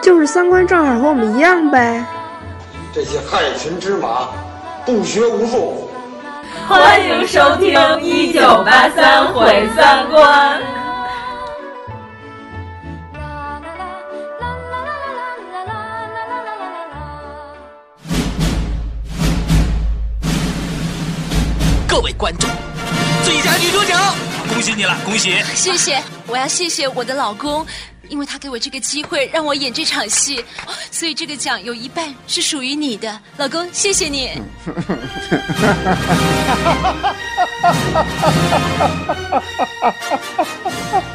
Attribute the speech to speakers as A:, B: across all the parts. A: 就是三观正好和我们一样呗。
B: 这些害群之马，不学无术。
C: 欢迎收听《一九八三毁三观》。
D: 各位观众，最佳女主角，恭喜你了，恭喜！
E: 谢谢，我要谢谢我的老公，因为他给我这个机会让我演这场戏，所以这个奖有一半是属于你的，老公，谢谢你。
F: 嗯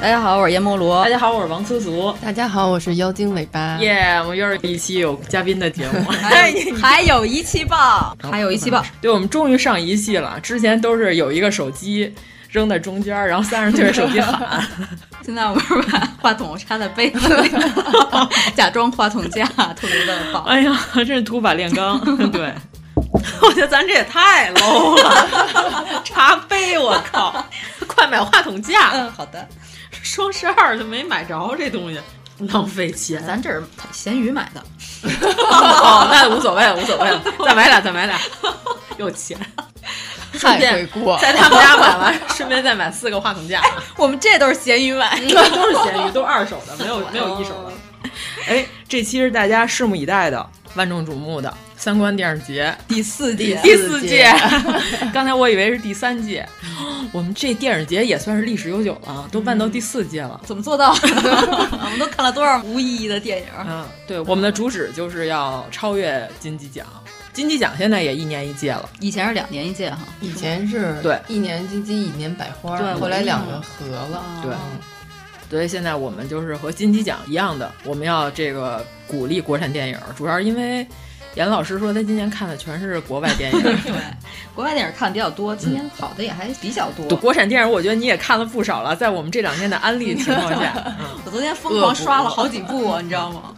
F: 大家好，我是阎摩罗。
G: 大家好，我是王粗俗。
H: 大家好，我是妖精尾巴。哎
G: 耶、yeah,，我们又是一期有嘉宾的节 目，
F: 还有一期报，还有一期报。
G: 对，我们终于上一期了，之前都是有一个手机扔在中间，然后三人对着手机喊。
F: 现在我是把话筒插在杯子 里，假装话筒架，特别的好。
G: 哎呀，真是土法炼 钢，对。我觉得咱这也太 low 了， 茶杯我靠，快买话筒架。
F: 嗯，好的。
G: 双十二就没买着这东西，浪费钱。
F: 咱这是咸鱼买的，
G: 哦，那无所谓了，无所谓了，再买俩，再买俩，有钱。顺便在他们家买完，顺便再买四个话筒架。
F: 我们这都是咸鱼买，
G: 的，都是咸鱼，都是二手的，没有没有一手的。哎，这期是大家拭目以待的、万众瞩目的三观电视节
F: 第四
G: 届，
F: 第
G: 四届。 刚才我以为是第三届，哦我们这电视节也算是历史悠久了，都办到第四届了。
F: 怎么做到的？ 我们都看了多少无意义的电影？
G: 嗯，对，我们的主旨就是要超越金鸡奖。金鸡奖现在也一年一届了，
F: 以前是两年一届哈。
H: 以前是
G: 对
H: 一年金鸡一年百花，
F: 对，
H: 后来两个合了，
F: 哦
G: 对。所以现在我们就是和金鸡奖一样的，我们要这个鼓励国产电影，主要是因为严老师说他今年看的全是国外电影，
F: 对，国外电影看的比较多，今年好的也还比较多。嗯、
G: 国产电影我觉得你也看了不少了，在我们这两天的安利情况下， 嗯、
F: 我昨天疯狂刷了好几部、啊，你知道 吗？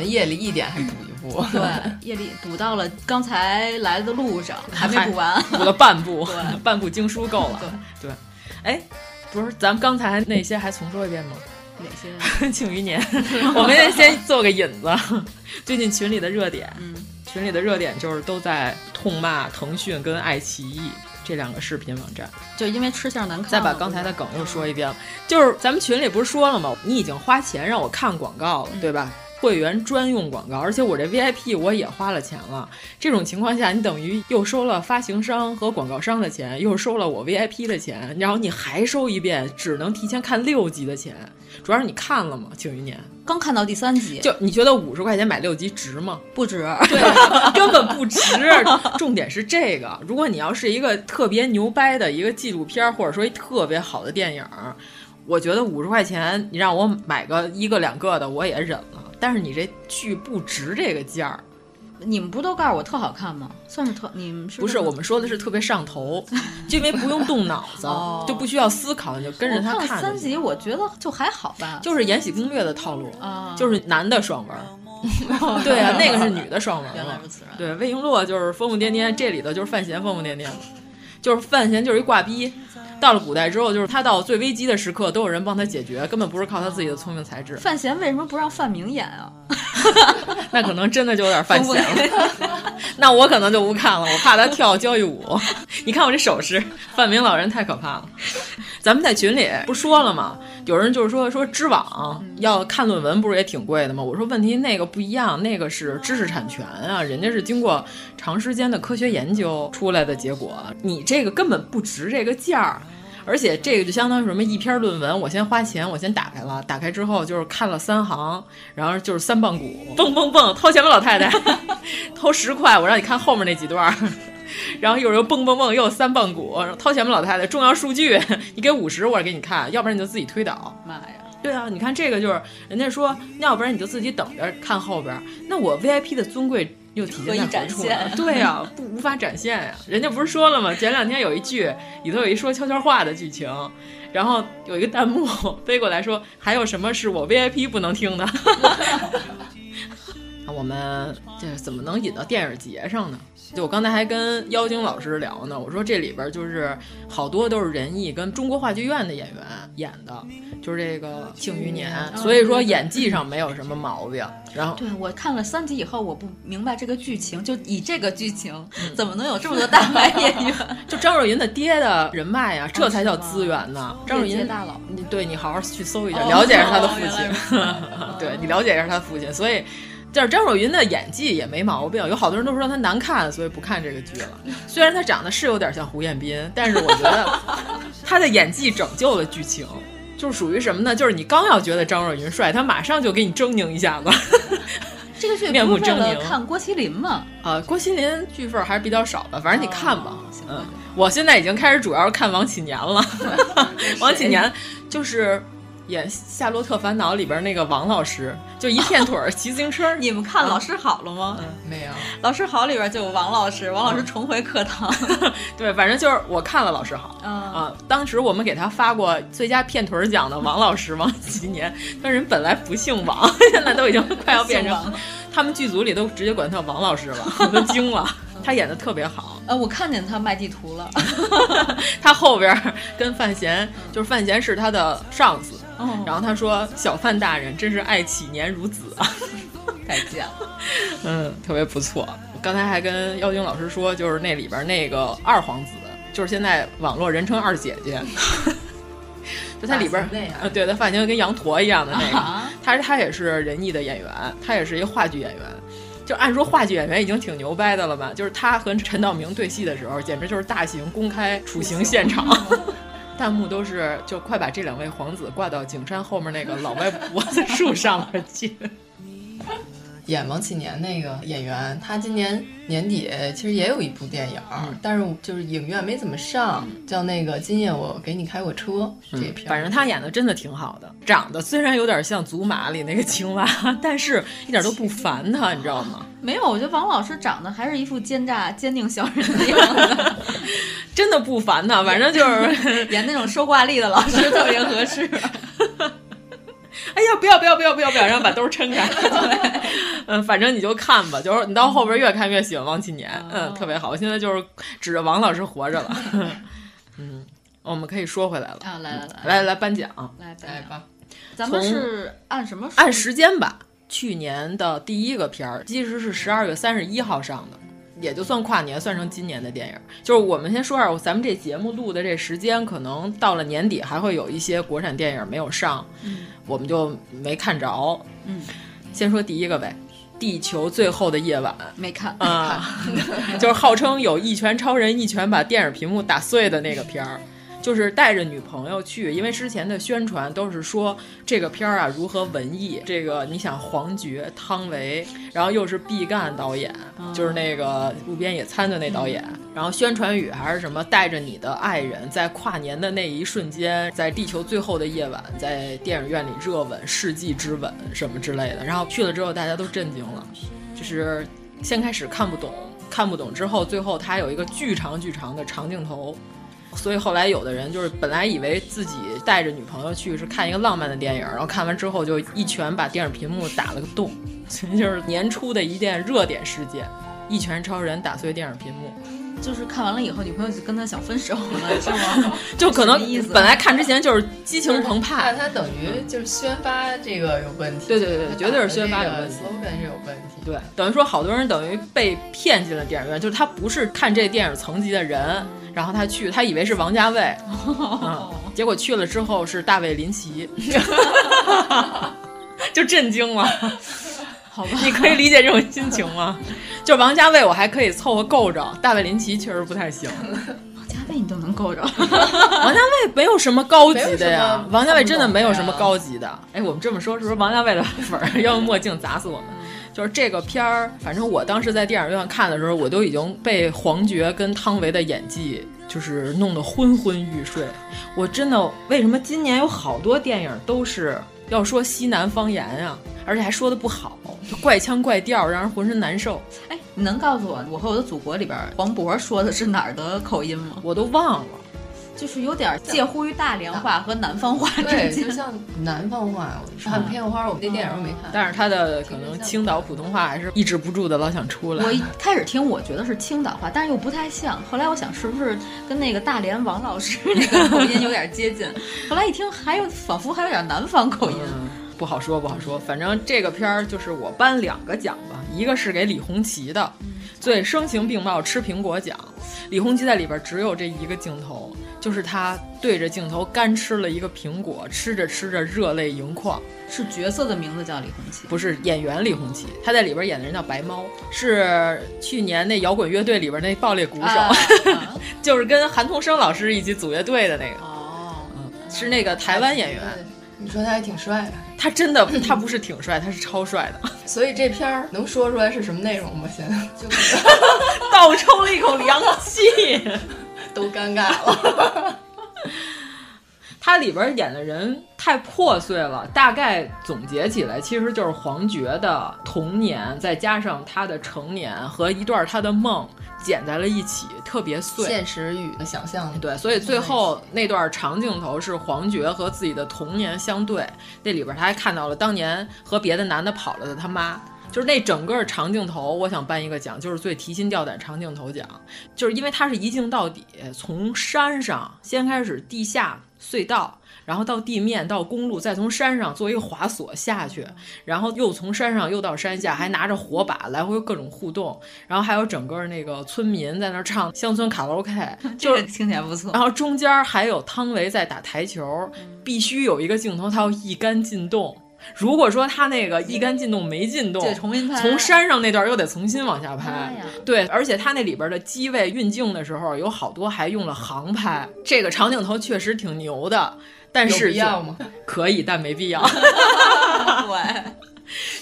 H: 夜里一点还补一部，
F: 对，夜里补到了刚才来的路上，还没补 完，
G: 补了半部，
F: 对，
G: 半部经书够了，对，对，哎。不是，咱们刚才那些还重说一遍吗？
F: 哪些？
G: 庆余 年，我们先做个引子。最近群里的热点，
F: 嗯，
G: 群里的热点就是都在痛骂腾讯跟爱奇艺这两个视频网站，
F: 就因为吃相难看。
G: 再把刚才的梗又说一遍了，就是咱们群里不是说了吗？你已经花钱让我看广告了，对吧？
F: 嗯
G: 会员专用广告，而且我这 VIP 我也花了钱了。这种情况下，你等于又收了发行商和广告商的钱，又收了我 VIP 的钱，然后你还收一遍只能提前看六集的钱。主要是你看了吗？《庆余年》
F: 刚看到第三集，
G: 就你觉得五十块钱买六集值吗？
F: 不值，
G: 对，根本不值。重点是这个，如果你要是一个特别牛掰的一个纪录片，或者说一特别好的电影，我觉得五十块钱你让我买个一个两个的，我也忍了。但是你这剧不值这个价儿，
F: 你们不都告诉我特好看吗？算是特，你们是
G: 不是我们说的是特别上头，就因为不用动脑子，
F: 哦、
G: 就不需要思考，你就跟着他看。
F: 看三集我觉得就还好吧，
G: 就是《延禧攻略》的套路
F: 啊，
G: 就是男的爽文。对啊，那个是女的爽文。
F: 哦原来如此、啊。
G: 对，魏璎珞就是疯疯癫癫，这里头就是范闲疯疯癫癫，就是范闲就是一挂逼。到了古代之后，就是他到最危机的时刻，都有人帮他解决，根本不是靠他自己的聪明才智。
F: 范闲为什么不让范明 演啊？
G: 那可能真的就有点范闲了。 那我可能就不看了，我怕他跳交谊舞。 你看我这手势，范明老人太可怕了。咱们在群里不说了吗？有人就是说说知网要看论文，不是也挺贵的吗？我说问题那个不一样，那个是知识产权啊，人家是经过长时间的科学研究出来的结果，你这个根本不值这个价儿。而且这个就相当于什么一篇论文，我先花钱，我先打开了，打开之后就是看了三行，然后就是三棒骨，蹦蹦蹦，掏钱吧老太太，掏十块，我让你看后面那几段， 然后一会儿又蹦蹦蹦，又三棒骨，掏钱吧老太太，重要数据，你给五十，我给你看，要不然你就自己推导。
F: 妈呀！
G: 对啊，你看这个就是人家说，那要不然你就自己等着看后边儿。那我 VIP 的尊贵又体现在何处
F: 何以展
G: 呢
F: 现？
G: 对呀、不无法展现呀、人家不是说了吗？前两天有一剧里头有一说悄悄话的剧情，然后有一个弹幕飞过来说，还有什么是我 VIP 不能听的？ 啊我们这怎么能引到电影节上呢？就我刚才还跟妖精老师聊呢，我说这里边就是好多都是仁义跟中国话剧院的演员演的，就是这个《庆余年》，
F: 嗯
G: 所以说演技上没有什么毛病。然后
F: 对我看了三集以后，我不明白这个剧情，就以这个剧情，
G: 嗯
F: 怎么能有这么多大牌演员？
G: 就张若昀的爹的人脉啊，
F: 哦
G: 这才叫资源呢。张若
F: 业界
G: 昀
F: 大佬，
G: 你对你好好去搜一下，
F: 哦
G: 了解一下他的父
F: 原来如
G: 亲。 对你了解一下他的父亲，所以。但是张若昀的演技也没毛病，有好多人都说他难看，所以不看这个剧了。虽然他长得是有点像胡彦斌，但是我觉得他的演技拯救了剧情，就是属于什么呢？就是你刚要觉得张若昀帅，他马上就给你狰狞一下子。
F: 这个剧
G: 面目
F: 不是为
G: 狰
F: 了
G: 狞
F: 看郭麒麟吗？
G: 啊，郭麒麟剧份还是比较少的，反正你看吧。
F: 哦
G: 嗯，我现在已经开始主要是看王启年 了。王启年就是演《夏洛特烦恼》里边那个王老师，就一片腿儿骑自行车。
F: 你们看《老师好了》吗？
G: 嗯
H: 没有，
F: 老师好》里边就有王老师，王老师重回课 堂。
G: 对，反正就是我看了《老师好》
F: 啊，
G: 啊，当时我们给他发过最佳片腿儿奖的王老师王启年，但人本来不姓 王，现在都已经快要变
F: 姓王
G: 成他们剧组里都直接管他叫王老师了， 我都惊了。他演的特别好，
F: 呃，我看见他卖地图了。
G: 他后边儿跟范闲，就是范闲是他的上司，
F: 哦
G: 嗯然后他说：“小范大人真是爱启年如子 啊。”
F: 再见了。
G: 嗯，特别不错。我刚才还跟妖精老师说，就是那里边那个二皇子，就是现在网络人称二姐姐， 就他里边
H: 发型那样
G: 呃对他发型跟羊驼一样的那个，
H: 啊
G: 他他也是仁义的演员，他也是一个话剧演员。就按说话剧演员已经挺牛掰的了吧？就是他和陈道明对戏的时候，简直就是大型公开处刑现 场，弹幕都是就快把这两位皇子挂到景山后面那个老歪脖子树上面去。
H: 演王启年那个演员，他今年年底其实也有一部电影儿，
G: 嗯
H: 但是就是影院没怎么上，叫那个《今夜我给你开过车》这
G: 嗯
H: 片儿。
G: 反正他演的真的挺好的，长得虽然有点像《祖玛》里那个青蛙，但是一点都不烦他，你知道吗？
F: 没有，我觉得王老师长得还是一副奸诈、坚定小人的样子，
G: 真的不烦他。反正就是
F: 演那种收挂历的老师特别合适。
G: 哎呀，不要不要不要不要不要，然后把兜撑开。 嗯，反正你就看吧，就是你到后边越看越喜欢王启年，嗯，特别好。我现在就是指着王老师活着了。嗯，我们可以说回来了
F: 啊来来来
G: 来来来颁奖，
F: 来
H: 来吧，
F: 咱们
G: 从
F: 是按什么数
G: 按时间吧。去年的第一个片儿其实是十二月三十一号上的，也就算跨年，算成今年的电影。就是我们先说一下，咱们这节目录的这时间，可能到了年底还会有一些国产电影没有上，
F: 嗯
G: 我们就没看着。
F: 嗯，
G: 先说第一个呗，《地球最后的夜晚》。
F: 没看
G: 啊，就是号称有一拳超人一拳把电影屏幕打碎的那个片儿，就是带着女朋友去，因为之前的宣传都是说这个片儿啊如何文艺，这个你想黄觉、汤唯，然后又是毕赣导演，就是那个《路边野餐》的那导演，然后宣传语还是什么带着你的爱人在跨年的那一瞬间，在地球最后的夜晚，在电影院里热吻、世纪之吻什么之类的，然后去了之后大家都震惊了。就是先开始看不懂，看不懂之后，最后它有一个巨长巨长的长镜头，所以后来有的人就是本来以为自己带着女朋友去是看一个浪漫的电影，然后看完之后就一拳把电影屏幕打了个洞， 所以就是年初的一件热点事件，一拳超人打碎电影屏幕。
F: 就是看完了以后，女朋友就跟他想分手了，是吗？
G: 就可能
F: 什么意思啊
G: 本来看之前就是激情澎
H: 但
G: 湃，
H: 他等于就是宣发这个有问题，
G: 对对对对
H: 他
G: 绝对是宣发有
H: 打的
G: 问题
H: 这个 slogan 是有问 题。
G: 对，等于说好多人等于被骗进了电影院，就是他不是看这电影层级的人，然后他去，他以为是王家卫，
F: 哦
G: 嗯，结果去了之后是大卫林奇， 就震惊了。
F: 好吧，
G: 你可以理解这种心情吗？ 就王家卫我还可以凑合够着，大卫林奇确实不太行。
F: 王家卫你都能够着，
G: 王家卫没有什么高级的
F: 没有什
G: 呀
F: 么，
G: 王家卫真的没有什么高级的。哎，我们这么说是不是王家卫的粉儿要用墨镜砸死我们？
F: 嗯
G: 就是这个片儿，反正我当时在电影院看的时候，我都已经被黄觉跟汤唯的演技就是弄得昏昏欲睡。我真的为什么今年有好多电影都是要说西南方言啊，而且还说的不好，就怪腔怪调，让人浑身难受。
F: 哎，你能告诉我《我和我的祖国》里边黄渤说的是哪儿的口音吗？
G: 我都忘了，
F: 就是有点介乎于大连话和南方话之
H: 对，
F: 间。
H: 就像南方话，我
G: 是
H: 看
G: 吗
H: 《片花》，我们那电影我没看，
G: 但是他的可能青岛普通话还是抑制不住的，老想出来。
F: 我一开始听，我觉得是青岛话，但是又不太像。后来我想，是不是跟那个大连王老师那个口音有点接近？后来一听，还有仿佛还有点南方口音。
G: 不好说，不好说。反正这个片儿就是我颁两个奖吧，一个是给李红旗的最声情并茂吃苹果奖。李红旗在里边只有这一个镜头，就是他对着镜头干吃了一个苹果，吃着吃着热泪盈眶。
F: 是角色的名字叫李红旗，
G: 不是演员李红旗，他在里边演的人叫白猫，是去年那摇滚乐队里边那爆裂鼓手，
F: 啊
G: 就是跟韩童生老师一起组乐队的那个。哦，是那个台湾演员。
H: 你说他还挺帅的。
G: 他真的，他不是挺帅，他是超帅的。
H: 所以这片儿啊能说出来是什么内容吗？现在就
G: 倒抽了一口凉气，
H: 都尴尬了。
G: 他里边演的人太破碎了，大概总结起来，其实就是黄觉的童年，再加上他的成年和一段他的梦剪在了一起，特别碎。
H: 现实与想象，
G: 对，所以最后那段长镜头是黄觉和自己的童年相对，那里边他还看到了当年和别的男的跑了的他妈。就是那整个长镜头，我想颁一个奖，就是最提心吊胆长镜头奖，就是因为它是一镜到底，从山上先开始地下隧道，然后到地面，到公路，再从山上做一个滑索下去，然后又从山上又到山下，还拿着火把来回各种互动，然后还有整个那个村民在那儿唱乡村卡拉 OK，
F: 这
G: 就
F: 个
G: 是
F: 听起来不错。
G: 然后中间还有汤唯在打台球，
F: 嗯
G: 必须有一个镜头，他要一杆进洞。如果说他那个一杆进洞没进洞
F: 对，重新拍
G: 从山上那段又得重新往下拍
F: 哎呀。
G: 对，而且他那里边的机位运镜的时候，有好多还用了航拍。这个长镜头确实挺牛的，但是
H: 有必要吗？
G: 可以，但没必要。
F: 对，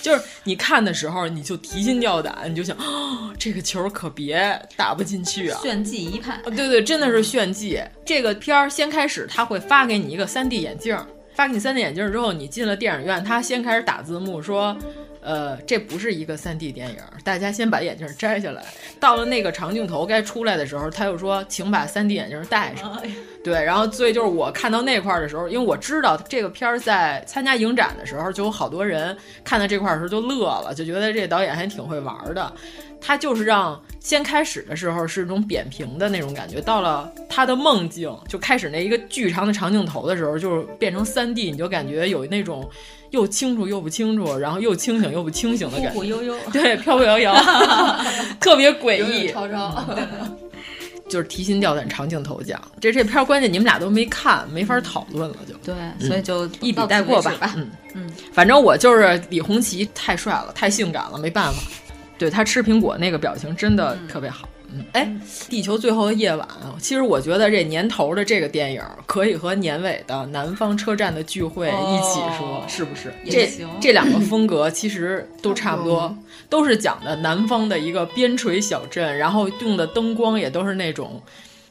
G: 就是你看的时候，你就提心吊胆，你就想，哦，这个球可别打不进去啊！
F: 炫技一派。
G: 对对，真的是炫技。这个片儿先开始，他会发给你一个3 D 眼镜儿，发给你3 D 眼镜儿之后，你进了电影院，他先开始打字幕说。呃，这不是一个3 D 电影，大家先把眼镜儿摘下来。到了那个长镜头该出来的时候，他又说，请把3 D 眼镜儿戴上。对，然后所以就是我看到那块儿的时候，因为我知道这个片儿在参加影展的时候，就有好多人看到这块儿的时候就乐了，就觉得这导演还挺会玩儿的。他就是让先开始的时候是一种扁平的那种感觉，到了他的梦境就开始那一个巨长的长镜头的时候，就是变成3 D，你就感觉有那种又清楚又不清楚，然后又清醒又不清醒的
F: 忽
G: 感
F: 忽
G: 觉。
F: 悠悠，
G: 对，飘飘摇摇，特别诡异。嗯
H: 超超，
G: 就是提心吊胆长镜头奖。这这片儿关键你们俩都没看，没法讨论了就。
F: 对，
G: 嗯
F: 所以就
G: 一笔
F: 到此
G: 带过
F: 为止
G: 吧。
F: 吧。
G: 嗯
F: 嗯，
G: 反正我就是李红旗太帅了，太性感了，没办法。对他吃苹果那个表情真的特别好。嗯，哎，《地球最后的夜晚》，啊其实我觉得这年头的这个电影可以和年尾的《南方车站的聚会》一起说，
F: 哦
G: 是不是？
F: 也
G: 这
F: 行
G: 这两个风格其实都差不多，都是讲的南方的一个边陲小镇，然后用的灯光也都是那种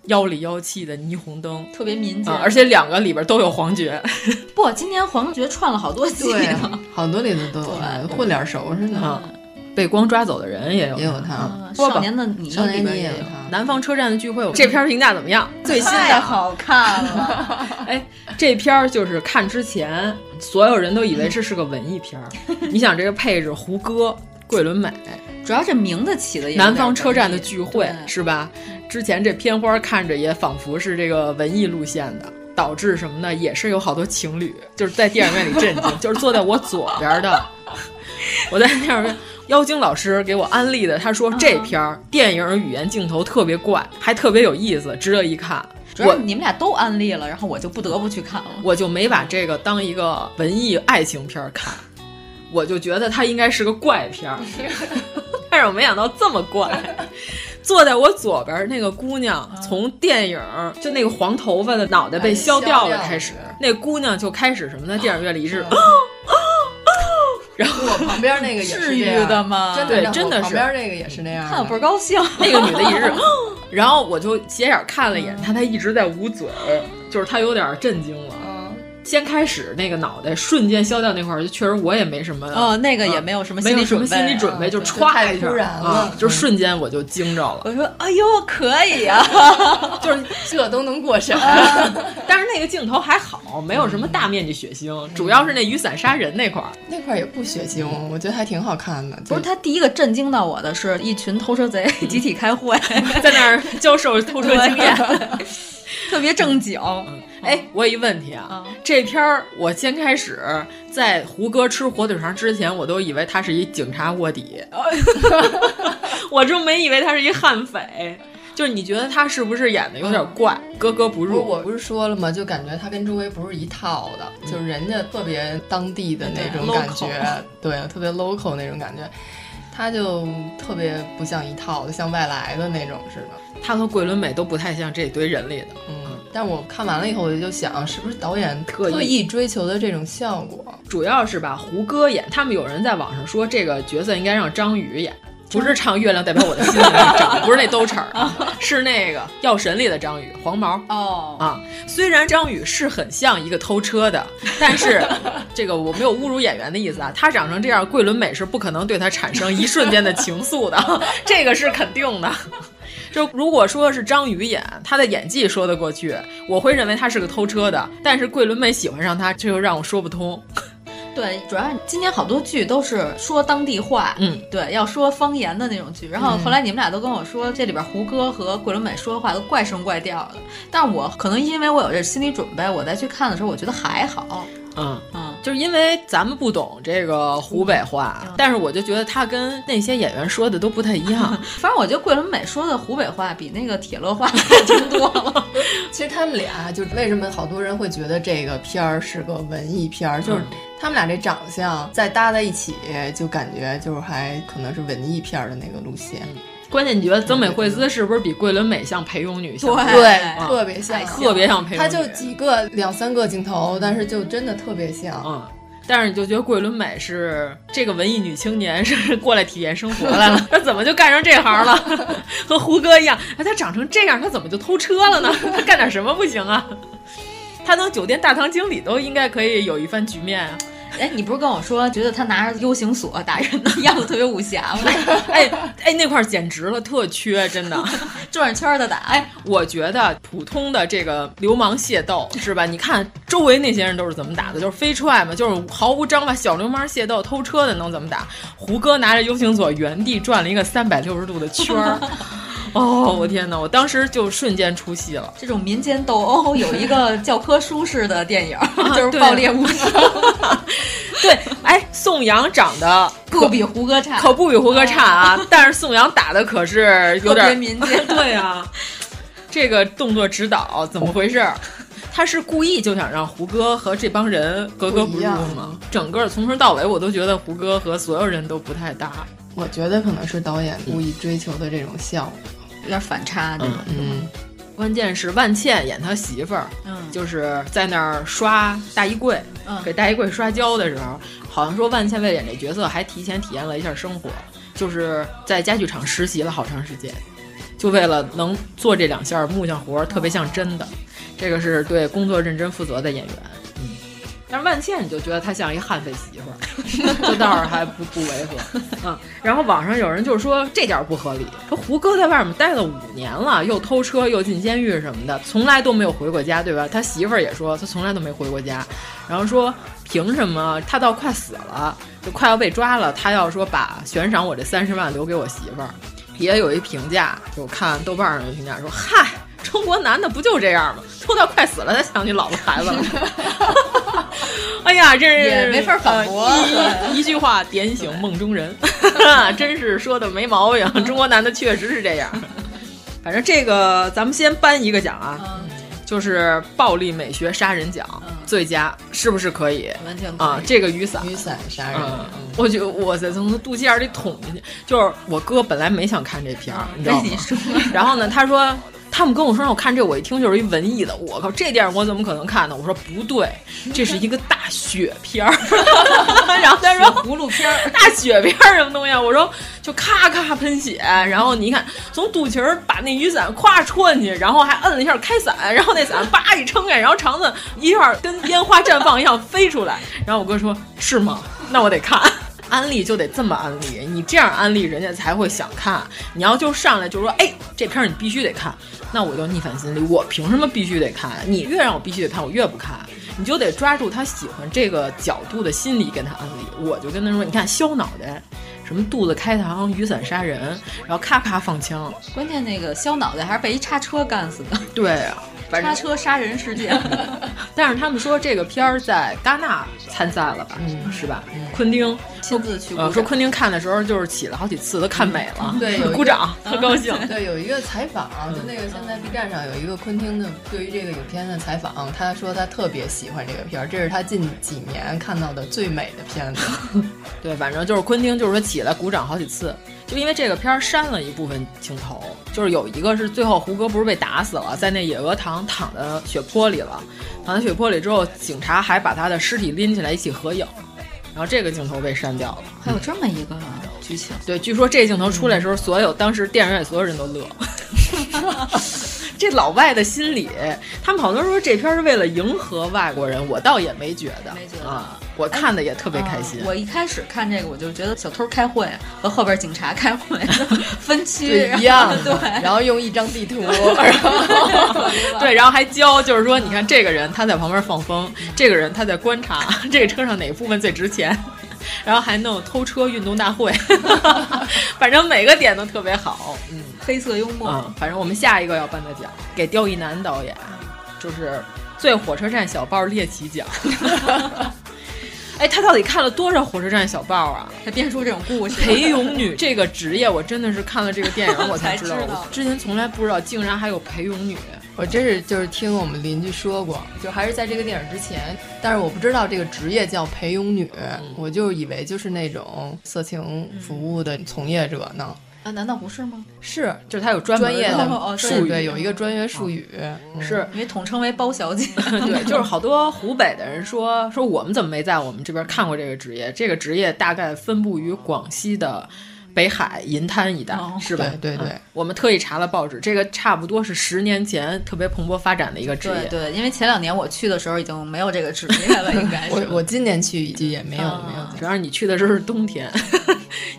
G: 妖里妖气的霓虹灯。
F: 特别民间，
G: 啊，而且两个里边都有黄觉，
F: 不，今年黄觉串了好多戏
H: 对
F: 呢。，
H: 好多里头都有他，哦混脸熟似的，
G: 嗯被光抓走的人也有
H: 也有他。
F: 呃
G: 说吧
F: 少年的你
H: 少年
F: 里
H: 你
F: 边
H: 也
F: 也
H: 有
F: 有，
H: 他，
G: 南方车站的聚会，这片儿评价怎么样？
F: 最新的好看了，
G: 哎，这片儿就是看之前，所有人都以为这是个文艺片儿。 你想这个配置，胡歌、桂纶镁，
F: 主要这名字起的也有点
G: 南方车站的聚会
F: 文艺对
G: 是吧？之前这片花看着也仿佛是这个文艺路线的，导致什么呢？也是有好多情侣就是在电影院里震 惊，就是坐在我左边的，我在电影院。妖精老师给我安利的，他说
F: 嗯
G: 这片儿电影语言镜头特别怪，还特别有意思，值得一看。
F: 主要
G: 我
F: 是你们俩都安利了，然后我就不得不去看了。
G: 我就没把这个当一个文艺爱情片儿看，我就觉得它应该是个怪片儿，但是我没想到这么怪。坐在我左边儿那个姑娘，从电影儿就那个黄头发的脑袋被削掉了开始
H: 哎削掉了，
G: 那姑娘就开始什么呢？电影院里一直，然后
H: 我旁边那个也是
F: 至于
H: 这样
F: 的吗
H: 真
G: 对
H: 的，
G: 真的
H: 我
G: 是
H: 旁边那个也是那样的。
F: 看我倍儿高兴，
G: 那个女的一直，然后我就斜眼看了一眼她，她一直在捂嘴，就是她有点震惊了。
H: 嗯
G: 先开始那个脑袋瞬间消掉那块儿，就确实我也没什么
F: 哦那个也没
G: 啊
F: 有
G: 有
F: 什么
G: 么
F: 心理准备啊
G: 心理准备，啊就歘一下
F: 太突然了
G: 啊，就瞬间我就惊着了。
F: 我说：“哎呦，可以啊，
H: 就是这都能过审。
G: 但是那个镜头还好，没有什么大面积血腥，
F: 嗯
G: 主要是那雨伞杀人那块儿。
H: 那块儿也不血腥，我觉得还挺好看的。
F: 不是他第一个震惊到我的是一群偷车贼集体开会，
G: 在那 儿教授偷车经验，
F: 特别正经。
G: 哎，我有一问题
F: 嗯
G: 啊，这片儿我先开始在胡歌吃火腿肠之前，我都以为他是一警察卧底，
F: 哦
G: 我就没以为他是一悍匪。就是你觉得他是不是演的有点怪，格格不入？
H: 嗯我不是说了吗？就感觉他跟周围不是一套的，就是人家特别当地的那种
G: 嗯对
H: 感
G: local
H: 觉，对，特别 local 那种感觉，他就特别不像一套的，像外来的那种似的。
G: 他和桂纶镁都不太像这堆人里的。
H: 嗯，但我看完了以后，我就想，是不是导演
G: 特意
H: 特意追求的这种效果？
G: 主要是吧，胡歌演，他们有人在网上说这个角色应该让张宇演，不是唱《月亮代表我的心》的那 张，不是那兜齿儿啊，是那个《药神》里的张宇，黄毛。
F: 哦
G: 啊，虽然张宇是很像一个偷车的，但是这个我没有侮辱演员的意思啊，他长成这样，桂纶镁是不可能对他产生一瞬间的情愫 的，这个是肯定的。就如果说是张宇演，他的演技说得过去，我会认为他是个偷车的。但是桂纶镁喜欢上他，这就让我说不通。
F: 对，主要是今年好多剧都是说当地话，
G: 嗯，
F: 对，要说方言的那种剧。然后
G: 嗯
F: 后来你们俩都跟我说，这里边胡歌和桂纶镁说的话都怪声怪调的。但我可能因为我有这心理准备，我再去看的时候，我觉得还好。
G: 嗯
F: 嗯，
G: 就是因为咱们不懂这个湖北话，但是我就觉得他跟那些演员说的都不太一样。
F: 反正我觉得桂纶镁说的湖北话比那个铁路话
H: 其实他们俩就是为什么好多人会觉得这个片儿是个文艺片儿，就是他们俩这长相再搭在一起，就感觉就是还可能是文艺片儿的那个路线。
G: 关键你觉得曾美惠孜是不是比桂纶镁像裴勇女像？啊
H: 哎特别像，
G: 特别像裴勇
H: 他
G: 女。
H: 就几个两三个镜头，但是就真的特别像。
G: 嗯，但是你就觉得桂纶镁是这个文艺女青年，是过来体验生活来了，她怎么就干上这行了？和胡歌一样，哎，她长成这样，她怎么就偷车了呢？她干点什么不行啊？她当酒店大堂经理都应该可以有一番局面啊！
F: 哎，你不是跟我说觉得他拿着 U 型锁打人的 样子特别武侠吗？
G: 哎哎，那块儿简直了，特缺，真的
F: 转着圈的打。
G: 哎，我觉得普通的这个流氓械斗是吧？你看周围那些人都是怎么打的，就是飞踹嘛，就是毫无章法，啊小流氓械斗，偷车的能怎么打？胡歌拿着 U 型锁原地转了一个三百六十度的圈儿。哦，我天哪！我当时就瞬间出戏了。
F: 这种民间斗殴有一个教科书式的电影， 就是
G: 啊对
F: 爆裂 无声。
G: 对，哎，宋阳长得
F: 不比胡歌差，
G: 可不比胡歌差啊，但是宋阳打的可是有点
F: 特别民间
G: 对啊，这个动作指导怎么回事儿？他是故意就想让胡歌和这帮人格格不入吗？整个从头到尾，我都觉得胡歌和所有人都不太搭。
H: 我觉得可能是导演故意追求的这种效果。
F: 有点反差这
G: 嗯
F: 种。
H: 嗯，
G: 关键是万茜演他媳妇儿，
F: 嗯
G: 就是在那儿刷大衣柜，
F: 嗯
G: 给大衣柜刷胶的时候，好像说万茜为了演这角色还提前体验了一下生活，就是在家具厂实习了好长时间，就为了能做这两下木匠活，特别像真的。这个是对工作认真负责的演员。嗯，但是万茜你就觉得她像一悍匪媳妇儿，这倒是还不不违和。嗯，然后网上有人就说这点儿不合理，说胡歌在外面待了五年了，又偷车又进监狱什么的，从来都没有回过家，对吧？他媳妇儿也说他从来都没回过家，然后说凭什么他到快死了，就快要被抓了，他要说把悬赏我这三十万留给我媳妇儿。也有一评价，就我看豆瓣儿上有评价说，嗨，中国男的不就这样吗？偷到快死了才想起老婆孩子了。 哎呀，这是
F: 也没法反驳
G: 呃一一句话点醒梦中人， 真是说的没毛 病。中国男的确实是这样。反正这个咱们先颁一个奖啊，
F: 嗯
G: 就是暴力美学杀人奖最佳，是不是可以？
F: 完全可以
G: 啊，这个雨伞，
H: 雨伞杀人，
G: 嗯，我觉得我塞，从他肚脐眼儿里捅进去。就是我哥本来没想看这片儿，你知道吗？
F: 哎
G: 然后呢，他说他们跟我说让我看这，我一听就是一文艺的，我靠， 这电影我怎么可能看呢？我说不对，这是一个大雪片儿。然后他说
F: 葫芦片儿、
G: 大雪片儿什么东西啊？我说就咔咔喷血，然后你看从肚脐儿把那雨伞咵戳进去，然后还摁了一下开伞，然后那伞叭一撑开，然后肠子一下跟烟花绽放一样飞出来。然后我哥说：“是吗？那我得看。”安利就得这么安利，你这样安利人家才会想看。你要就上来就说，哎，这片儿你必须得看，那我就逆反心理，我凭什么必须得看？你越让我必须得看，我越不看。你就得抓住他喜欢这个角度的心理跟他安利。我就跟他说，你看削脑袋，什么肚子开膛、雨伞杀人，然后咔咔放枪。
F: 关键那个削脑袋还是被一叉车干 死的。
G: 对啊。
F: 叉车杀人事件，
G: 但是他们说这个片儿在戛纳参赛了吧？
F: 嗯
G: 是吧？昆汀
F: 亲自去鼓
G: 呃
F: 掌，
G: 说昆汀看的时候就是起了好几次，都看美了，
H: 对， 有一个
G: 鼓掌，特高兴。
F: 嗯
H: 对，有一个采访，就那个现在 B 站上有一个昆汀的对于这个影片的采访，他说他特别喜欢这个片儿，这是他近几年看到的最美的片子。
G: 对，反正就是昆汀，就是说起来鼓掌好几次，就因为这个片儿删了一部分镜头，就是有一个是最后胡歌不是被打死了，在那野鹅塘躺在血泊里了，躺在血泊里之后，警察还把他的尸体拎起来一起合影，然后这个镜头被删掉了。
F: 还有这么一个
H: 嗯
F: 剧情，嗯
G: 对，据说这镜头出来的时候，所有当时电影院所有人都乐。 这老外的心理，他们好多人说这片儿是为了迎合外国人，我倒也没觉得，
F: 没觉得
G: 啊，我看的也特别开心。
F: 啊我一开始看这个，我就觉得小偷开会和后边警察开会分区
H: 对一样
F: 然后对，
H: 然后用一张地图，
G: 对，然后还教，就是说，你看这个人他在旁边放风，这个人他在观察 这个车上哪部分最值钱， 然后还弄偷车运动大会， 反正每个点都特别好。嗯，
F: 黑色幽默。
G: 嗯，反正我们下一个要颁的奖给刁亦男导演，就是最火车站小报猎奇奖。 哎，他到底看了多少火车站小报啊？
F: 才编出这种故事。
G: 裴勇女这个职业，我真的是看了这个电 影我才知道
F: 才知
G: 的，
F: 道
G: 之前从来不知道，竟然还有裴勇女。
H: 我真是就是听我们邻居说过，就还是在这个电影之前，但是我不知道这个职业叫陪泳女，
G: 嗯
H: 我就以为就是那种色情服务的从业者呢。
F: 啊，难道不是吗？
H: 是，
G: 嗯就是它有专门哦
H: 专业
F: 哦哦
H: 的
F: 哦
H: 术语，
F: 对
H: 对，有一个专业术语，嗯
G: 是
F: 因为统称为包小姐。
G: 对，就是好多湖北的人说说我们怎么没在我们这边看过这个职业？这个职业大概分布于广西的北海银滩一带，是吧？
H: 对对对
G: 嗯我们特意查了报纸，这个差不多是十年前特别蓬勃发展的一个职业。
F: 对对，因为前两年我去的时候已经没有这个职 业了，应该是。
H: 我我今年去就也没有、没有。
G: 主要是你去的时候是 冬天，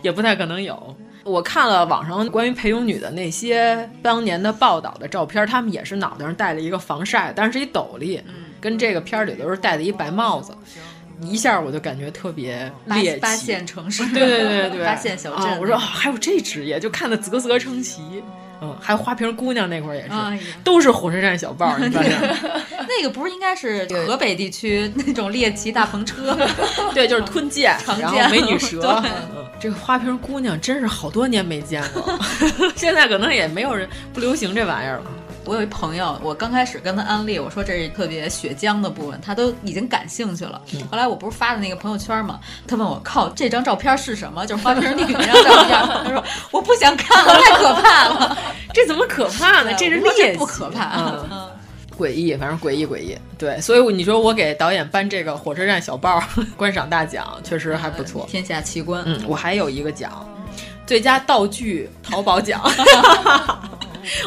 G: 也不太可能有。我看了网上关于裴勇女的那些当年的报道的照片，她们也是脑袋上戴了一个防晒，但是是一斗笠，
H: 嗯
G: 跟这个片儿里头是戴的一白帽子。一下我就感觉特别
F: 八
G: 猎奇，
F: 八线城市
G: 对对对对，
F: 八线小镇
G: 啊我说、啊还有这职业，就看得啧啧称奇。嗯，还有花瓶姑娘那块儿也是，
H: 啊
F: 哎呀
G: 都是火车站小报儿，你发现？
F: 那个不是应该是河北地区那种猎奇大篷车？
G: 对，就是吞剑，
F: 常见
G: 然后 美女蛇。
F: 对
G: 嗯这个花瓶姑娘真是好多年没见过， 现在可能也没有人不流行这玩意儿了。
F: 我有一朋友，我刚开始跟他安利，我说这是特别血浆的部分，他都已经感兴趣了。
I: 嗯
F: 后来我不是发的那个朋友圈嘛，他问我靠，这张照片是什么？就是花瓶女那张照片。他说我不想看了，太可怕 了。
G: 这怎么可怕呢？这是
F: 哎我说
G: 猎
F: 这
G: 奇，
F: 不可怕。
G: 嗯 诡异，反正诡异诡异。对，所以你说我给导演颁这个火车站小报儿 观赏大奖，确实还不错。
F: 天下奇观。
G: 嗯，我还有一个奖，最佳道具淘宝奖。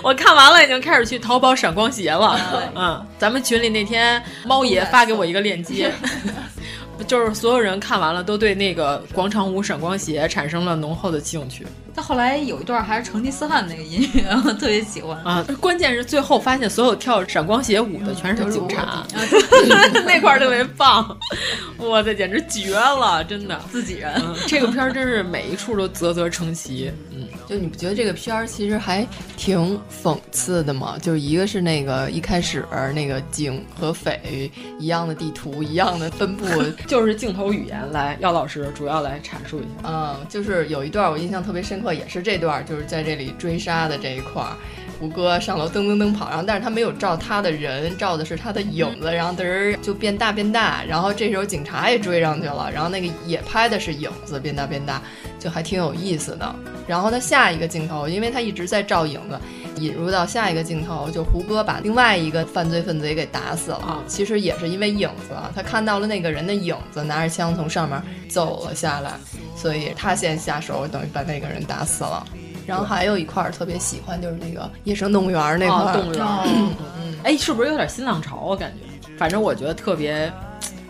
G: 我看完了，已经开始去淘宝闪光鞋了。嗯，咱们群里那天猫爷发给我一个链接，就是所有人看完了都对那个广场舞闪光鞋产生了浓厚的兴趣
F: 但后来有一段还是成吉思汗那个音乐，我特别喜欢。
G: 啊。关键是最后发现，所有跳闪光鞋舞的全是警察， 那块儿特别棒，哇塞，简直绝了，真的。
F: 自己人，
I: 嗯
G: 这个片儿真是每一处都啧啧称奇。嗯，
H: 就你不觉得这个片儿其实还挺讽刺的吗？就是一个是那个一开始那个警和匪一样的地图，一样的分布，
G: 就是镜头语言来，姚老师主要来阐述一下。
H: 嗯，就是有一段我印象特别深刻，也是这段，就是在这里追杀的这一块儿，胡歌上楼噔噔噔跑，然后但是他没有照他的人，照的是他的影子，然后嘚儿就变大变大，然后这时候警察也追上去了，然后那个也拍的是影子变大变大，就还挺有意思的。然后他下一个镜头，因为他一直在照影子，
G: 引入到下一个镜头，就胡歌把另外一个犯罪分子也给打死了。其实也是因为影子，啊他看到了那个人的影子拿着枪从上面走了下来，所以他先下手，等于把那个人打死了。然后还有一块儿特别喜欢，就是那个野生动物园那块儿、
I: 哦动物园儿哎，是不是有点新浪潮啊？我感觉，反正我觉得特别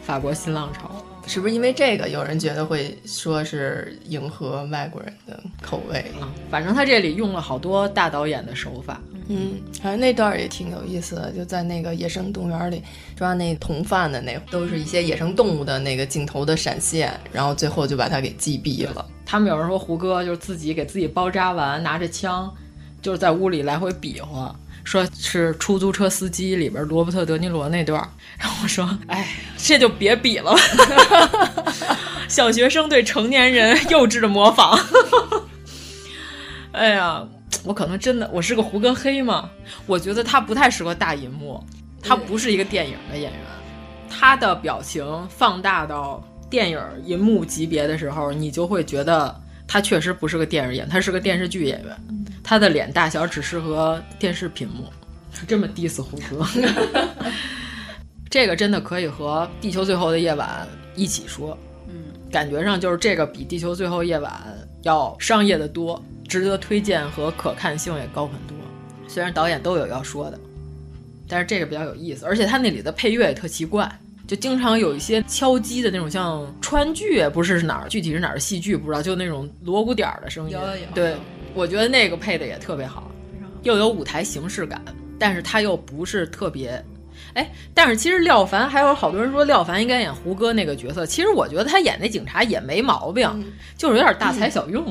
I: 法国新浪潮。
G: 是不是因为这个，有人觉得会说是迎合外国人的口味？
I: 嗯反正他这里用了好多大导演的手法，
G: 嗯，反正那段儿也挺有意思的，就在那个野生动物园里抓那同犯的那，都是一些野生动物的那个镜头的闪现，然后最后就把他给击毙了。
I: 他们有人说胡歌就是自己给自己包扎完，拿着枪，就是在屋里来回比划，说是出租车司机里边罗伯特·德尼罗那段儿。然后我说，哎，这就别比了，小学生对成年人幼稚的模仿。哎呀，我可能真的我是个胡歌黑嘛，我觉得他不太适合大银幕，他不是一个电影的演员，他的表情放大到电影银幕级别的时候，你就会觉得他确实不是个电影演，他是个电视剧演员，他的脸大小只适合电视屏幕。这么 diss 胡歌， 这个真的可以和《地球最后的夜晚》一起说，嗯，感觉上就是这个比《地球最后夜晚》要商业的多，值得推荐和可看性也高很多。虽然导演都有要说的，但是这个比较有意思，而且它那里的配乐也特奇怪，就经常有一些敲击的那种，像川剧也不是哪儿，具体是哪儿的戏剧不知道，就那种锣鼓点儿的声音。
F: 有有有
I: 对，我觉得那个配的也特别好，又有舞台形式感，但是它又不是特别。哎，但是其实廖凡还有好多人说廖凡应该演胡歌那个角色，其实我觉得他演那警察也没毛病，就是有点大材小用，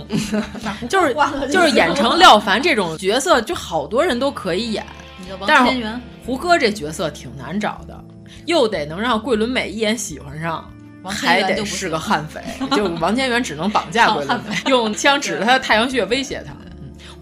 I: 就是就是演成廖凡这种角色，就好多人都可以演。
F: 你叫王
I: 但
F: 千
I: 是
F: 源，
I: 胡歌这角色挺难找的，又得能让桂纶镁一眼喜欢上，
F: 王千
I: 还
F: 源
I: 得
F: 就不
I: 是个悍匪。 就王千源只能绑架桂纶镁，用枪指着他的太阳穴威胁他。嗯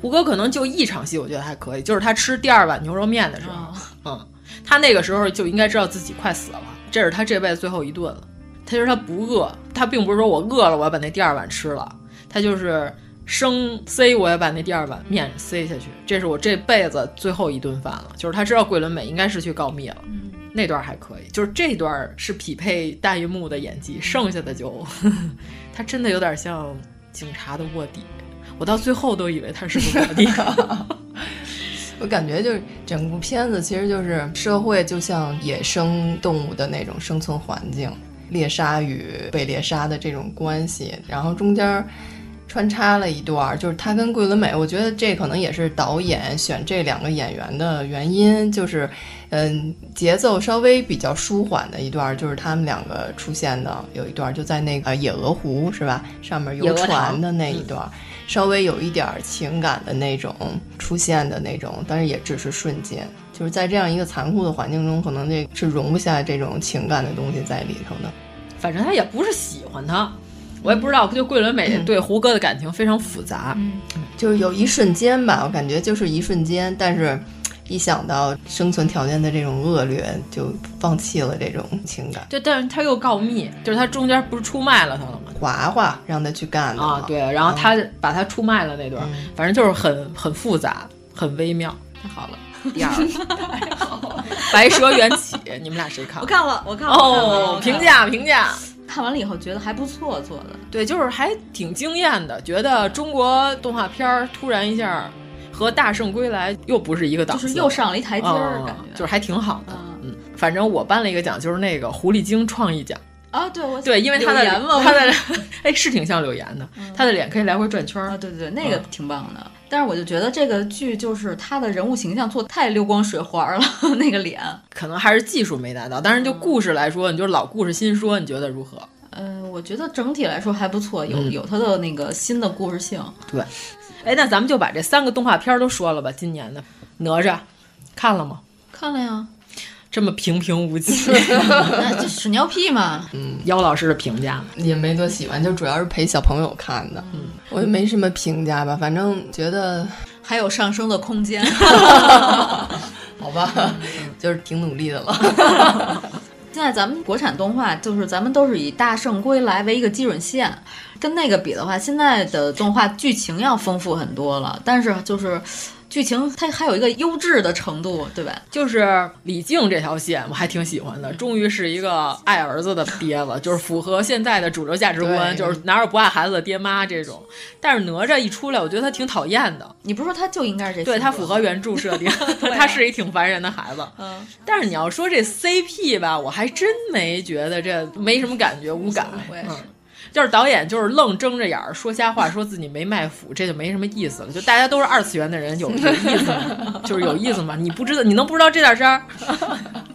I: 胡歌可能就一场戏，我觉得还可以，就是他吃第二碗牛肉面的时候，嗯，他那个时候就应该知道自己快死了，这是他这辈子最后一顿了。他说他不饿，他并不是说我饿了我要把那第二碗吃了，他就是生塞我要把那第二碗面塞下去，这是我这辈子最后一顿饭了。就是他知道桂纶镁应该是去告密了，那段还可以，就是这段是匹配大银幕的演技，剩下的就 他真的有点像警察的卧底，我到最后都以为他是个卧底。
G: 我感觉就是整部片子其实就是社会就像野生动物的那种生存环境，猎杀与被猎杀的这种关系，然后中间儿穿插了一段儿，就是他跟桂纶镁，我觉得这可能也是导演选这两个演员的原因，就是嗯节奏稍微比较舒缓的一段儿，就是他们两个出现的有一段儿就在那个呃野鹅湖是吧，上面
I: 野
G: 游
I: 鹅
G: 船
I: 塘
G: 的那一
I: 嗯
G: 段儿。稍微有一点儿情感的那种出现的那种，但是也只是瞬间。就是在这样一个残酷的环境中，可能这是容不下这种情感的东西在里头的。
I: 反正他也不是喜欢他，我也不知道，就桂纶镁
F: 嗯
I: 对胡歌的感情非常复杂。
G: 就是有一瞬间吧，我感觉就是一瞬间，但是嘖一想到生存条件的这种恶劣，就放弃了这种情感。
I: 对，但是他又告密，就是他中间不是出卖了他了吗？
G: 华华嗯让他去干的嗯
I: 啊，对，然后他把他出卖了那段，反正就是很很复杂，很微妙。太好了，第 二，《白蛇缘起》，你们俩谁看？
F: 我看了，我看了。我看了
I: 哦，评价。评价，
F: 看完了以后觉得还不错，做的。
I: 对，就是还挺惊艳的，觉得中国动画片儿突然一下和《大圣归来》又不是一个档次，
F: 就是又上了一台阶儿
I: 嗯
F: 感觉
I: 就是还挺好的。嗯，反正我颁了一个奖，就是那个狐狸精创意奖。
F: 啊，对，我
I: 对，因为他的
F: 柳岩嘛，
I: 他的哎是挺像柳岩的，
F: 嗯
I: 他的脸可以来回转圈
F: 啊，对对对，
I: 嗯
F: 那个挺棒的。但是我就觉得这个剧就是他的人物形象做得太溜光水滑了， 那个脸。
I: 可能还是技术没达到。但是
F: 嗯
I: 就故事来说，你就是老故事新说，你觉得如何？
F: 呃，我觉得整体来说还不错，有、
I: 嗯
F: 有它的那个新的故事性。
I: 对，哎，那咱们就把这三个动画片儿都说了吧。今年的哪吒看了吗？
F: 看了 呀，
I: 这么平平无 奇，
F: 那这屎尿屁嘛。
I: 姚老师的评价
G: 也没多喜欢，就主要是陪小朋友看的。我也没什么评价吧，反正觉得
F: 还有上升的空 间。
G: 好吧， 就是挺努力的了。
F: 现在咱们国产动画就是咱们都是以《大圣归来》为一个基准线，跟那个比的话，现在的动画剧情要丰富很多了，但是就是剧情它还有一个优质的程度，对吧？
G: 就是李靖这条线，我还挺喜欢的，终于是一个爱儿子的爹了，就是符合现在的主流价值观，
F: 对
G: 就是哪有不爱孩子的爹妈这种。但是哪吒一出来，我觉得他挺讨厌的。
F: 你不是说他就应该是这？
G: 对他符合原著设定， 他是一挺烦人的孩子。
F: 嗯，
G: 但是你要说这 CP 吧，我还真没觉得这没什么感觉，无感。
F: 我也是
G: 嗯就是导演就是愣睁着眼儿说瞎话，说自己没卖腐，这就没什么意思了。就大家都是二次元的人，有有意思 吗？就是有意思吗？你不知道，你能不知道这点事儿？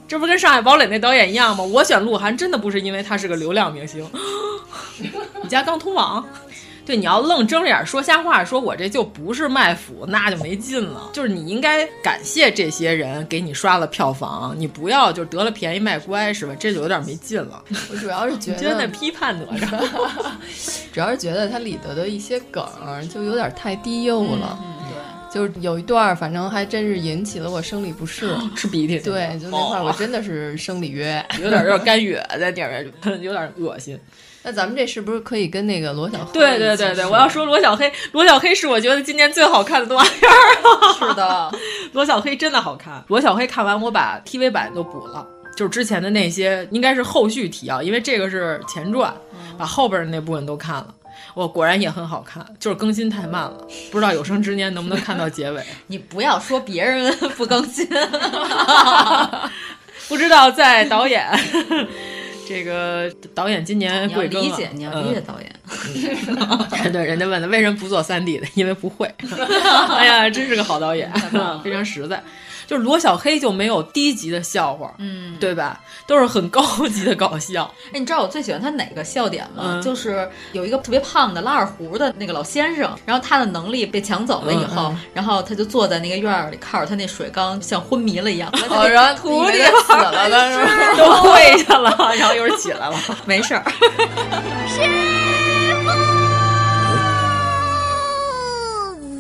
G: 这不跟上海堡垒那导演一样吗？我选鹿晗真的不是因为他是个流量 明星，你家刚通网。对，你要愣睁着眼说瞎话，说我这就不是卖腐，那就没劲了。就是你应该感谢这些人嗯给你刷了票房，你不要就得了便宜卖乖，是吧？这就有点没劲了。
H: 我主要是觉
G: 你真的
H: 得，
G: 批判哪吒，
H: 主要是觉得它里头的一些梗儿就有点太低幼
G: 嗯
H: 了。就是有一段儿，反正还真是引起了我生理不适，
G: 哦吃鼻涕。哦
H: 对，就那块儿我真的是生理约，
G: 有点有点干哕在电影院， 有点恶心。
H: 那咱们这是不是可以跟那个罗小黑？
G: 对对对对，我要说罗小黑，罗小黑是我觉得今年最好看的动画 片儿。
H: 是的，
G: 罗小黑真的好看。罗小黑看完，我把 TV 版都补了，就是之前的那些应该是后续提啊要，因为这个是前传，
F: 嗯
G: 把后边的那部分都看了。我果然也很好看，就是更新太慢了，不知道有生之年能不能看到 结尾。
F: 你不要说别人不更新，
G: 不知道在导演 这个导演今年贵庚了啊呃
F: 你要理解你要理解导演。
G: 嗯 对，人家问的为什么不做三 D 的，因为不会。 哎呀，真是个好导演，非常实在。就是罗小黑就没有低级的笑话，
F: 嗯，
G: 对吧？都是很高级的搞笑。
F: 哎，你知道我最喜欢他哪个笑点吗？
G: 嗯
F: 就是有一个特别胖的拉二胡的那个老先生，然后他的能力被抢走了以后，
G: 嗯嗯
F: 然后他就坐在那个院儿里，靠着他那水缸，像昏迷了一 样。
H: 哦然后
F: 徒弟
H: 以为他死了 呢是吧
G: 哎都跪下了，然后一会儿起来了，
F: 没事儿。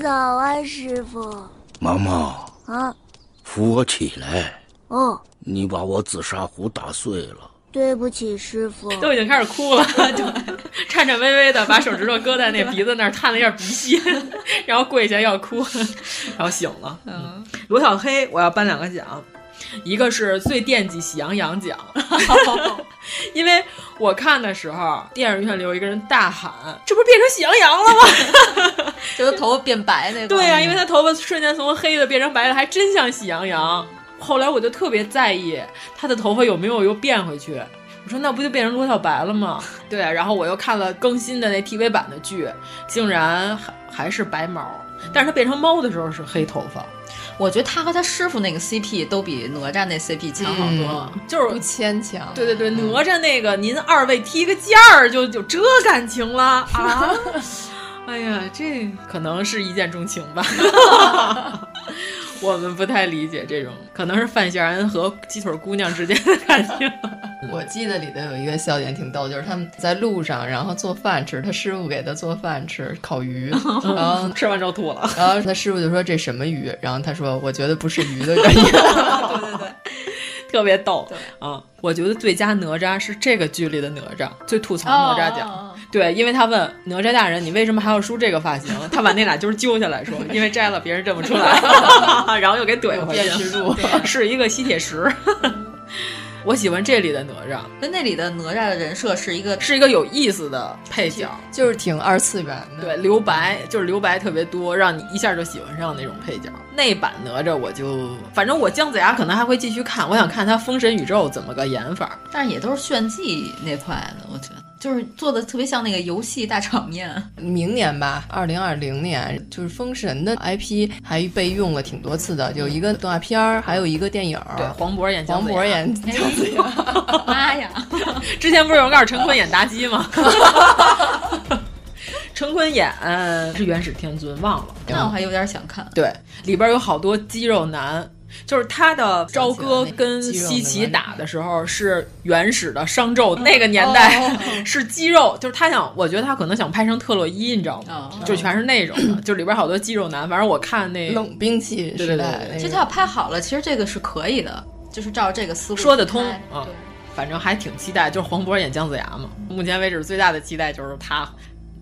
J: 早啊，师傅。
K: 毛毛，
J: 啊，
K: 扶我起来！
J: 哦，
K: 你把我紫砂壶打碎了。
J: 对不起，师傅。
G: 都已经开始哭了，就颤颤巍巍的把手指头搁在那鼻子那儿探了一下鼻息， 然后跪下要哭，然后醒了。
F: 嗯，
G: 罗小黑，我要颁两个奖，一个是最惦记喜羊羊奖， 因为我看的时候，电影院里有一个人大喊：“这不是变成喜羊羊了吗？”
F: 就是头发变白那个。
G: 对
H: 啊
G: 呀、因为他头发瞬间从黑的变成白的，还真像喜羊羊。后来我就特别在意他的头发有没有又变回去。我说那不就变成罗小白了吗？ 对，啊然后我又看了更新的那 TV 版的剧，竟然还还是白毛，但是他变成猫的时候是黑头发。
F: 我觉得他和他师傅那个 CP 都比哪吒那 CP 强好多了。
G: 就是
H: 不牵强。
G: 对对对，哪吒那个，您二位踢个毽儿就有这感情了 啊！哎呀，这可能是一见钟情 吧，我们不太理解这种，可能是范闲儿和鸡腿姑娘之间的感情。
H: 我记得里头有一个笑点挺逗，就是他们在路上，然后做饭吃，他师傅给他做饭吃烤 鱼，然后
G: 吃完之后吐了，
H: 然后他师傅就说这什么鱼，然后他说我觉得不是鱼的感觉，
G: 特别逗啊！我觉得最佳哪吒是这个剧里的哪吒，最吐槽哪
F: 哦
G: 吒
H: 哦
G: 奖。对，因为他问哪吒大人，你为什么还要梳这个发 型？他把那俩揪揪下来说，因为摘了别人认不出来，然后又给怼回去
F: 有辨识
G: 了
F: 度，
G: 是一个吸铁石。 我喜欢这里的哪吒，
F: 跟那里的哪吒的人设是一个
G: 是一个有意思的配角，
H: 就是挺二次元的。
G: 对，留白就是留白特别多，让你一下就喜欢上那种配角。那版哪吒我就，反正我姜子牙可能还会继续看，我想看他封神宇宙怎么个演法。
F: 但是也都是炫技那块的，我觉得就是做的特别像那个游戏大场面。
H: 明年吧，二零二零年，就是《封神》的 IP 还被用了挺多次的，有一个动画片儿，还有一个电影。对，
G: 黄渤演
H: 黄渤演姜子牙，
F: 妈呀！
G: 之前不是有人告诉陈坤演妲 己吗？陈坤演呃是元始天尊，忘了。
F: 那我还有点想看。
G: 对，里边有好多肌肉男，就是他的朝歌跟
F: 肌肉
G: 西岐打的时候是原始的商纣那个年代，
F: 哦
G: 是肌肉，就是他想，我觉得他可能想拍成特洛伊，你知道吗？
H: 哦
G: 就全是那种 的，就里边好多肌肉男。反正我看那
H: 冷兵器
G: 对对对对，
F: 其实他要拍好了，其实这个是可以的，就是照这个思路
G: 说得通
F: 去拍
G: 啊。反正还挺期待，就是黄渤演姜子牙嘛。目前为止最大的期待就是他，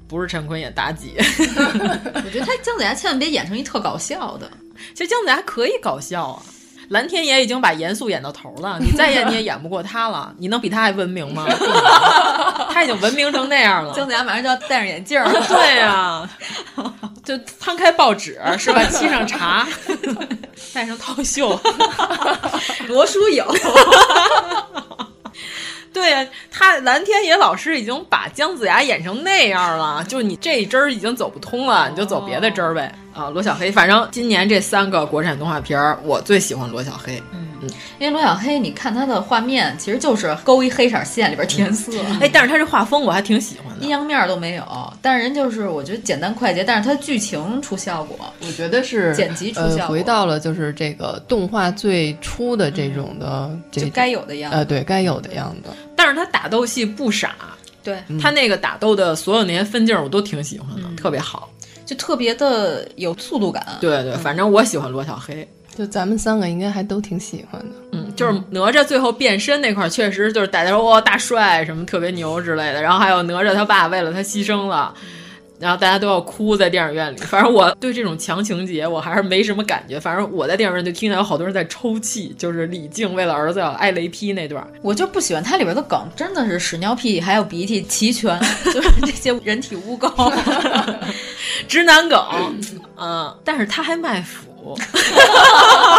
G: 不是陈坤演妲己。
F: 我觉得他姜子牙千万别演成一特搞笑的，
I: 其实姜子牙可以搞笑啊，蓝天也已经把严肃演到头了，你再演你也演不过他了，你能比他还文明吗？他已经文明成那样了。，
F: 姜子牙啊马上就要戴上眼镜儿
I: 对呀、就摊开报纸是吧？沏上茶，戴上套袖，
F: 罗书友。
I: 对呀、他蓝天野老师已经把姜子牙演成那样了，就你这一支儿已经走不通了，你就走别的支儿呗。啊，罗小黑，反正今年这三个国产动画片儿，我最喜欢罗小黑。
F: 嗯因为罗小黑，你看他的画面，其实就是勾一黑色线里边填色。
I: 哎，但是他这画风我还挺喜欢的。
F: 阴阳面儿都没有，但是人就是我觉得简单快捷，但是他剧情出效果，
G: 我觉得是
F: 剪辑出
G: 呃，
F: 效果，
G: 回到了就是这个动画最初的这种的、这
F: 就该有的样子
G: 呃，对该有的样子。
I: 但是他打斗戏不傻，
F: 对
I: 他那个打斗的所有那些分镜儿我都挺喜欢的，嗯特别好。
F: 就特别的有速度感。
I: 对对，反正我喜欢罗小黑。
G: 就咱们三个应该还都挺喜欢的，
I: 嗯，就是哪吒最后变身那块，儿，确实就是大家说哇、哦大帅什么特别牛之类的，然后还有哪吒他爸为了他牺牲了。然后大家都要哭在电影院里，反正我对这种强情节我还是没什么感觉。反正我在电影院就听见有好多人在抽泣，就是李靖为了儿子要挨雷劈那段儿。
F: 我就不喜欢它里边的梗，真的是屎尿屁还有鼻涕齐 全，就是这些人体污垢、
I: 直男梗，嗯，但是他还卖腐，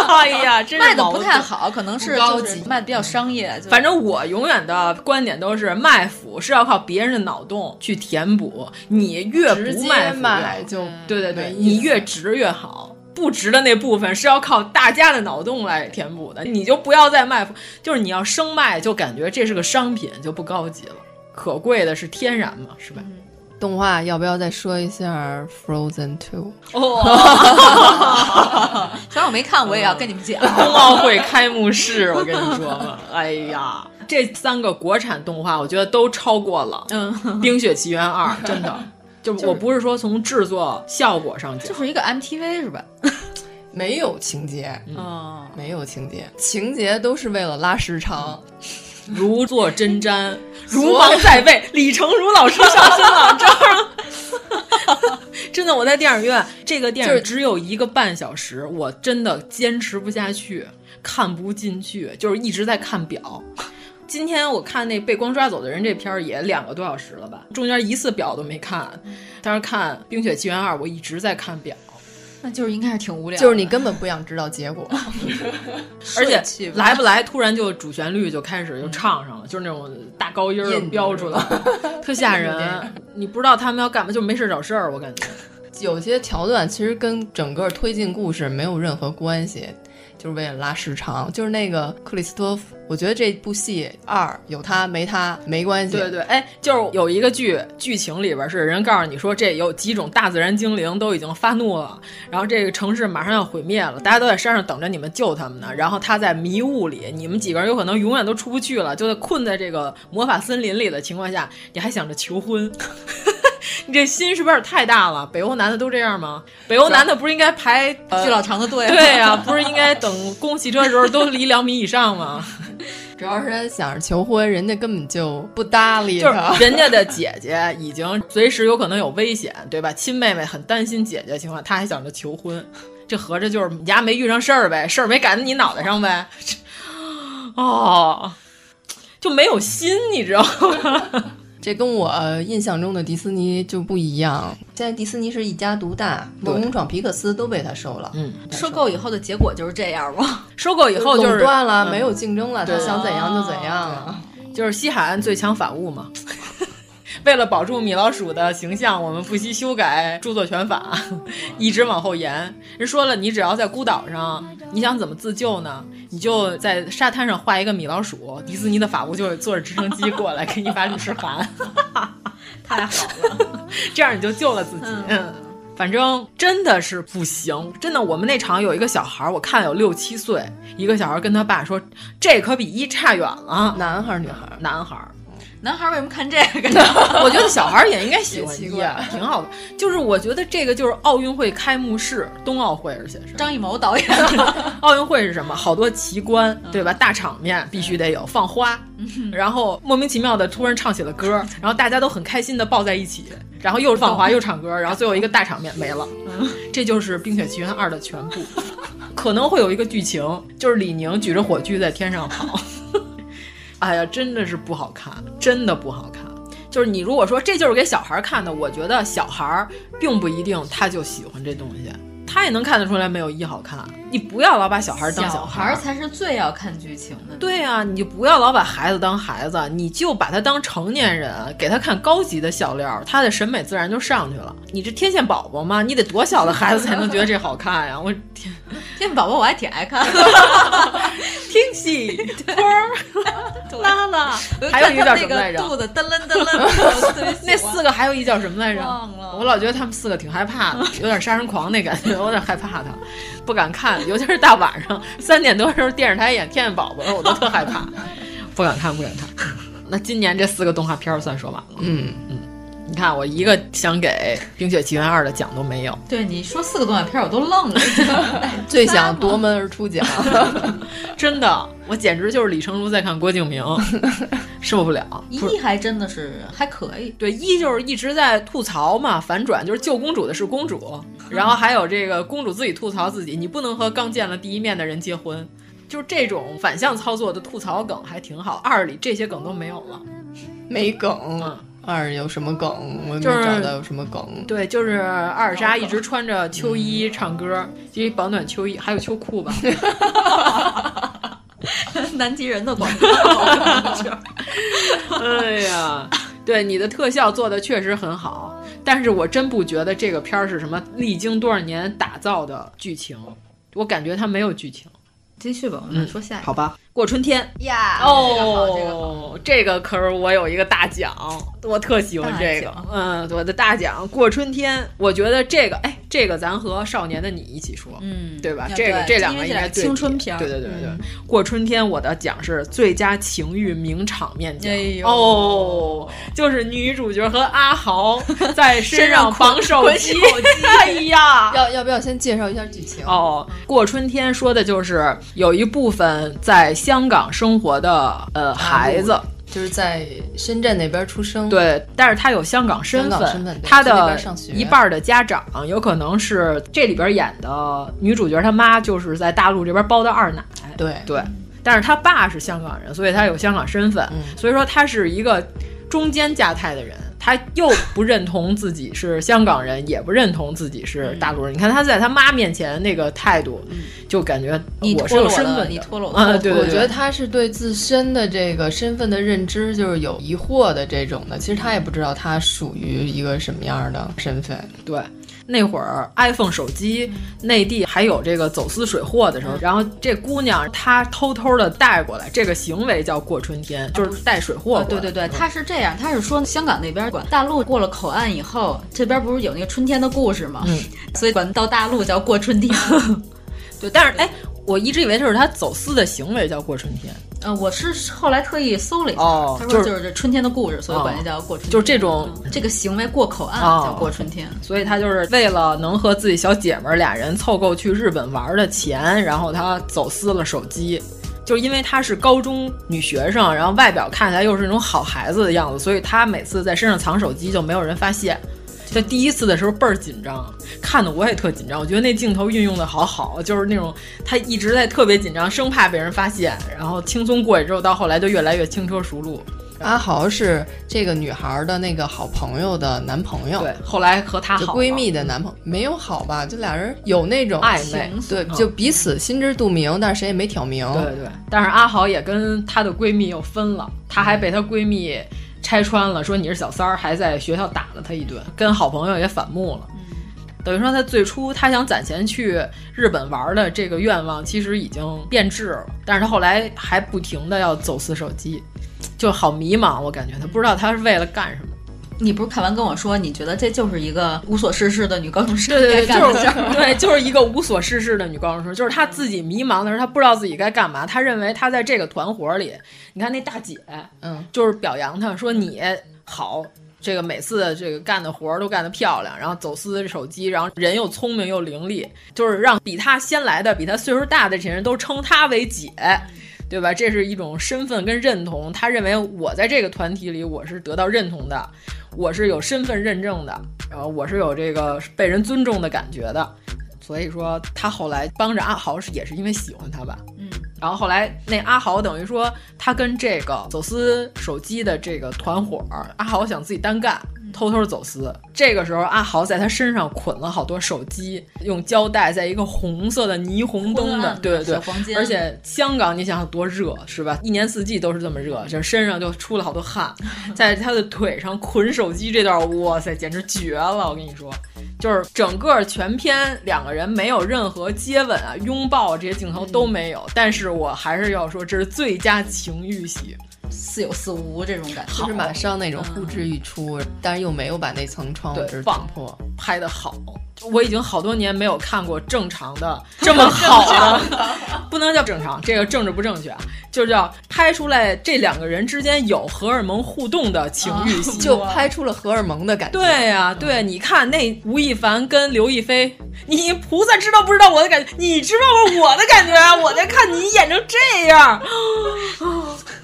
I: 哎 呀，真是
F: 卖的不
I: 矛盾
F: 太好，可能是
I: 不高
F: 就是卖的比较商业。就
I: 反正我永远的观点都是，卖腐是要靠别人的脑洞去填补，你越
G: 直
I: 不
G: 接
I: 卖腐嗯
G: 买就
I: 对对对，
G: 没意思
I: 你越直越好。不直的那部分是要靠大家的脑洞来填补的，你就不要再卖腐，就是你要生卖，就感觉这是个商品，就不高级了。可贵的是天然嘛，是吧？
G: 动画要不要再说一下《Frozen Two》？
F: 哦，虽然我没看，我也要
I: 嗯
F: 跟你们讲。
I: 冬奥会开幕 式，我跟你说吧，哎呀，这三个国产动画，我觉得都超过了
F: 嗯
I: 《冰雪奇缘二》，真的， 就
F: 就是
I: 我不是说从制作效果上讲
F: 就，是一个 MTV 是吧？
G: 没有情节，
F: 哦，
G: 没有情节，情节都是为了拉时长。
I: 如坐针 毡，如芒在 背，李成儒老师上身了，这儿。 真的，我在电影院，这个电
G: 就
I: 影
G: 是
I: 只有一个半小时，我真的坚持不下去，看不进去，就是一直在看表。今天我看那《被光抓走的人》这片儿也两个多小时了吧，中间一次表都没看。当时看《冰雪奇缘二》，我一直在看表，
F: 那就是应该是挺无聊的，
G: 就是你根本不想知道结果，
I: 而且
F: 气吧
I: 来不来，突然就主旋律就开始就唱上了，就是那种大高音儿飙出来，特吓人。你不知道他们要干嘛，就没事找事儿，我感觉。
G: 有些桥段其实跟整个推进故事没有任何关系，就是为了拉时长。就是那个克里斯托夫，我觉得这部戏二有他没他没关系。
I: 对对，哎，就是有一个剧剧情里边是人告诉你说，这有几种大自然精灵都已经发怒了，然后这个城市马上要毁灭了，大家都在山上等着你们救他们呢。然后他在迷雾里，你们几个人有可能永远都出不去了，就在困在这个魔法森林里的情况下，你还想着求婚。 你这心是不是有点太大了？北欧男的都这样吗？北欧男的不是应该排
F: 啊巨老长的队吗
I: 呃 对呀、不是应该等公汽车的时候都离两米以上吗？
G: 主要是他想着求婚，人家根本就不搭理
I: 就是
G: 他。
I: 人家的姐姐已经随时有可能有危险，对吧？亲妹妹很担心姐姐的情况，她还想着求婚，这合着就是你家没遇上事儿呗，事儿没赶在你脑袋上呗，这哦，就没有心，你知道吗？
G: 这跟我呃印象中的迪士尼就不一样。现在迪士尼是一家独大，
I: 对
G: 梦工厂皮克斯都被他收了，
I: 嗯，
F: 收购以后的结果就是这样 吗？
I: 收购以后就是
G: 垄断了，没有
I: 嗯
G: 竞争了，他
I: 对
G: 想怎样就怎样了。
I: 就是西海岸最强反物嘛。 为了保住米老鼠的形象，我们不惜修改著作权法， 一直往后延。人说了，你只要在孤岛上，你想怎么自救呢？你就在沙滩上画一个米老鼠，迪士尼的法务就会坐着直升机过来给你把律师函，
F: 太好了，
I: 这样你就救了自己。嗯，反正真的是不行，真的。我们那场有一个小孩儿，我看有六七岁，一个小孩儿跟他爸说，这可比一差远了。
G: 男孩儿女孩儿？
I: 男孩儿，？
F: 男孩为什么看这个呢
I: 我觉得小孩儿也应该喜欢一啊，挺好的。就是我觉得这个就是奥运会开幕式，冬奥会，而且是
F: 张艺谋导演。
I: 奥运会是什么？好多奇观，嗯对嗯吧？大场面必须得有，放花，然后莫名其妙的突然唱起了歌，然后大家都很开心的抱在一起，然后又是放花又唱歌，然后最后一个大场面没 了。这就是《冰雪奇缘二》的全部。可能会有一个剧情，就是李宁举着火炬在天上跑。 哎呀，真的是不好看，真的不好看。就是你如果说这就是给小孩看的，我觉得小孩并不一定他就喜欢这东西，他也能看得出来没有一好看。你不要老把小孩当
F: 小
I: 孩
F: 孩才是最要看剧情的。
I: 对啊，你就不要老把孩子当孩子，你就把他当成年人，给他看高级的笑料，他的审美自然就上去了。你这天线宝宝嘛，你得多小的孩子才能觉得这好看呀？我天，
F: 天线宝宝我还挺爱看，
I: 听戏儿 拉拉，还有一个叫什么来着？
F: 肚子噔楞噔楞，
I: 那四个还有一叫什么来着？
F: 忘了。
I: 我老觉得他们四个挺害怕的，有点杀人狂那感觉，我有点害怕他，不敢看，尤其是大晚上三点多的时候电视台演《天线宝宝》，我都特 害怕，不敢看，不敢看。那今年这四个动画片儿算说完了。
G: 嗯
I: 嗯，你看我一个想给《冰雪奇缘二》的奖都没有，
F: 对你说四个动画片，我都愣 了。
I: 哎
G: 最想夺门而出奖，
I: 真的，我简直就是李成儒在看 郭敬明，受不了。
F: 一还真的是还可以，
I: 对，一就是一直在吐槽嘛，反转就是救公主的是公 主，然后还有这个公主自己吐槽自己，你不能和刚见了第一面的人结婚，就是这种反向操作的吐槽梗还挺好。二里这些梗都没有了，
G: 没梗。二有什么梗？我也没
I: 嗯就是
G: 找到有什么梗。
I: 对，就是阿尔莎一直穿着秋衣唱歌，因为保暖秋衣还有秋裤吧，
F: 南极人的广告。
I: 哎呀， 对你的特效做的确实很好，但是我真不觉得这个片儿是什么历经多少年打造的剧情，我感觉它没有剧情。
F: 继续吧，我
I: 嗯
F: 们说下一个。
I: 好吧，过春天
F: 呀，
I: 哦，这个可是我有一个大奖，我特喜欢这个
F: 大，
I: 嗯，我的大奖过春天，我觉得这个，哎，这个咱和少年的你一起说，
F: 嗯，
I: 对吧？
F: 啊
I: 这个
F: 对
I: 这两
F: 因
I: 个
F: 为
I: 应
F: 这
I: 该
F: 俩
I: 对
F: 青
I: 比
F: 春片儿
I: 对对对对对
F: 嗯，
I: 过春天我的奖是最佳情欲名场面奖
F: 哎，呦
I: 哦，就是女主角和阿豪在身
G: 身上
I: 上绑手
G: 捆
I: 机
G: 手机，
I: 哎呀，
G: 要要不要先介绍一下剧情？
I: 哦，过春天说的就是有一部分在香港生活的呃
G: 啊
I: 孩子，
G: 就是在深圳那边出生，
I: 对，但是他有香港身
G: 香
I: 份，
G: 港身份对
I: 他
G: 在那
I: 的
G: 边上学
I: 一半的家长有可能是这里边演的女主角她妈就是在大陆这边包的二奶，
G: 对嗯
I: 对，但是他爸是香港人，所以他有香港身份，所以说他是一个中间价态的人。他又不认同自己是香港人，也不认同自己是大
G: 嗯
I: 陆人。你看他在他妈面前那个态度，就感觉
G: 你
I: 我是
G: 脱
I: 有
G: 了我
I: 身
G: 了
I: 份的，
G: 你脱
F: 了我
I: 啊，对对对，
G: 我觉得他是对自身的这个身份的认知就是有疑惑的这种的，其实他也不知道他属于一个什么样的身份。
I: 对，那会儿 iPhone 手机内地还有这个走私水货的
G: 嗯
I: 时候，然后这姑娘她偷偷的带过来，这个行为叫过春天，就是带水
G: 啊
I: 货过来、
F: 对对对，
I: 嗯
F: 他是这样，他是说香港那边管大陆过了口岸以后，这边不是有那个春天的故事吗？
I: 嗯
F: 所以管到大陆叫过春天。
I: 对，但是哎，我一直以为就是她走私的行为叫过春天，
F: 呃，我是后来特意搜了一下，
I: 哦
F: 他说
I: 就是哦
F: 就是这春天的故事，所以管它叫过春天。嗯
I: 就是这种
F: 这个行为过口岸
I: 哦
F: 叫过春天。
I: 所以她就是为了能和自己小姐们儿俩人凑够去日本玩的钱，然后她走私了手机。就是因为她是高中女学生，然后外表看起来又是那种好孩子的样子，所以她每次在身上藏手机就没有人发现。就第一次的时候倍儿紧张，看的我也特紧张。我觉得那镜头运用的好好，就是那种她一直在特别紧张，生怕被人发现，然后轻松过去之后，到后来就越来越轻车熟路。
G: 阿豪是这个女孩的那个好朋友的男朋友，
I: 对，后来和她
G: 就
I: 好
G: 闺
I: 了
G: 蜜的男朋友没有好吧？就俩人有那种
I: 暧昧
G: 情对，
I: 嗯
G: 就彼此心知肚明，但是谁也没挑明。
I: 对对，但是阿豪也跟她的闺蜜又分了，她还被她闺蜜拆穿了，说你是小三儿，还在学校打了她一顿，跟好朋友也反目了。等于说，她最初她想攒钱去日本玩的这个愿望，其实已经变质了。但是她后来还不停的要走私手机，就好迷茫。我感觉她不知道她是为了干什么。
F: 你不是看完跟我说，你觉得这就是一个无所事事的女高中生
I: 对对对，
F: 该干
I: 就
F: 的
I: 是
F: 事儿吗？嗯
I: 对，就是一个无所事事的女高中生，就是她自己迷茫的时候，她不知道自己该干嘛，她认为她在这个团伙里，你看那大姐，
L: 嗯，
I: 就是表扬她说你好。这个每次这个干的活儿都干得漂亮，然后走私手机，然后人又聪明又伶俐，就是让比她先来的、比她岁数大的这些人都称她为姐，对吧？这是一种身份跟认同。她认为我在这个团体里我是得到认同的，我是有身份认证的，然后我是有这个被人尊重的感觉的，所以说他后来帮着阿豪是也是因为喜欢他吧，
F: 嗯，
I: 然后后来那阿豪等于说他跟这个走私手机的这个团伙儿，阿豪想自己单干，
F: 嗯
I: 偷偷走私。这个时候阿豪在他身上捆了好多手机，用胶带在一个红色的霓虹灯
F: 昏
I: 的
F: 暗，的
I: 对对
F: 小房
I: 对，
F: 间
I: 而且香港你想想多热是吧？一年四季都是这么热，这身上就出了好多汗， 在他的腿上捆手机这段，哇塞，简直绝了！我跟你说，就是整个全片两个人没有任何接吻啊、拥抱啊这些镜头都没有，但是我还是要说这是最佳情欲戏，
F: 似有似无这种感
L: 就是马上那种呼之欲出，但是又没有把那层窗户
I: 嗯对
L: 纸
I: 棒
L: 捅破。
I: 拍的好。我已经好多年没有看过正常 的这么好
L: 啊
I: 的，不能叫正常，这个政治不正确啊，就叫拍出来这两个人之间有荷尔蒙互动的情欲戏，
L: 啊就拍出了荷尔蒙的感觉。嗯
I: 对呀、对，你看那吴亦凡跟刘亦菲，你菩萨知道不知道我的感觉？你知道我的感觉啊？我在看你演成这样，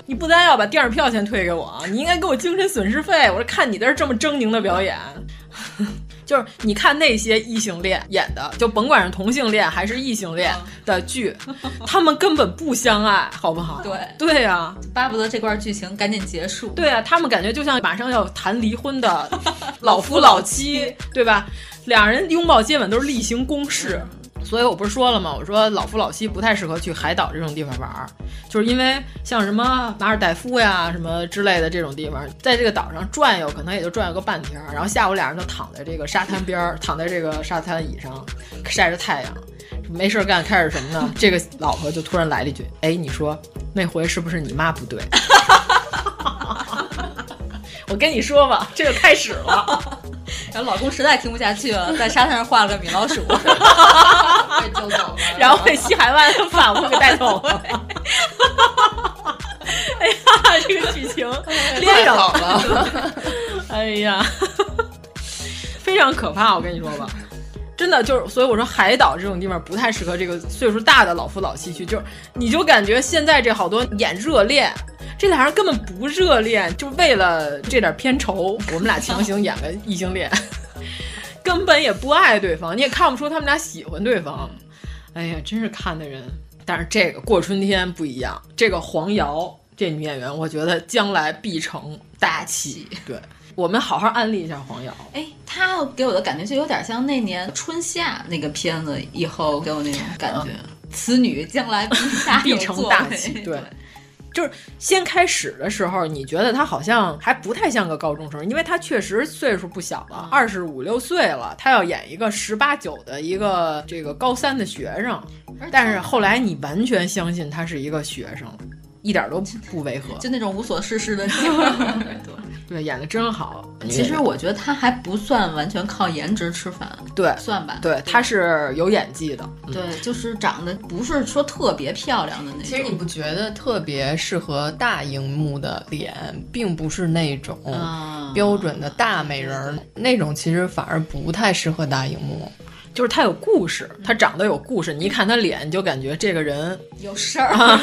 I: 你不单要把电影票钱退给我啊，你应该给我精神损失费。我是看你在这儿这么狰狞的表演。 就是你看那些异性恋演的，就甭管是同性恋还是异性恋的剧，他们根本不相爱，好不好？
F: 对
I: 对啊呀、
F: 巴不得这段剧情赶紧结束。
I: 对啊，他们感觉就像马上要谈离婚 的老夫老妻，对吧？两人拥抱接吻都是例行公事。所以我不是说了吗？我说老夫老妻不太适合去海岛这种地方玩儿，就是因为像什么马尔代夫呀、什么之类的这种地方，在这个岛上转悠，可能也就转悠个半天儿，然后下午俩人就躺在这个沙滩边儿，躺在这个沙滩椅上晒着太阳，没事儿干，开始什么呢？这个老婆就突然来了一句：“哎，你说那回是不是你妈不对？”我跟你说吧，这就开始了。
F: 然后老公实在听不下去 了，在沙滩上画了个米老鼠，被救走了。
I: 然后被西海湾反复给带走了。哎呀，这个剧情
L: 太
I: 连上
L: 好了。
I: 哎呀，非常可怕，我跟你说吧。真的就是，所以我说海岛这种地方不太适合这个岁数大的老夫老妻去。就是，你就感觉现在这好多演热恋，这俩人根本不热恋，就为了这点片酬，我们俩强行演个异性恋， 根本也不爱对方，你也看不出他们俩喜欢对方。哎呀，真是看的人。但是这个过春天不一样，这个黄瑶这女演员，我觉得将来必成大器。对我们好好安利一下黄瑶。
F: 哎，他给我的感觉就有点像那年春夏那个片子以后给我那种感觉，此女将来必大
I: 嗯必成大器。对，就是先开始的时候，你觉得她好像还不太像个高中生，因为她确实岁数不小
F: 嗯
I: 了，二十五六岁了，她要演一个十八九的一个这个高三的学生。但是后来你完全相信她是一个学生，一点都不违和。
F: 就那种无所事事的劲 儿。
I: 对，演的真好。
F: 其实我觉得他还不算完全靠颜值吃饭，
I: 对
F: 算吧。
L: 嗯
I: 对，她是有演技的。嗯
F: 对，就是长得不是说特别漂亮的那种。
L: 其实你不觉得特别适合大荧幕的脸，并不是那种
F: 啊
L: 标准的大美人儿，那种其实反而不太适合大荧幕。嗯
I: 就是她有故事，她长得有故事，你一看她脸，你就感觉这 个人
F: 有事儿
I: 啊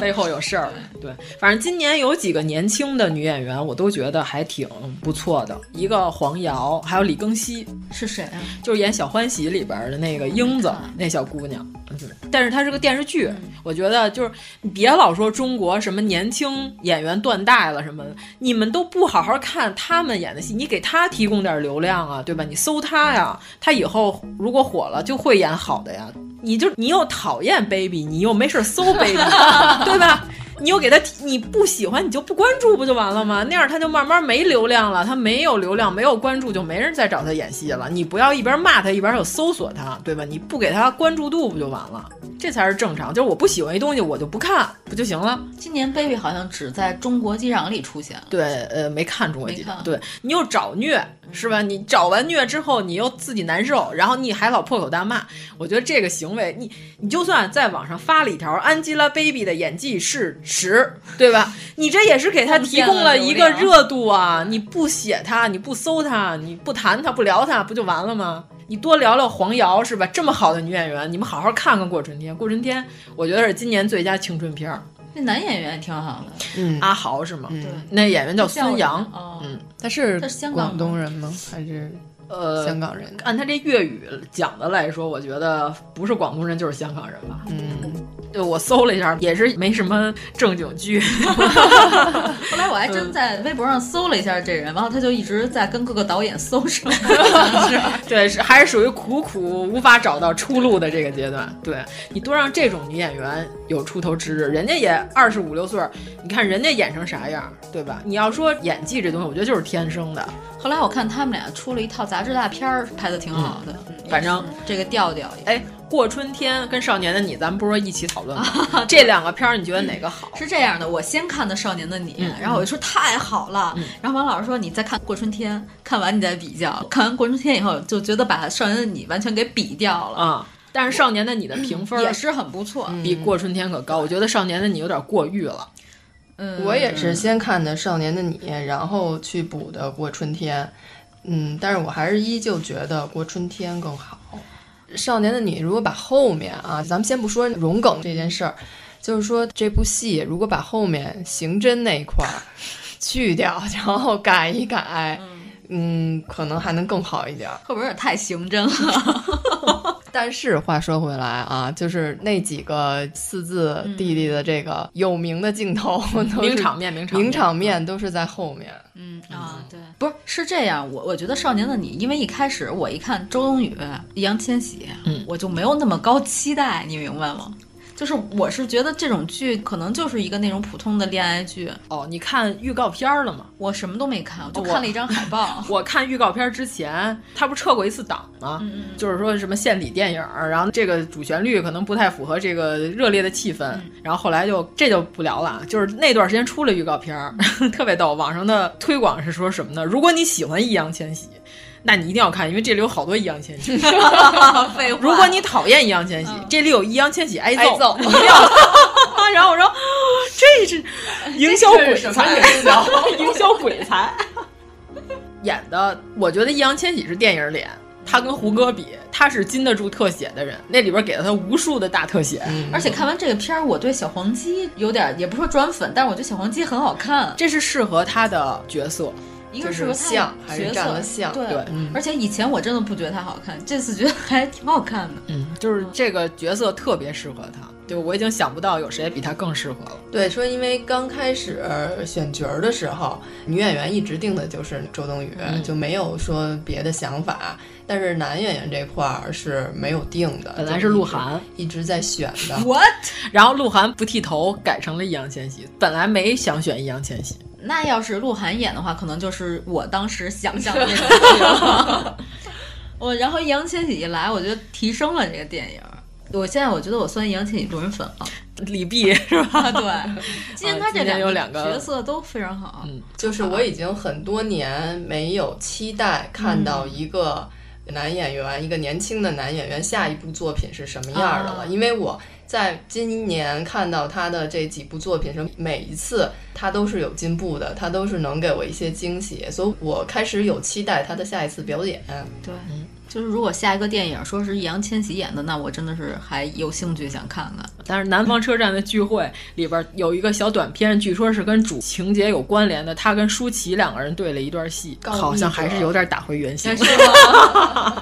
I: 背后有事儿。对，反正今年有几个年轻的女演员，我都觉得还挺不错的。一个黄瑶，还有李庚希，
F: 是谁啊？
I: 就是演《小欢喜》里边的那个英子那小姑娘。嗯但是它是个电视剧，我觉得就是你别老说中国什么年轻演员断代了什么的，你们都不好好看他们演的戏，你给他提供点流量啊，对吧？你搜他呀，他以后如果火了就会演好的呀。你就你又讨厌 baby，你又没事搜 baby，对吧？你又给他提，你不喜欢你就不关注不就完了吗？那样他就慢慢没流量了，他没有流量，没有关注，就没人再找他演戏了。你不要一边骂他一边又搜索他，对吧？你不给他关注度不就完了？这才是正常。就是我不喜欢一东西，我就不看，不就行了？
F: 今年 Baby 好像只在中国机场里出现了。
I: 对，呃，没看嗯中国机场。对你又找虐是吧？你找完虐之后，你又自己难受，然后你还老破口大骂。我觉得这个行为，你你就算在网上发了一条 Angelababy 的演技是十，对吧？你这也是给她提供嗯了一个热度啊！你不写她，你不搜她，你不谈她，不聊她，不就完了吗？你多聊聊黄瑶是吧？这么好的女演员，你们好好看看《过春天》。《过春天》我觉得是今年最佳青春片儿。
F: 那男演员也挺好的，
G: 嗯，
I: 阿豪是吗？
F: 对，
I: 那演员叫孙杨。
F: 哦、
I: 嗯，
G: 他嗯是
F: 他是香港
G: 广东人吗？还是
I: 呃
G: 香港人？
I: 按他这粤语讲的来说，我觉得不是广东人就是香港人吧。
G: 嗯，
I: 对，我搜了一下，也是没什么正经剧。
F: 后来我还
I: 嗯
F: 真在微博上搜了一下这人，然后他就一直在跟各个导演搜 什么，
I: 对，是还是属于苦苦无法找到出路的这个阶段。对你多让这种女演员有出头之日，人家也二十五六岁儿，你看人家演成啥样，对吧？你要说演技这东西，我觉得就是天生的。
F: 后来我看他们俩出了一套杂志大片儿，拍的挺好的，
I: 反正
F: 这个调调也。
I: 嗯哎，过春天跟少年的你，咱们不是说一起讨论吗？这两个片儿，你觉得哪个好？
F: 是这样的，我先看的《少年的你》
I: 嗯
F: 然后我就说太好了。
I: 嗯
F: 然后王老师说你再看《过春天》，看完你再比较。看完《过春天》以后，就觉得把《少年的你》完全给比掉了。
I: 啊、嗯但是少年的你的评分
F: 也是很不错，
G: 嗯
I: 比过春天可高。我觉得少年的你有点过誉了。
F: 嗯，
G: 我也是先看的《少年的你》，然后去补的《过春天》。嗯，但是我还是依旧觉得《过春天》更好。《少年的你》如果把后面啊，咱们先不说荣梗这件事儿，就是说这部戏如果把后面刑侦那一块儿去掉，然后改一改，嗯，可能还能更好一点儿。
F: 会不会有点太刑侦了？
G: 但是话说回来啊，就是那几个四字弟弟的这个有名的镜头，都是
I: 嗯名场面名场面
G: 名场面都是在后面。
F: 嗯啊，对，不是是这样，我我觉得《少年的你》，因为一开始我一看周冬雨、易烊千玺，
I: 嗯
F: 我就没有那么高期待，你明白吗？就是我是觉得这种剧可能就是一个那种普通的恋爱剧，
I: 哦，你看预告片儿了吗？
F: 我什么都没看，我就
I: 我。
F: 看了一张海报
I: 我看预告片之前，他不撤过一次档吗？
F: 嗯
I: 就是说什么献礼电影儿，然后这个主旋律可能不太符合这个热烈的气氛，
F: 嗯
I: 然后后来就这就不聊了啊。就是那段时间出了预告片儿， 特别逗。网上的推广是说什么呢？如果你喜欢易烊千玺。那你一定要看，因为这里有好多易烊 千玺。
F: 废话，
I: 如果你讨厌易烊千玺，这里有易烊千玺挨
F: 嗯挨揍
I: 你一定要看。然后我说， 这是营销鬼
F: 什么
I: 才，
F: 营销
I: 营销鬼才。演的，我觉得易烊千玺是电影脸，他跟胡歌比，他是经得住特写的人。那里边给了他无数的大特写，
F: 而且看完这个片儿，我对小黄鸡有点，也不说转粉，但是我觉得小黄鸡很好看，
I: 这是适合他的角色。
F: 一个
G: 就是
F: 是
G: 像还是
F: 角
G: 长
F: 色
G: 得像
F: 对，
I: 对
F: 而且以前我真的不觉得它好看，这次觉得还挺好看的。
I: 嗯，就是这个角色特别适合他。对，我已经想不到有谁比他更适合了。
G: 对，说因为刚开始选角儿的时候，女演员一直定的就是周冬雨，
I: 嗯
G: 就没有说别的想法。但是男演员这块儿是没有定的，
I: 本来
G: 就是一
I: 鹿
G: 直
I: 晗，
G: 一直在选 的。
F: What？
I: 然后鹿晗不剃头，改成了易烊千玺。本来没想选易烊千玺，
F: 那要是鹿晗演的话，可能就是我当时想象的那 种剧了。我然后易烊千玺一来，我觉得提升了这个电影。我现在我觉得我算易烊千玺路人粉 了。
I: 李碧是吧？
F: 对， 今年他这
I: 啊今年有两个
F: 个角色都非常好。
G: 就是我已经很多年没有期待看到一个男演员，一个年轻的男演员下一部作品是什么样的了，
F: 啊
G: 因为我。在今年看到他的这几部作品时，每一次他都是有进步的，他都是能给我一些惊喜，所以我开始有期待他的下一次表演。
F: 对，就是如果下一个电影说是易烊千玺演的，那我真的是还有兴趣想看 看。
I: 但是南方车站的聚会里边有一个小短片，据说是跟主情节有关联的。他跟舒淇两个人对了一段戏，
F: 密者
I: 好像还是有点打回原形。
F: 嗯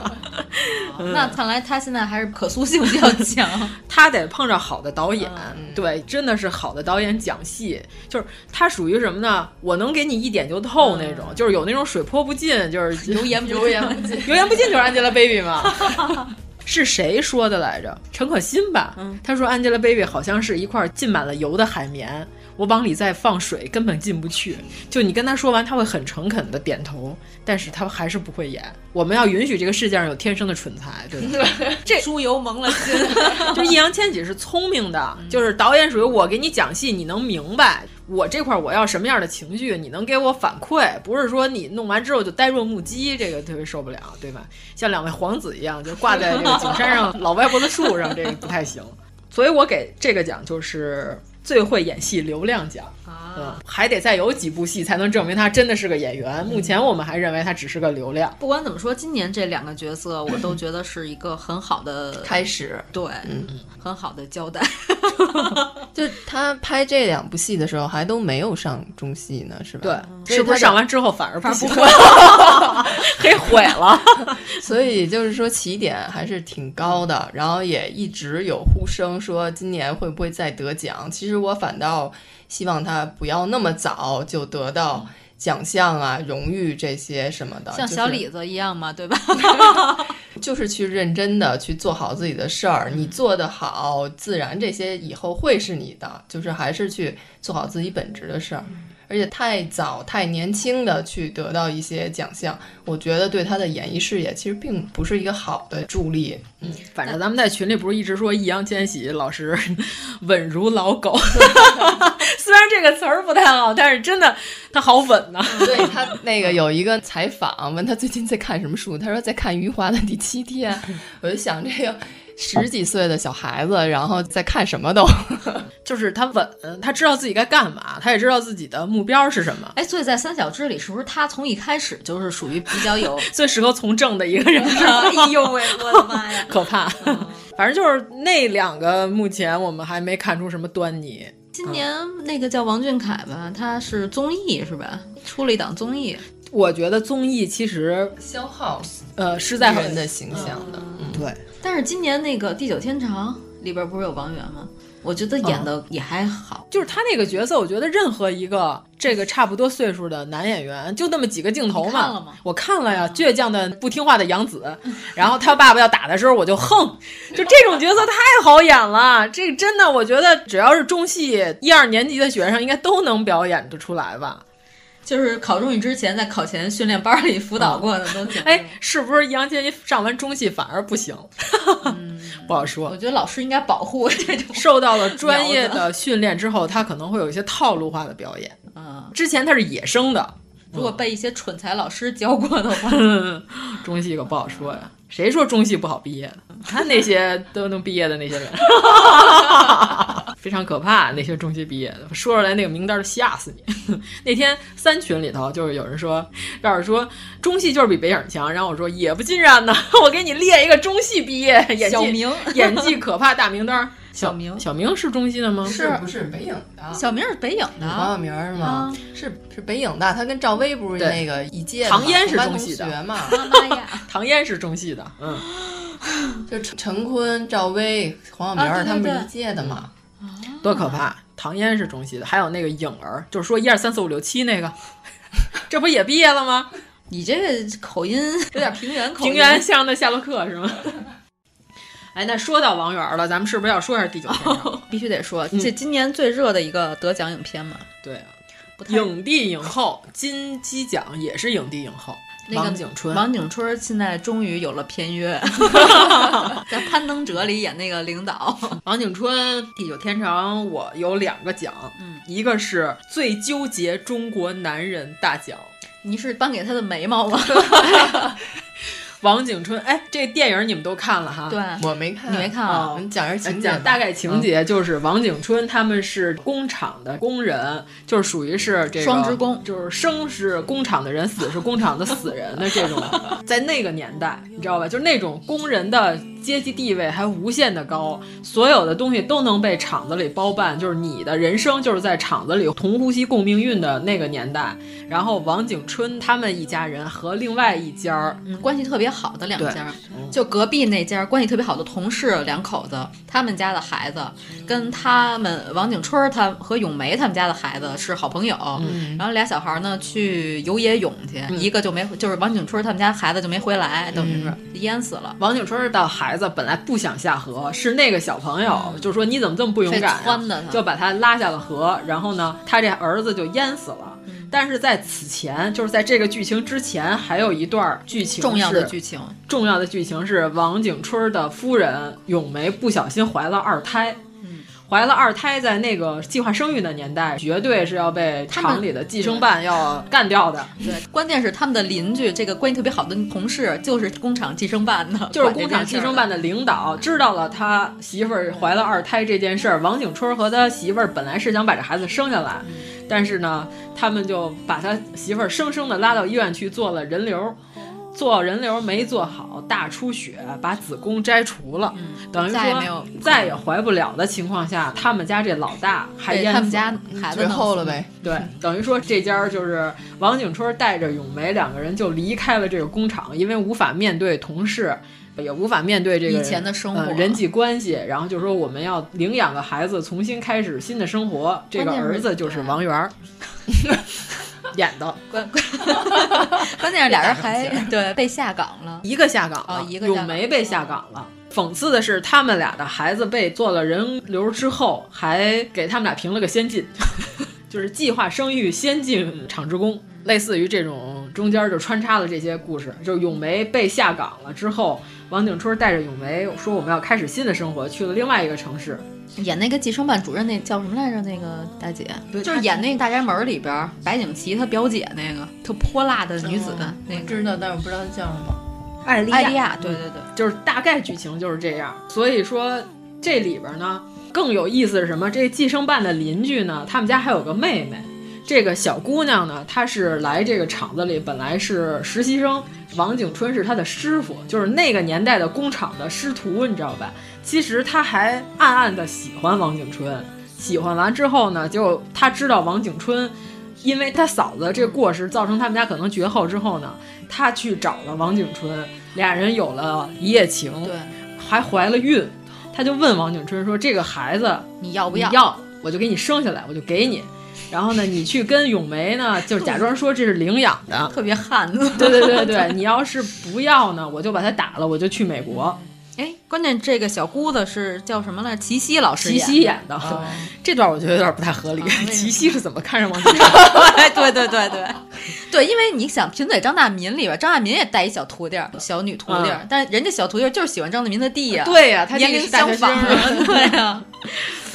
F: 那看来他现在还是可塑性比较 强。
I: 他得碰着好的导演，对，真的是好的导演讲戏，就是他属于什么呢？我能给你一点就透那种，就是有那种水泼不进，就是
F: 油盐不进
I: 油盐 不 进，油盐不进就是 Angelababy 嘛。是谁说的来着？陈可辛吧？他说 Angelababy 好像是一块浸满了油的海绵。我往里再放水根本进不去。就你跟他说完，他会很诚恳的点头，但是他还是不会演。我们要允许这个世界上有天生的蠢材，对吧？
F: 这猪油蒙了心。
I: 就易烊千玺是聪明的，就是导演属于我给你讲戏，你能明白我这块我要什么样的情绪，你能给我反馈，不是说你弄完之后就呆若木鸡，这个特别受不了，对吧？像两位皇子一样，就挂在这个景山上 老歪脖子树上，这个不太行。所以我给这个奖就是最会演戏流量奖啊、嗯，还得再有几部戏才能证明他真的是个演员。目前我们还认为他只是个流 量。
F: 不管怎么说，今年这两个角色我都觉得是一个很好的
G: 开始，
F: 对，嗯，很好的交代。
G: 就他拍这两部戏的时候，还都没有上中戏呢，是吧？
I: 对，是不是上完之后反而怕不会， 黑毁了？
G: 所以就是说起点还是挺高的，然后也一直有呼声说今年会不会再得奖。其实我反倒希望他不要那么早就得到。奖项啊、荣誉这些什么的，
F: 像小李子一样嘛，对 吧？
G: 就是去认真的去做好自己的事儿，你做得好，自然这些以后会是你的。就是还是去做好自己本职的事儿，
F: 嗯
G: 而且太早、太年轻的去得到一些奖项，我觉得对他的演艺事业其实并不是一个好的助力。嗯，
I: 反正咱们在群里不是一直说易烊千玺老师 稳如老 狗，虽然这个词儿不太好，但是真的他好稳呐、啊。
G: 对他那个有一个采访，问他最近在看什么书，他说在看《余华》的第七 天。我就想这个十几岁的小孩子，然后在看什么都，
I: 就是他稳，他知道自己该干嘛，他也知道自己的目标是什么。
F: 哎，所以在三小只里，是不是他从一开始就是属于比较 有
I: 最适合从政的一个人？
F: 啊哎呦喂，我的妈呀！
I: 可怕，
G: 嗯
I: 反正就是那两个，目前我们还没看出什么端倪。
F: 今年那个叫王俊凯吧，他是综艺是吧？出了一档综艺，
I: 我觉得综艺其实
G: 消耗
I: 呃是在
G: 人的形象的，嗯、
I: 对。
F: 但是今年那个《地久天长》里边不是有王源吗？我觉得演
I: 哦
F: 的也还好，
I: 就是他那个角色，我觉得任何一个这个差不多岁数的男演员，就那么几个镜头嘛。
F: 看了吗？
I: 我看了呀，倔强的不听话的杨紫，然后他爸爸要打的时候，我就横，就这种角色太好演了。这个真的，我觉得只要是中戏一二年级的学生，应该都能表演得出来吧。
F: 就是考中戏之前，在考前训练班里辅导过的都行。
I: 哎，是不是易烊千玺上完中戏反而不行？
F: 嗯
I: 不好说，
F: 我觉得老师应该保护这种
I: 受到了专业的训练之后，他可能会有一些套路化的表演。嗯，之前他是野生的，
F: 如果被一些蠢材老师教过的话，
I: 嗯、中戏可不好说呀。谁说中戏不好毕业的？看那些都能毕业的那些人， 非常可怕。那些中戏毕业的，说出来那个名单都吓死你。 那天三群里头就是有人说，要是说中戏就是比北影强，然后我说也不尽然呢。 我给你列一个中戏毕业 演技，
F: 小 明
I: 演技可怕大名单。
F: 小明，
I: 小明是中戏的吗？
G: 是不是北影的？
F: 小明是北影
I: 嗯
F: 的，啊
G: 黄晓明是
I: 哦啊
G: 吗？是是北影的，他跟赵薇不是那个一届的，
I: 唐嫣是中戏的
G: 嘛？
F: 妈呀，
I: 唐嫣是中戏的，嗯，
G: 就陈坤、赵薇、黄晓
I: 啊
G: 明他们一届的嘛，
I: 多可怕！唐嫣是中戏的，还有那个颖儿，就是说一二三四五六七那个， 这不也毕业了吗？
F: 你这个口音有点平原口，
I: 平原乡的夏洛克是吗？ 哎，那说到王源了，咱们是不是要说一下《第九天长》哦？
F: 必须得说，这今年最热的一个得奖影片嘛。嗯、
I: 对啊， 影帝影后金鸡奖也是影帝影后。
F: 那个、
I: 王景春，
F: 王景春现在终于有了片 约，在《攀登者》里演那个领导。
I: 王景春《地久天长》，我有两个奖，嗯，一个是最纠结中国男人大奖，
F: 你是颁给他的眉毛吗？
I: 王景春，哎，这电影你们都看了哈？ 哦
F: 对，
G: 我没看，
F: 你没看啊？
G: 你讲一下情节，
I: 呃
G: 嗯
I: 讲大概情节就是王景春他们是工厂的工人，就是属于是这个
F: 双职工，
I: 就是生是工厂的人，死是工厂的死人的 这种，在那个年代，你知道吧？就是那种工人的阶级地位还无限的高，所有的东西都能被厂子里包办，就是你的人生就是在厂子里同呼吸共命运的那个年代。然后王景春他们一家人和另外一家，
F: 嗯，关系特别。好的两家，就隔壁那家关系特别好的同事两口子，他们家的孩子跟他们王景春他和咏梅他们家的孩子是好朋友，嗯、然后俩小孩呢去游野泳去，嗯、一个就没就是王景春他们家孩子就没回来，等于是淹死了。
I: 王景春到海孩子本来不想下河，是那个小朋友、就说你怎么这么不勇敢、
F: 嗯
I: 啊
F: 被撺的他
I: 就把他拉下了河。然后呢，他这儿子就淹死了。
F: 嗯
I: 但是在此前，就是在这个剧情之前，还有一段剧情
F: 重要的
I: 是
F: 剧情，
I: 重要的剧情是王景春的夫人咏梅不小心怀了二胎。
F: 嗯
I: 怀了二胎，在那个计划生育的年代，绝对是要被厂里的计生办要干掉 的。
F: 对，关键是他们的邻居，这个关系特别好的同事，就是工厂计生办的， 嗯
I: 就是工厂计生办的领导知道了他媳妇儿怀了二胎这件事儿，王景春和他媳妇儿本来是想把这孩子生下来，
F: 嗯
I: 但是呢，他们就把他媳妇儿生生的拉到医院去做了人流。做人流没做好，大出血，把子宫摘除了，等于说
F: 嗯再也没有
I: 再也怀不了的情况下，他们家这老大还
F: 对
I: 淹
F: 他们
I: 死
F: 家
I: 了
F: 孩子弄死后了呗。
I: 对，等于说这家就是王景春带着咏梅两个人就离开了这个工厂，因为无法面对同事。呃也无法面对这个
F: 以前的生活
I: 呃人际关系，然后就说我们要领养个孩子，重新开始新的生活。这个
F: 关键是
I: 儿子就是 王源儿演的，
F: 关关关键是俩人 还对被下岗了，
I: 一个下岗了，
F: 哦一个下
I: 咏
F: 岗
I: 梅被下岗了。讽刺的是，他们俩的孩子被做了人流之后，还给他们俩评了个先进， 就是计划生育先进厂职工，类似于这种中间就穿插了这些故事。就是咏梅被下岗了之后，王景春带着咏梅说我们要开始新的生活，去了另外一个城市。
F: 演那个计生办主任那叫什么来着？那个大姐，就是演那《大宅门》里边儿白景琦她表姐那个特泼辣的女子，那个
G: 知道，但是我不知道她叫什么。
F: 艾
I: 嗯莉亚
F: 艾亚，对对对，
I: 就是大概剧情就是这样。所以说这里边呢更有意思是什么？这计生办的邻居呢，他们家还有个妹妹。这个小姑娘呢，她是来这个厂子里本来是实习生，王景春是她的师傅，就是那个年代的工厂的师徒，你知道吧？其实她还暗暗的喜欢王景春，喜欢完之后呢，就她知道王景春，因为她嫂子这过失造成他们家可能绝后之后呢，她去找了王景春，俩人有了一夜情，对，还怀了孕，她就问王景春说：“这个孩子
F: 你要不
I: 要？要我就给你生下来，我就给你。”然后呢，你去跟咏梅呢，就是假装说这是领养的，
F: 特别汉子。
I: 对对对对，你要是不要呢，我就把他打了，我就去美国。
F: 哎，关键这个小姑子是叫什么来着？齐溪老师
I: 齐溪演的，这段我觉得有点不太合理。 齐溪是啊怎么看上 王景春？
F: 对对对对， 对，因为你想贫嘴张大民里边，张大民也带一小徒弟儿，小女徒弟儿，
I: 嗯
F: 但是人家小徒弟儿就是喜欢张大民的弟呀、
I: 对呀他弟
F: 年
I: 弟
F: 龄
I: 是大
F: 相
I: 学
F: 仿
I: 生
F: 啊， 对呀、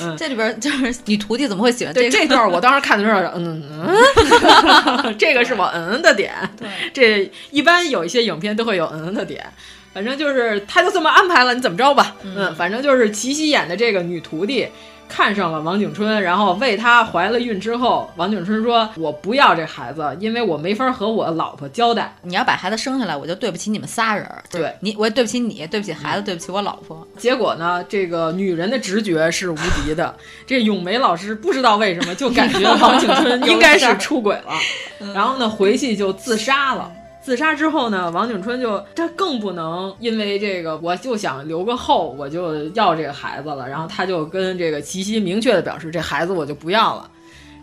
I: 嗯
F: 这里边就是女徒弟怎么会喜欢
I: 对
F: 个？
I: 这段我当时看的时候，嗯嗯， 这个是我嗯的点。对，这一般有一些影片都会有嗯的点。反正就是他就这么安排了，你怎么着吧？嗯，反正就是齐溪演的这个女徒弟看上了王景春，然后为他怀了孕之后，王景春说：“我不要这孩子，因为我没法和我老婆交代。
F: 你要把孩子生下来，我就对不起你们仨人儿。
I: 对
F: 你，我也对不起你，对不起孩子，对不起我老婆。
I: 结果呢，这个女人的直觉是无敌的。 这咏梅老师不知道为什么就感觉王景春应该是出轨了，然后呢回去就自杀了。自杀之后呢，王景春就他更不能因为这个，我就想留个后，我就要这个孩子了。然后他就跟这个齐溪明确的表示，这孩子我就不要了。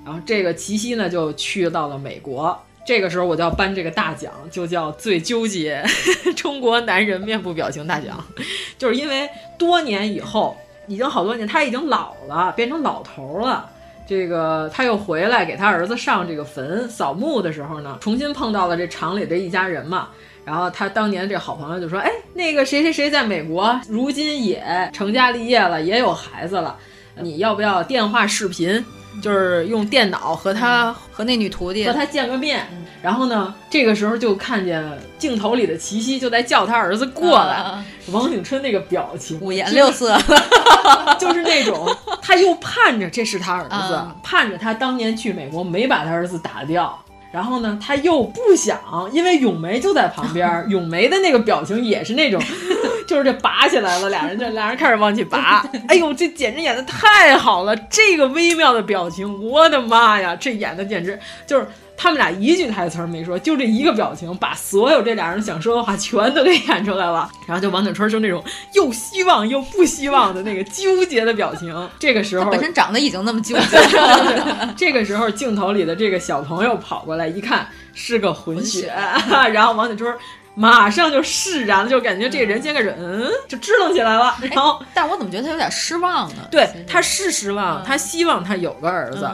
I: 然后这个齐溪呢就去到了美国。这个时候我就要颁这个大奖，就叫最纠结中国男人面部表情大奖， 就是因为多年以后，已经好多年，他已经老了，变成老头儿了。这个他又回来给他儿子上这个坟扫墓的时候呢，重新碰到了这厂里这一家人嘛。然后他当年这好朋友就说：“哎，那个谁谁谁在美国，如今也成家立业了，也有孩子了，你要不要电话视频？就是用电脑和他
F: 和那女徒弟
I: 嗯和他见个面。
F: 嗯
I: 然后呢，这个时候就看见镜头里的齐溪就在叫他儿子过来，
F: 啊
I: 王景春那个表情五
F: 颜六色，
I: 就是 那种他又盼着这是他儿子，
F: 啊
I: 盼着他当年去美国没把他儿子打掉。然后呢，他又不想，因为咏梅就在旁 边儿，咏梅的那个表情也是那种， 就是这拔起来了，俩人就俩人开始往起拔。哎呦，这简直演的太好了，这个微妙的表情，我的妈呀，这演的简直就是他们俩一句台词儿没说，就这一个表情，把所有这俩人想说的话全都给演出来了。然后就王景春就那种又希望又不希望的那个纠结的表情，这个时候
F: 本身长得已经那么纠结了，
I: 这个时候， 镜头里的这个小朋友跑过来一看，是个混血。然后王景春马上就释然了，就感觉这人像个人，就支棱起来了。
F: 哎
I: 然后，
F: 但我怎么觉得他有点失望呢？
I: 对，他是失望，
F: 嗯
I: 他希望他有个儿子。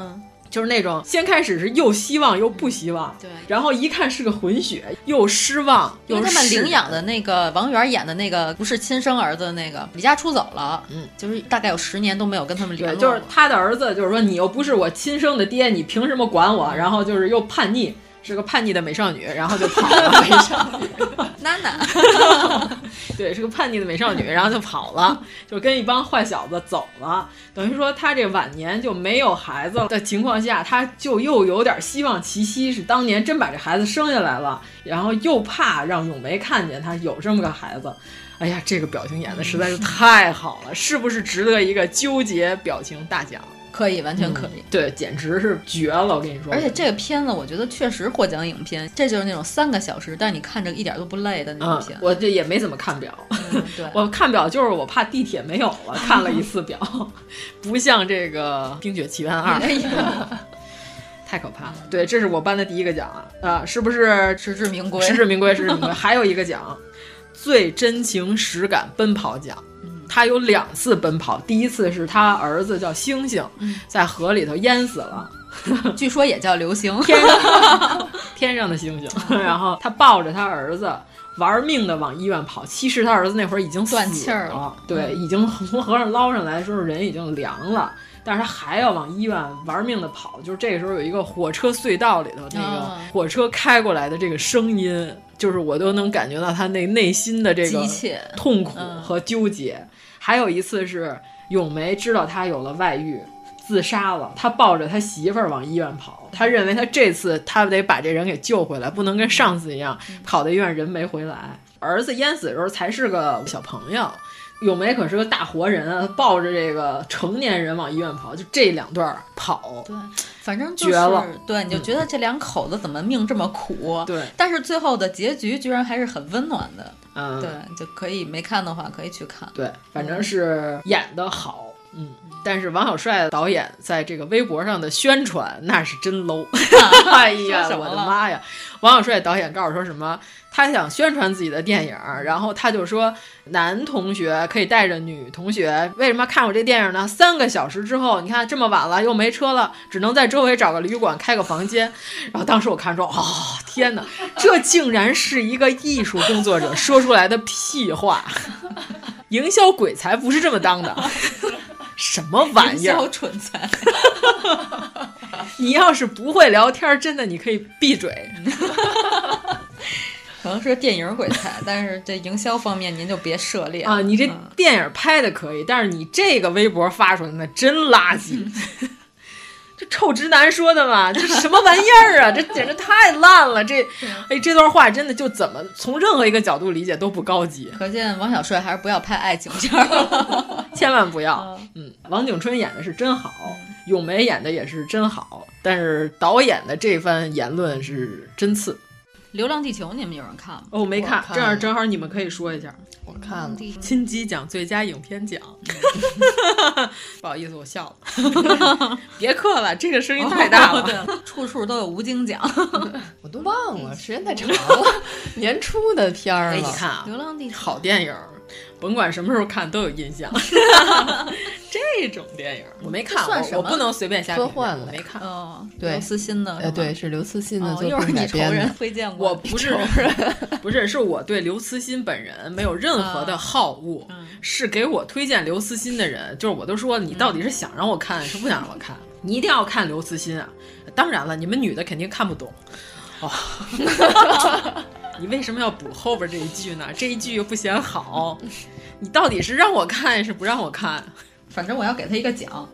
I: 就是那种先开始是又希望又不希望，
F: 对，
I: 然后一看是个混血，又失望，
F: 因为
I: 又
F: 他们
I: 释
F: 领养的那个王源演的那个不是亲生儿子的那个离家出走了，嗯，就是大概有十年都没有跟他们联
I: 对，
F: 络，
I: 就是他的儿子，就是说你又不是我亲生的爹，你凭什么管我？然后就是又叛逆，是个叛逆的美少女，然后就 跑了。美少女
F: 娜娜，
I: 对，是个叛逆的美少女，然后就跑了，就跟一帮坏小子走了。等于说他这晚年就没有孩子的情况下，他就又有点希望其息，是当年真把这孩子生下来了，然后又怕让咏梅看见他有这么个孩子。哎呀，这个表情演的实在是太好了，是不是值得一个纠结表情大奖？
F: 可以，完全可以。
I: 嗯对，简直是绝了！我跟你说，
F: 而且这个片子，我觉得确实获奖影片，这就是那种三个小时，但是你看着一点都不累的那种片。嗯
I: 嗯、我这也没怎么看表，
F: 对
I: 我看表就是我怕地铁没有了，看了一次表， 不像这个《冰雪奇缘二》
F: 哎呦
I: 太可怕了。对，这是我颁的第一个奖啊，啊，是不是
F: 实至名归
I: 实至名归，实至名归。还有一个奖，最真情实感奔跑奖。他有两次奔跑，第一次是他儿子叫星星，在河里头淹死了，
F: 据说也叫流星，
I: 天天上的 星星，然
F: 嗯
I: 后他抱着他儿子。玩命的往医院跑，其实他儿子那会儿已经死
F: 断气儿了嗯
I: 对，已经从河上捞上来的时候人已经凉了，但是他还要往医院玩命的跑。就是这个时候有一个火车隧道里头那个
F: 啊
I: 火车开过来的这个声音，就是我都能感觉到他那内心的这个
F: 急切
I: 痛苦和纠结。还有一次是咏梅知道他有了外遇，自杀了，他抱着他媳妇儿往医院跑，他认为他这次他得把这人给救回来，不能跟上次一样跑到医院人没回来。儿子淹死的时候才是个小朋友，咏梅可是个大活人啊，抱着这个成年人往医院跑，就这两段儿跑，
F: 对，反正就是
I: 绝了嗯
F: 对，你就觉得这两口子怎么命这么苦？
I: 对，
F: 但是最后的结局居然还是很温暖的。
I: 嗯
F: 对，就可以没看的话可以去看。
I: 对，反正是演的好，嗯。但是王小帅导演在这个微博上的宣传那是 真 low，哎呀，
F: 说什么
I: 我的
F: 了
I: 妈呀！王小帅导演告诉说什么？他想宣传自己的电影，然后他就说男同学可以带着女同学，为什么看我这电影呢？三个小时之后，你看这么晚了又没车了，只能在周围找个旅馆开个房间。然后当时我看说，哦天哪，这竟然是一个艺术工作者说出来的屁话，营销鬼才不是这么当的。什么玩意
F: 营销
I: 儿？
F: 蠢材，
I: 你要是不会聊天儿，真的你可以闭嘴。
F: 嗯可能是电影鬼才，但是这营销方面您就别涉猎嗯
I: 啊，你这电影拍的可以，但是你这个微博发出来那真垃圾。
F: 嗯
I: 这臭直男说的嘛，这什么玩意儿啊！这简直太烂了！这，
F: 啊
I: 哎，这段话真的就怎么从任何一个角度理解都不高级，
F: 可见王小帅还是不要拍爱情片 儿了。
I: 千万不要。嗯，王景春演的是真好，咏梅演的也是真好，但是导演的这番言论是真次。
F: 《流浪地球》你们有人看吗？
I: 哦，我没看
F: 我，看嗯
I: 这样正好你们可以说一下。
G: 我看
I: 嗯
G: 了，
I: 金鸡奖最佳影片奖。
F: 嗯
I: 不好意思，我笑了。 别刻了，这个声音太大了。
F: 哦对处处都有吴京奖。
G: 我都忘了，时间太长 了，年初的片儿了。
I: 哎，你看啊，
F: 流浪地球
I: 好电影儿，甭管什么时候看都有印象。这种电影儿我没看，
F: 这算什
I: 我
F: 么
I: 我不能随便瞎评价
G: 科幻类
I: 我没看。
F: 哦，
G: 对
F: 刘慈欣的，
G: 呃，对，，是刘慈欣的
F: 哦，
G: 作
F: 又是
G: 品
F: 你
G: 改
F: 仇
G: 编
F: 人
G: 的。
F: 推荐过
I: 我
F: 的，
I: 不是不是，是我对刘慈欣本人没有任何的好恶，是给我推荐刘慈欣的人，就是我都说你到底是想让我看，是不想让我看？你一定要看刘慈欣啊！当然了，你们女的肯定看不懂。哦， 你为什么要补后边这一句呢？这一句又不显好，你到底是让我看是不让我看？
F: 反正我要给他一个奖，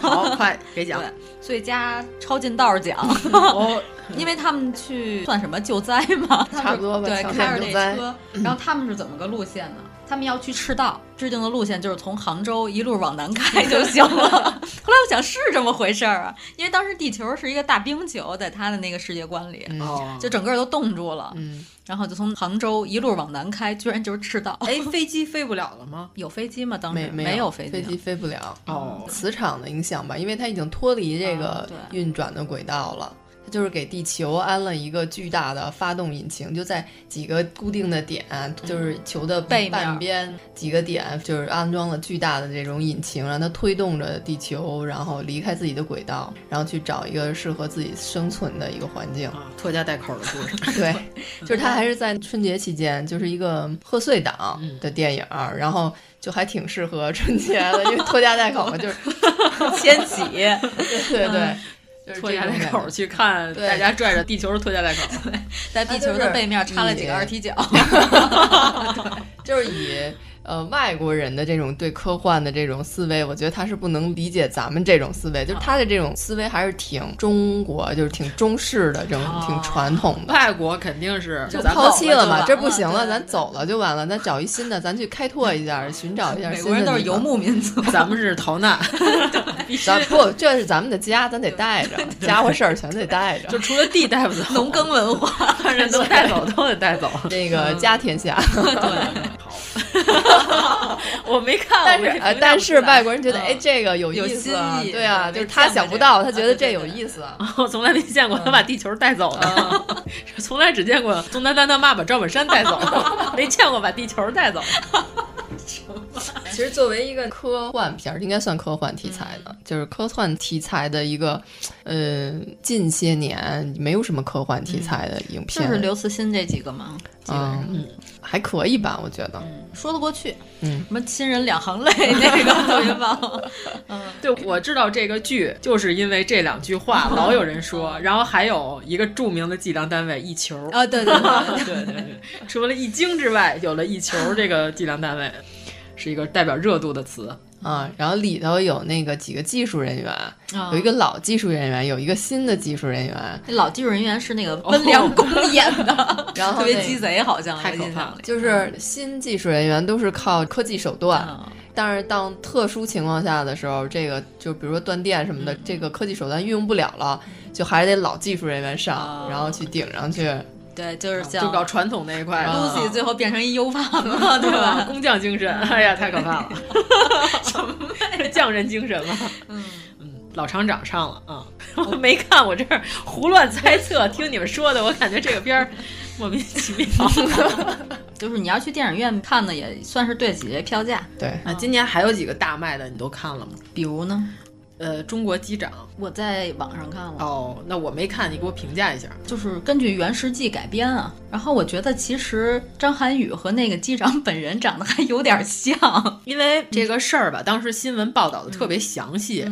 I: 好，快给讲。
F: 最佳超近道奖，
I: 哦，
F: 因为他们去算什么救灾 嘛，
G: 差不多吧
F: 对，
G: 抢
F: 开着
G: 救
F: 那
G: 灾
F: 车，然后他们是怎么个路线呢？他们要去赤道，制定的路线就是从杭州一路往南开就行了。 后来我想是这么回事儿啊，因为当时地球是一个大冰球，在他的那个世界观里，
I: 哦
F: 就整个都冻住了。
G: 嗯，
F: 然后就从杭州一路往南开，居然就是赤道。
I: 哎，飞机飞不了了吗？
F: 有飞机吗？当时
G: 没
F: 没
G: 有
F: 飞
G: 飞
F: 机
G: 机飞不了
I: 哦
G: 磁场的影响吧，因为它已经脱离这个
F: 哦对
G: 运转的轨道了，它就是给地球安了一个巨大的发动引擎，就在几个固定的点，就是球的
F: 背面
G: 半边几个点，就是安装了巨大的这种引擎，让它推动着地球，然后离开自己的轨道，然后去找一个适合自己生存的一个环境。
I: 啊
F: 拖家带口的 故事。
G: 对，就是它还是在春节期间，就是一个贺岁档的电影，然后就还挺适合春节的，因为拖家带口嘛，就是
F: 千玺，
G: 对对对，
I: 拖家带口去看，
G: 对
I: 大家拽着地球拖家带口，
F: 在地
G: 啊
F: 球的背面插了几个二 踢脚，
G: 就是以呃外国人的这种对科幻的这种思维，我觉得他是不能理解咱们这种思维，就是他的这种思维还是挺中国，就是挺中式的这种，挺传统的。
I: 外国肯定是
G: 就
I: 咱
G: 抛弃
I: 走
G: 嘛，
I: 就
G: 这
I: 完
G: 不行了，咱走了就完了，咱找一新的，咱去开拓一下，寻找一下新的地方。
F: 美国人都是游牧民族，
I: 咱们是逃难，
G: 咱不，这是咱们的家，咱得带着，家伙事儿全得带着。
I: 就除了地带不 走，
F: 农耕 文化，
I: 反正能带走啊都得带走。
G: 那个家天下，
I: 我没看，
G: 但是
I: 我哎
G: 呃，但是外国人觉得，哎，这个有
I: 有
G: 意思
I: 新
G: 啊，
I: 意
G: 对啊，
I: 没
G: 就是他
I: 见过
G: 想不
I: 这
G: 到，
I: 个
G: 他觉得这有意思。啊
I: 我从来没见过他把地球带走的， 从来只见过宋丹丹他妈把赵本山带 走，没见过把地球带走。
G: 其实作为一个 科幻片儿，应该算科幻题材的，就是科幻题材的一个，呃，近些年没有什么科幻题材的影
F: 就
G: 片，
F: 是刘慈欣这几个嘛，基本上
G: 嗯，还可以吧，我觉得，
F: 说得过去。
G: 嗯，
F: 什么亲人两行泪 那个特别棒，
I: 对，我知道这个剧就是因为这两句 话，老有人说，然后还有一个著名的计量单位一球
F: 啊对对对
I: 对对对对，除了一经之外，有了一球这个计量单位，是一个代表热度的词。
G: 啊，然后里头有那个几个技术人员，
F: 啊
G: 有一个老技术人员，有一个新的技术人员，
F: 那老技术人员是那个温良 恭演的，
G: 哦然后
F: 特别
G: 那
F: 鸡贼，好像
I: 太可怕
F: 了。
G: 就是啊新技术人员都是靠科技手
F: 嗯
G: 段，但是当特殊情况下的时候，这个就比如说断电什么
F: 嗯
G: 的，这个科技手段运用不了了，就还得老技术人员上，
F: 哦
G: 然后去顶上去。
F: 对，
G: 啊
F: 就是像
I: 就搞传统那一块的
F: Lucy 最后变成一 U 胖了，对吧？
I: 啊
G: 啊
I: 工匠精神，哎呀，太可怕了，什么匠人精神嘛。嗯老厂长上了啊，我 没看，我这儿胡乱猜测，听你们说的，我感觉这个片儿莫名其妙。
F: 就是你要去电影院看的，也算是对得起这票价。
G: 对
I: 啊，今年还有几个大卖的，你都看了吗？
F: 比如呢？
I: 呃，中国机长，
F: 我在网上看了。
I: 哦，那我没看，你给我评价一下。
F: 就是根据原石记改编啊。然后我觉得其实张涵予和那个机长本人长得还有点像，啊
I: 因为这个事儿吧，当时新闻报道的特别详细，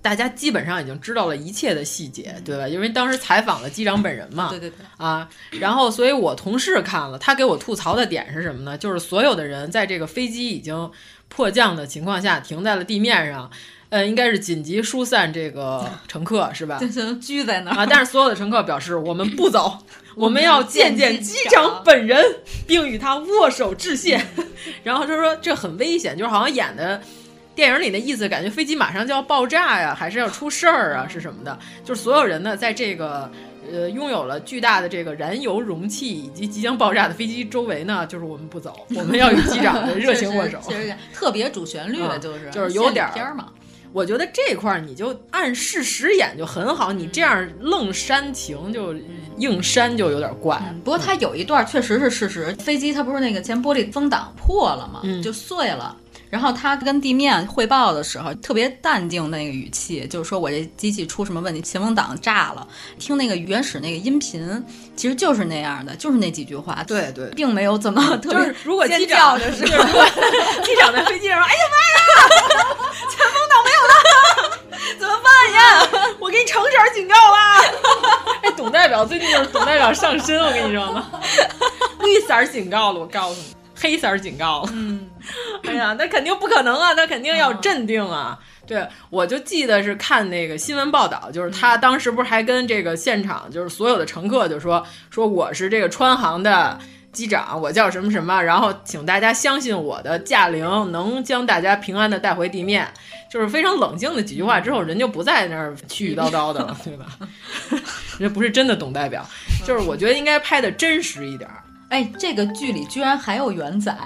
I: 大家基本上已经知道了一切的细节，对吧？因为当时采访了机长本人嘛，
F: 对对对，
I: 啊，然后所以我同事看了，他给我吐槽的点是什么呢？就是所有的人在这个飞机已经迫降的情况下停在了地面上，呃，应该是紧急疏散这个乘客，是吧？
F: 就是拘在那儿
I: 啊，但是所有的乘客表示我们不走， 我们要见见机
F: 机
I: 长
F: 长。
I: 本人，嗯并与他握手致谢。 然后他说这很危险，就是好像演的。电影里的意思，感觉飞机马上就要爆炸呀，还是要出事儿啊，是什么的？就是所有人呢，在这个呃拥有了巨大的这个燃油容器以及即将爆炸的飞机周围呢，就是我们不走，我们要与机 长的热情握手
F: 确实是特别主旋律的，
I: 嗯
F: 就是
I: 就是有点儿
F: 献礼片儿嘛。
I: 我觉得这块儿你就按事实演就很好，你这样愣煽情就硬煽就有点怪。
F: 嗯不过它有一段确实是事实，
I: 嗯
F: 飞机它不是那个前玻璃风挡破了嘛，就碎了。然后他跟地面汇报的时候，特别淡定的那个语气，就是说我这机器出什么问题，前风挡炸了。听那个原始那个音频，其实就是那样的，就是那几句话。
I: 对对嗯
F: 并没有怎么特别
I: 就是如果机
F: 尖叫
I: 长
F: 着是
I: 就是如
F: 吧
I: 果？机长在飞机上说：“哎呀
F: 怎么办呀？
I: 妈呀，我给你诚实警告啦！” 哎，董代表最近就是董代表上身，我跟你说吗？绿色儿警告了，我告诉你，黑色儿警告了。
F: 嗯，
I: 哎呀，那肯定不可能啊，那肯定要镇定啊。对，我就记得是看那个新闻报道，就是他当时不是还跟这个现场，就是所有的乘客就说说我是这个川航的机长，我叫什么什么，然后请大家相信我的驾龄能将大家平安的带回地面，就是非常冷静的几句话之后，人就不在那儿絮絮叨叨的 了，对吧？人家不是真的懂代表，就是我觉得应该拍的真实一点儿。
F: 哎，这个剧里居然还有元仔，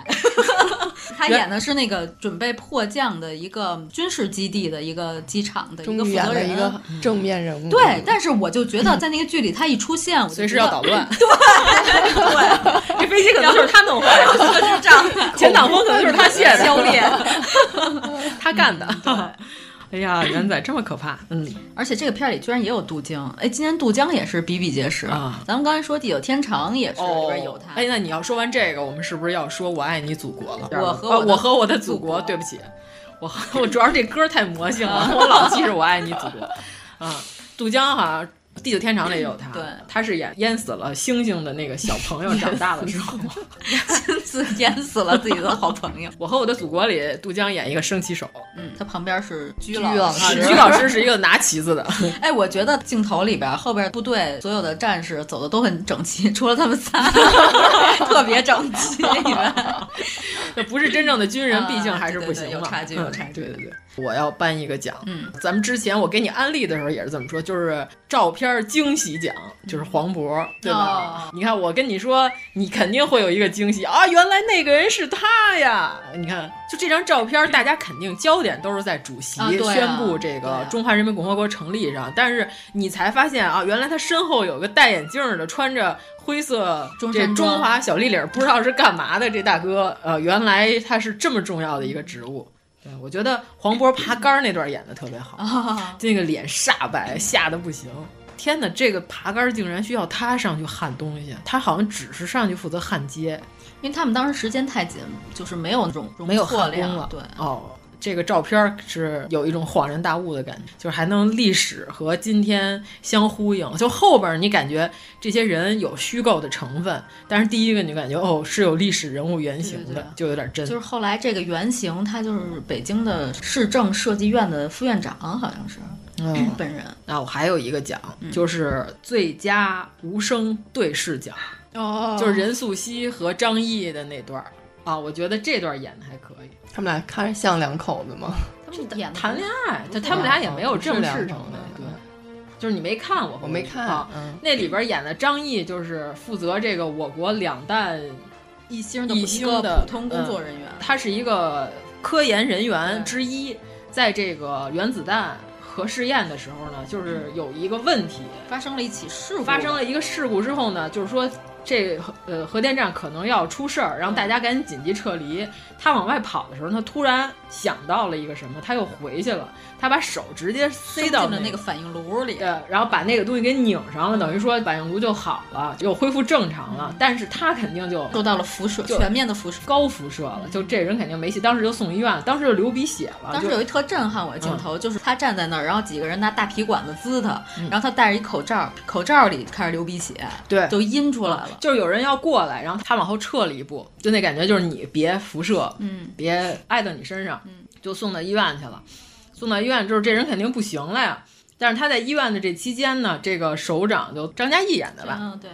F: 他演的是那个准备迫降的一个军事基地的一个机场的一个负责人，
G: 一个正面人物。
F: 对，但是我就觉得在那个剧里他一出现，我
I: 随时要捣 乱。
F: 对对，
I: 这飞机可能就是他弄坏的，
F: 就是这样。
I: 前挡风可能就是他卸 的，
F: 教练，
I: 他干的。 哎呀，元仔这么可怕，嗯，
F: 而且这个片儿里居然也有杜江，哎，今年杜江也是比比皆是啊。哦咱们刚才说地久天长也是里边有他，
I: 哎，那你要说完这个，我们是不是要说我爱你祖国了？呃
F: 我和
I: 我和我的祖国，对不起，我 我主要是这歌太魔性
F: 嗯
I: 了，我老记着我爱你祖国啊。杜江好像地久天长里也有他，
F: 对，
I: 他是演淹死了猩猩的那个小朋友，长大了之后，
F: 亲自淹死了自己的好朋友。
I: 我和我的祖国里，杜江演一个升旗手。
F: 嗯，他旁边是
G: 鞠
F: 老
G: 师，
I: 鞠老师是一个拿旗子的。
F: 哎，我觉得镜头里边后边部队所有的战士走的都很整齐， 除了他们仨特别整齐以 外，
I: 这不是真正的军人，毕竟还是不行、啊、
F: 有差距，有差距。
I: 对对对，我要颁一个奖。
F: 嗯，
I: 咱们之前我给你安利的时候也是这么说，就是照片惊喜奖，就是黄渤，对吧？
F: 哦、
I: 你看，我跟你说，你肯定会有一个惊喜啊！原来那个人是他呀！你看，就这张照片，大家肯定焦点都是在主
F: 啊
I: 席宣布这个中华人民共和国成立上，
F: 啊啊、
I: 但是你才发现啊，原来他身后有个戴眼镜的，穿着。灰色这中华小立领不知道是干嘛的，这大哥，呃，原来他是这么重要的一个职务。对，我觉得黄渤爬杆那段演的特别好，这、
F: 哦、
I: 个脸煞白，吓得不行。天哪，这个爬杆竟然需要他上去焊东西，他好像只是上去负责焊接，
F: 因为他们当时时间太紧，就是没有那种
I: 没有
F: 焊工
I: 了。
F: 对，
I: 哦。这个照片是有一种恍然大悟的感觉，就是还能历史和今天相呼应。就后边你感觉这些人有虚构的成分，但是第一个你感觉哦是有历史人物原型的，
F: 对对对
I: 就有点真。
F: 就是后来这个原型他就是北京的市政设计院的副院长，好像是。
I: 嗯，
F: 本人。
I: 那我还有一个奖，
F: 嗯
I: 就是最佳无声对视奖，
F: 哦、
I: 嗯，就是任素汐和张译的那段啊，我觉得这段演的还可以。
G: 他们俩看着像两口子吗？
F: 他们演
I: 谈恋爱，但他们
F: 啊
I: 俩也没有正两成的。对，
F: 嗯
I: 就是你没看啊我，
G: 我没看。
F: 哦
G: 嗯、
I: 那里边演的张译就是负责这个我国两弹
F: 一星的
I: 一星
F: 的普通工作人员、嗯，
I: 他是一个科研人员之一，在这个原子弹。核试验的时候呢，就是有一个问题，
F: 发生了一起事故，
I: 发生了一个事故之后呢，就是说这呃核电站可能要出事儿，让大
F: 嗯
I: 家赶紧紧急撤离。他往外跑的时候，他突然想到了一个什么，他又回去了，他把手直接塞到
F: 了那
I: 个
F: 反应炉里，
I: 对，呃然后把那个东西给拧上了，等于说反应炉就好了，又恢复正常
F: 嗯
I: 了。但是他肯定就
F: 受到了辐射，全面的辐射，
I: 高辐射了，就这人肯定没戏。当时就送医院，当时啊就嗯流鼻血了。
F: 当时有一特震撼我的镜头，就是他站在那儿。然后几个人拿大皮管子滋他，然后他戴着一口罩，口罩里开始流鼻血，
I: 嗯对，
F: 都阴出来了。
I: 就是有人要过来，然后他往后撤了一步，就那感觉就是你别辐射，
F: 嗯，
I: 别挨到你身上，嗯，就送到医院去了。送到医院之后，这人肯定不行了呀。但是他在医院的这期间呢，这个首长就张嘉译演的吧，
F: 嗯，对。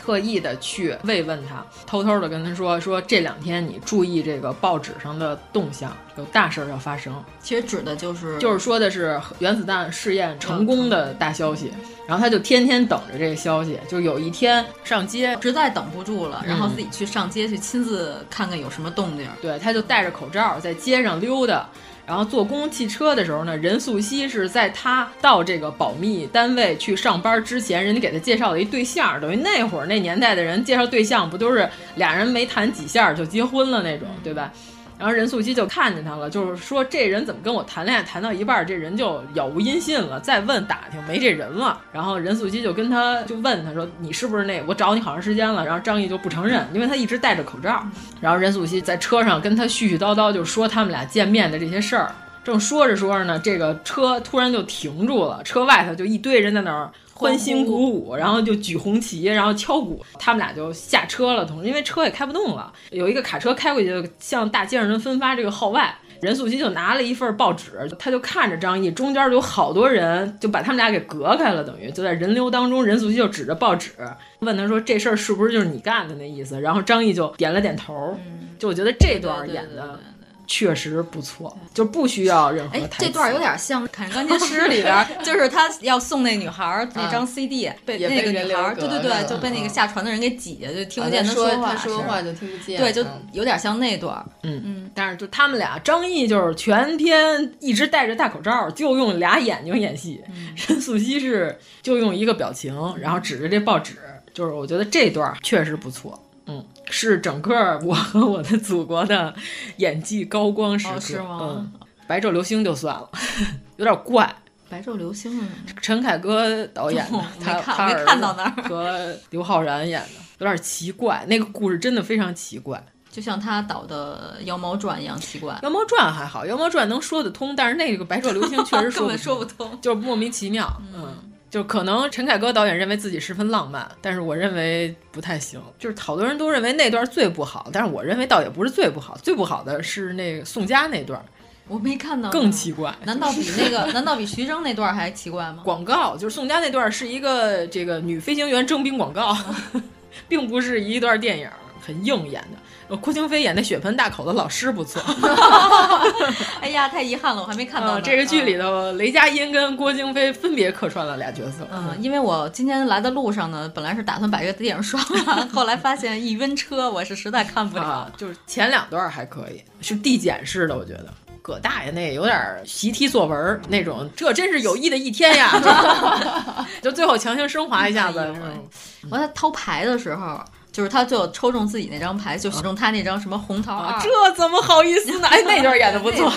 I: 特意的去慰问他，偷偷的跟他说说这两天你注意这个报纸上的动向，有大事儿要发生。
F: 其实指的就是
I: 就是说的是原子弹试验成功的大消息。嗯、然后他就天天等着这个消息，就有一天上街，
F: 实在等不住了，然后自己去上街去亲自看看有什么动静。嗯、
I: 对，他就戴着口罩在街上溜达。然后坐公共汽车的时候呢，任素汐是在她到这个保密单位去上班之前，人家给她介绍了一对象，等于那会儿那年代的人介绍对象不都是俩人没谈几下就结婚了那种，对吧？然后任素汐就看见他了，就是说这人怎么跟我谈恋爱谈到一半，这人就杳无音信了，再问打听没这人了。然后任素汐就跟他就问他说你是不是那我找你好长时间了？然后张译就不承认，因为他一直戴着口罩。然后任素汐在车上跟他絮絮叨叨，就说他们俩见面的这些事儿。正说着说着呢，这个车突然就停住了，车外头就一堆人在那儿欢欣鼓舞，然后就举红旗，然后敲鼓。他们俩就下车了，同时因为车也开不动了，有一个卡车开过去，就向大街上人分发这个号外。任素汐就拿了一份报纸，他就看着张译，中间有好多人就把他们俩给隔开了，等于就在人流当中，任素汐就指着报纸问他说：“这事儿是不是就是你干的那意思？”然后张译就点了点头。
F: 嗯、
I: 就我觉得这段演
F: 对
I: 的。
F: 对对
I: 确实不错，就不需要任何
F: 哎，
I: 台词。
F: 这段有点像《砍钢琴师》里边，就是他要送那女孩儿那张 CD，被
H: 也
F: 那个
H: 被人
F: 女孩儿，
H: 流
F: 对
H: 隔
F: 对
H: 了
F: 对，就被那个下船的人给挤下，就听不见
H: 啊他
F: 说
H: 说他
F: 说
H: 说话
F: 就
H: 听不见
F: 对，就
H: 嗯
F: 有点像那段。
I: 嗯嗯，但是就他们俩，张译就是全篇一直戴着大口罩，就用俩眼睛演戏；
F: 嗯
I: 任素汐是就用一个表情，然后指着这报纸。就是我觉得这段确实不错，嗯，是整个我和我的祖国的演技高光时刻。
F: 哦是吗
I: 嗯，白昼流星就算了， 有点怪。
F: 白昼流星是啊什么？
I: 陈凯歌导演的
F: 哦， 没
I: 他
F: 看
I: 他
F: 没
I: 儿
F: 看到
I: 子和刘昊然演的，有点奇怪。那个故事真的非常奇怪。
F: 就像他导的《妖猫传》一样奇怪
I: 《妖。猫传》还好，《妖猫传》能说得通，但是那个《白昼流星》确实
F: 根
I: 说
F: 本
I: 说
F: 不通，
I: 就是莫名其妙。嗯，就是可能陈凯歌导演认为自己十分浪漫，但是我认为不太行。就是好多人都认为那段最不好，但是我认为倒也不是最不好，最不好的是那个宋佳那段
F: 我没看到，
I: 更奇怪。
F: 难道比那个？难道比徐峥那段还奇怪 吗？
I: 广告，就是宋佳那段是一个这个女飞行员征兵广告， 并不是一段电影，很硬演的。呃郭京飞演那血盆大口的老师不错。
F: 哎呀，太遗憾了，我还没看到呢、
I: 嗯，这个剧里头，雷佳音跟郭京飞分别客串了俩角色。
F: 嗯，因为我今天来的路上呢，本来是打算把这个电影刷完，后来发现一晕车，我是实在看不了。
I: 啊，就是前两段还可以，是递减式的，我觉得。葛大爷那有点习题作文儿那种，这真是有意的一天 呀！就最后强行升华一下子，嗯
F: 完、他掏牌的时候，就是他最后抽中自己那张牌，就选中他那张什么红桃二、
I: 啊这怎么好意思呢？哎， 那段演的不错，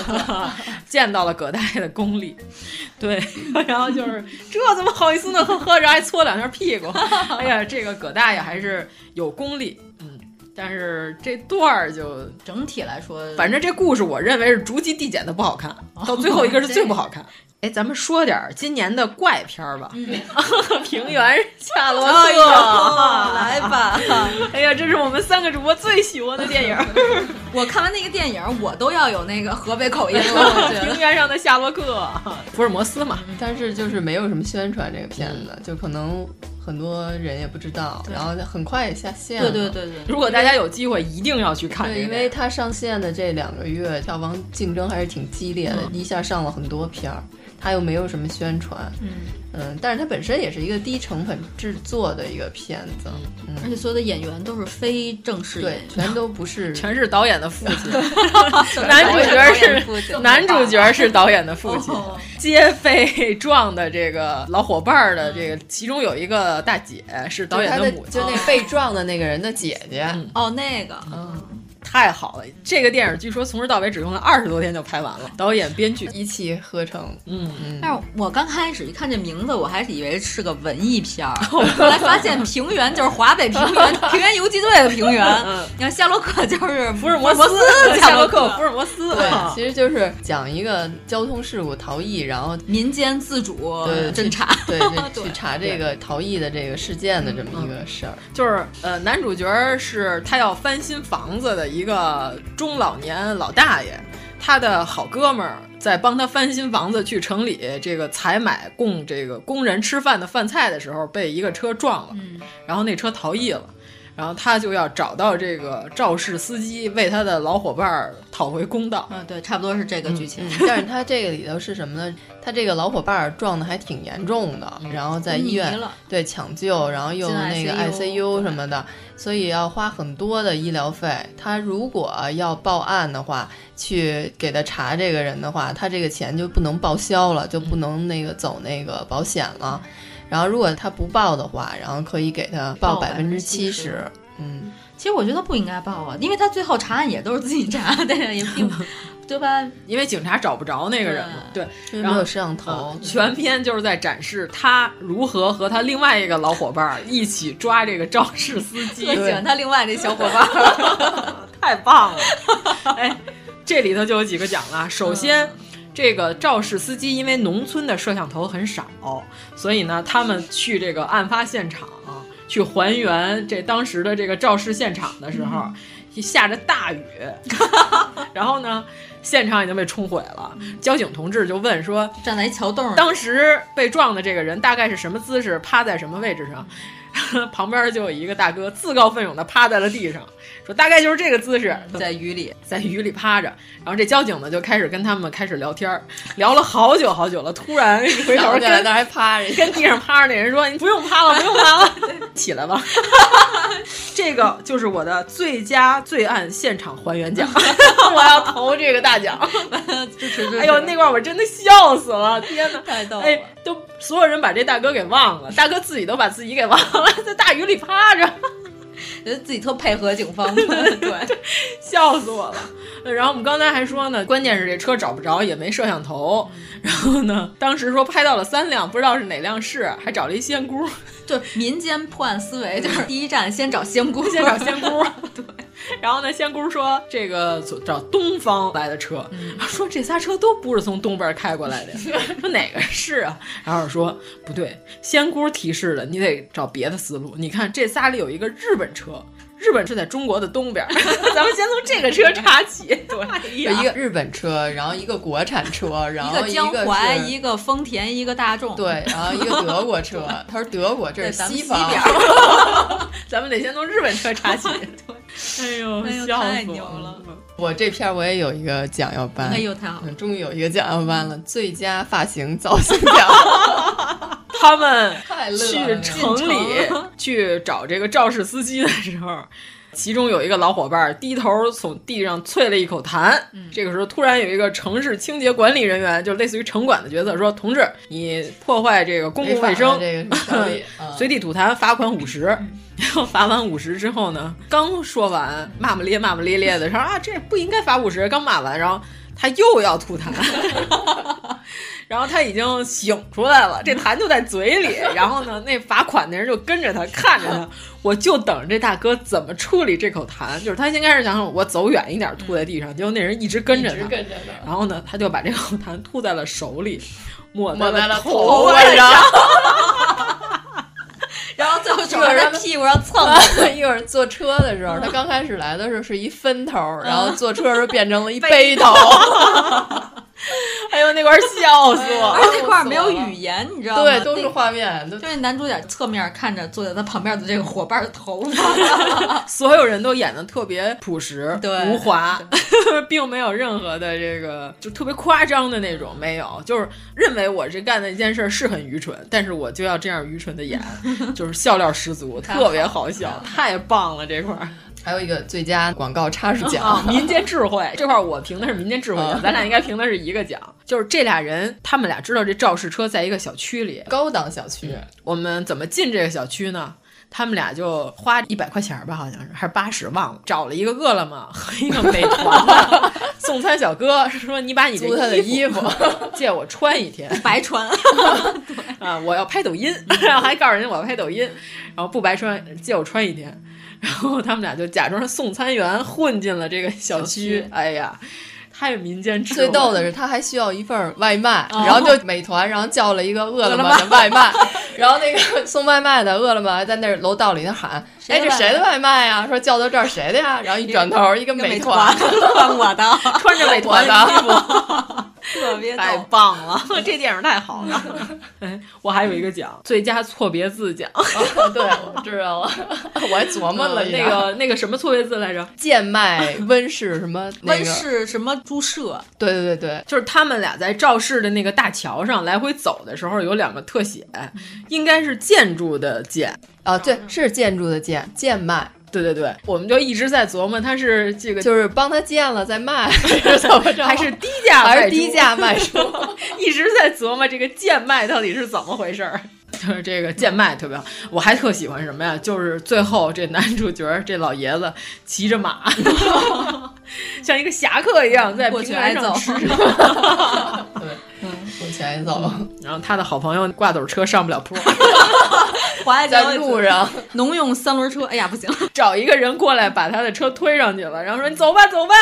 I: 见到了葛大爷的功力。对， 然后就是这怎么好意思呢？呵呵，然后还搓两下屁 股。哎呀，这个葛大爷还是有功力，嗯，但是这段儿就
F: 整体来说，
I: 反正这故事我认为是逐级递减的不好看，
F: 哦
I: 到最后一个是最不好 看。哎，咱们说点儿今年的怪片儿吧， 平原夏洛
F: 嗯 哎呦
I: 特》
F: 来 吧！
I: 哎呀，这是我们三个主播最喜欢的电影儿。
F: 我看完那个电影，我都要有那个河北口音
I: 哎
F: 了。我觉得
I: 平原上的夏洛克， 福尔摩斯嘛，
H: 但是就是没有什么宣传这个片子，
F: 嗯
H: 就可能很多人也不知道，然后很快也下线了。
I: 如果大家有机会，一定要去看这
H: 对，
I: 个
H: 因
I: 电影。
H: 为它上线的这两个月，票房竞争还是挺激烈的，一下上了很多片儿，它又没有什么宣传，
F: 嗯
H: 嗯，但是它本身也是一个低成本制作的一个片子，嗯，
F: 而且所有的演员都是非正式演
H: 对
F: 员，，
H: 全都不是，
I: 全是导演的父亲，
F: 男
I: 男
F: 主
I: 主
F: 角
I: 角
F: 是
I: 是
F: 男
I: 男
F: 主
I: 主
F: 角
I: 角
F: 是
I: 是
F: 导
I: 导
F: 演
I: 演
F: 的
I: 的
F: 父
I: 父
F: 亲
I: 亲，
H: 哦
I: 接被撞的这个老伙伴儿的这个，其中有一个大姐是导演
H: 就他
I: 母亲，
H: 就 那被撞的那个人的姐姐，
F: 哦，那个，
I: 太好了！这个电影据说从头到尾只用了二十多天就拍完了，导演、编剧
H: 一气呵成。
I: 嗯，
F: 但是我刚开始一看这名字，我还以为是个文艺片儿，后来发现平原就是华北平 原，平原游击队的平原
H: 嗯。
F: 你看夏洛克就是福尔
I: 摩
F: 斯
I: 斯，
F: 夏
I: 夏
F: 洛
I: 洛
F: 克
I: 克福尔摩斯啊
H: 对，其实就是讲一个交通事故逃逸，然后
F: 民间自主
I: 呃
H: 对
F: 侦查，
H: 对，对去查这个逃逸的这个事件的这么一个事儿。
I: 嗯就是呃，男主角是他要翻新房子的一个中老年老大爷，他的好哥们儿在帮他翻新房子去城里这个采买供这个工人吃饭的饭菜的时候，被一个车撞了，
H: 嗯
I: 然后那车逃逸了。然后他就要找到这个肇事司机，为他的老伙伴儿讨回公道。
F: 嗯，对，差不多是这个剧情。
H: 但是他这个里头啊是什么呢？他这个老伙伴儿撞的还挺严重的，
I: 嗯
H: 然后在医
F: 昏
H: 院
F: 迷了
H: 对抢救，然后又
F: 进
H: 那个
F: ICU
H: ICU 什么的，所以要花很多的医疗费。他如果啊要报案的话，去给他查这个人的话，他这个钱就不能报销了，就不能那个走那个保险了。然后如果他不报的话，然后可以给他报
F: 报
H: 百分之七
F: 70%
H: 十。嗯，
F: 其实我觉得不应该报啊，因为他最后查案也都是自己查的，也并 对吧？
I: 因为警察找不着那个人嘛，对，
H: 为
I: 然
H: 没
I: 后
H: 有摄像头
I: 嗯全篇就是在展示他如何和他另外一个老伙伴儿一起抓这个肇事司机。
F: 特喜欢他另外那小伙伴儿，
I: 太棒了！哎，这里头就有几个奖了。首先，这个肇事司机因为农村的摄像头很少，所以呢，他们去这个案发现场去还原这当时的这个肇事现场的时候，下着大雨，然后呢，现场已经被冲毁了。交警同志就问说：“
F: 站在一桥洞，
I: 当时被撞的这个人大概是什么姿势，趴在什么位置上？”旁边就有一个大哥自告奋勇的趴在了地上，说大概就是这个姿势，
H: 嗯
F: 在雨里，
I: 在雨里趴着。然后这交警呢就开始跟他们开始聊天儿，聊了好久好久了。突然一回头
H: 想不起来
I: 跟
H: 那还趴着
I: 跟地上趴着那人说：“你不用趴了，不用趴了， 起来吧。”这个就是我的最佳罪案现场还原 奖， 我要投这个大奖。
F: 支持支持。
I: 哎呦，那块儿我真的笑死了，天哪，
F: 太逗了。
I: 哎，都所有人把这大哥给忘了，大哥自己都把自己给忘了， 在大雨里趴着，
F: 觉得自己特配合警 方的，对，
I: 笑死我了。呃然后我们刚才还说呢，关键是这车找不着，也没摄像头。然后呢，当时说拍到了三辆，不知道是哪辆是，还找了一仙姑，
F: 就民间破案思维，
H: 嗯
F: 就是第一站先找仙姑，
I: 先找仙姑。 对。然后呢，仙姑说这个找东方来的车，说这仨车都不是从东边开过来的，说哪个是啊？然后说不对，仙姑提示的，你得找别的思路。你看这仨里有一个日本车，日本是在中国的东边， 咱们先从这个车查起。对，
H: 有一个日本车，然 后一个国产车， 然
F: 一
H: 后
F: 个江
H: 是
F: 淮，一个丰田，一个大众，
H: 对，然后一个德国车。他说德国这
F: 对
H: 是
F: 咱们
H: 西
F: 西
H: 方，
F: 边
I: 哎咱们得先从日本车 查起。哎呦，
F: 哎呦
I: 笑
F: 太
I: 死
F: 牛
I: 我
F: 了！
H: 我这片儿我也有一个嗯奖要颁，
F: 哎呦太好了
H: 嗯终于有一个奖要颁了，最佳发型造型 奖。
I: 他们
H: 太乐
I: 去
H: 了
I: 城里
H: 进城
I: 去找这个肇事司机的时候，其中有一个老伙伴低头从地上啐了一口痰。
H: 嗯
I: 这个时候，突然有一个城市清洁管理人员，就类似于城管的角色，说：“同志，你破坏这个公共卫生，
H: 违反了这个条 例嗯
I: 随地吐痰，罚款五十。” 然后罚完五十之后呢，刚说完骂骂咧骂骂咧咧的，说啊这不应该罚五十，刚骂完，然后他又要吐痰。 然后他已经醒出来了，这痰就在嘴里。然后呢，那罚款的人就跟着他，看着他，我就等着这大哥怎么处理这口痰。就是他先开始想想我走远一点吐在地上，结果那人一直跟着他，
H: 跟着呢。
I: 然后呢，他就把这口痰吐在了手里，抹
H: 抹在
I: 了
H: 了
I: 头
H: 头发
I: 上
H: 上。
F: 然后最后手
H: 一会
F: 还
H: 儿
F: 在
H: 他们
F: 屁股上蹭
H: 一会儿坐车的时候，他刚开始来的时候是一分头，然后坐车的时候变成了一背头。
I: 哎呦，那块儿笑死
H: 哎
I: 我了！
F: 而且那块儿没有语言，你知道吗？
H: 对都是
F: 那
H: 画面，都
F: 就是男主角侧面看着坐在他旁边的这个伙伴的头 发，
I: 所有人都演的特别朴实、
F: 对
I: 无华， 并没有任何的这个就特别夸张的那种，没有，就是认为我这干的一件事儿是很愚蠢，但是我就要这样愚蠢的 演，就是笑料十足，
H: 太好
I: 特别好笑，太棒了这块儿。
H: 还有一个最佳广告插叙
I: 啊
H: 奖，
I: 民间智慧这块儿我评的是民间智慧奖，
H: 嗯
I: 咱俩应该评的是一个奖。就是这俩人，他们俩知道这肇事车在一个小区里，
H: 高档小区，
I: 我们怎么进这个小区呢？他们俩就花一百块钱儿吧，好像是还是八十，忘了，找了一个饿了 么和一个美团的送餐小哥，说你把你这
H: 租他的
I: 衣
H: 衣
I: 服
H: 服
I: 借我穿一天，
F: 白 穿。
I: 啊，我要拍抖音，
H: 嗯
I: 然后还告诉人家我要拍抖音，然后不白穿，借我穿一天。然后他们俩就假装送餐员混进了这个
H: 小
I: 小区，
H: 区
I: 哎呀，太民间智慧
H: 最
I: 了。
H: 逗的是，他还需要一份儿外卖，
I: 哦
H: 然后就美团，然后叫了一个饿了 么的外卖，然后那个送外卖的饿了么还在那儿楼道里那喊：“
F: 谁
H: 哎，
F: 的
H: 这谁的外卖呀？”说叫到这儿谁的呀？然后一转头，一个
F: 美
H: 团，
F: 换我的，
I: 穿着美团的衣服，
F: 特别
I: 太
F: 逗。
I: 棒了，这电影太好了。 哎，我还有一个奖，最佳错别字奖。
H: 哦
I: 嗯
H: 对，我知道 了，我还琢磨了一
I: 那
H: 下
I: 个那个什么错别字来着？
H: 贱 卖温室什么那
F: 温
H: 个，
F: 室什么猪舍，
H: 对对对对，
I: 就是他们俩在肇事的那个大桥上来回走的时候，有两个特写，应该是建筑的建。
H: 啊，对，是建筑的建贱卖。
I: 对对对，我们就一直在琢磨它是这个，
H: 就是帮他建了再卖， 是怎么着？
I: 还是低价卖出，
H: 还是低价卖出？
I: 一直在琢磨这个贱卖到底是怎么回事儿。 就是这个贱卖特别好，我还特喜欢什么呀？就是最后这男主角这老爷子骑着马， 像一个侠客一样在
F: 过
I: 平
F: 去
I: 原
F: 挨
I: 上
F: 揍
I: 吃。
H: 往前走，
I: 嗯然后他的好朋友挂斗车上不了 坡，
F: 滑
H: 在路上
F: 农用三轮车，哎呀不行，
I: 找一个人过来把他的车推上去了，然后说你走吧走吧，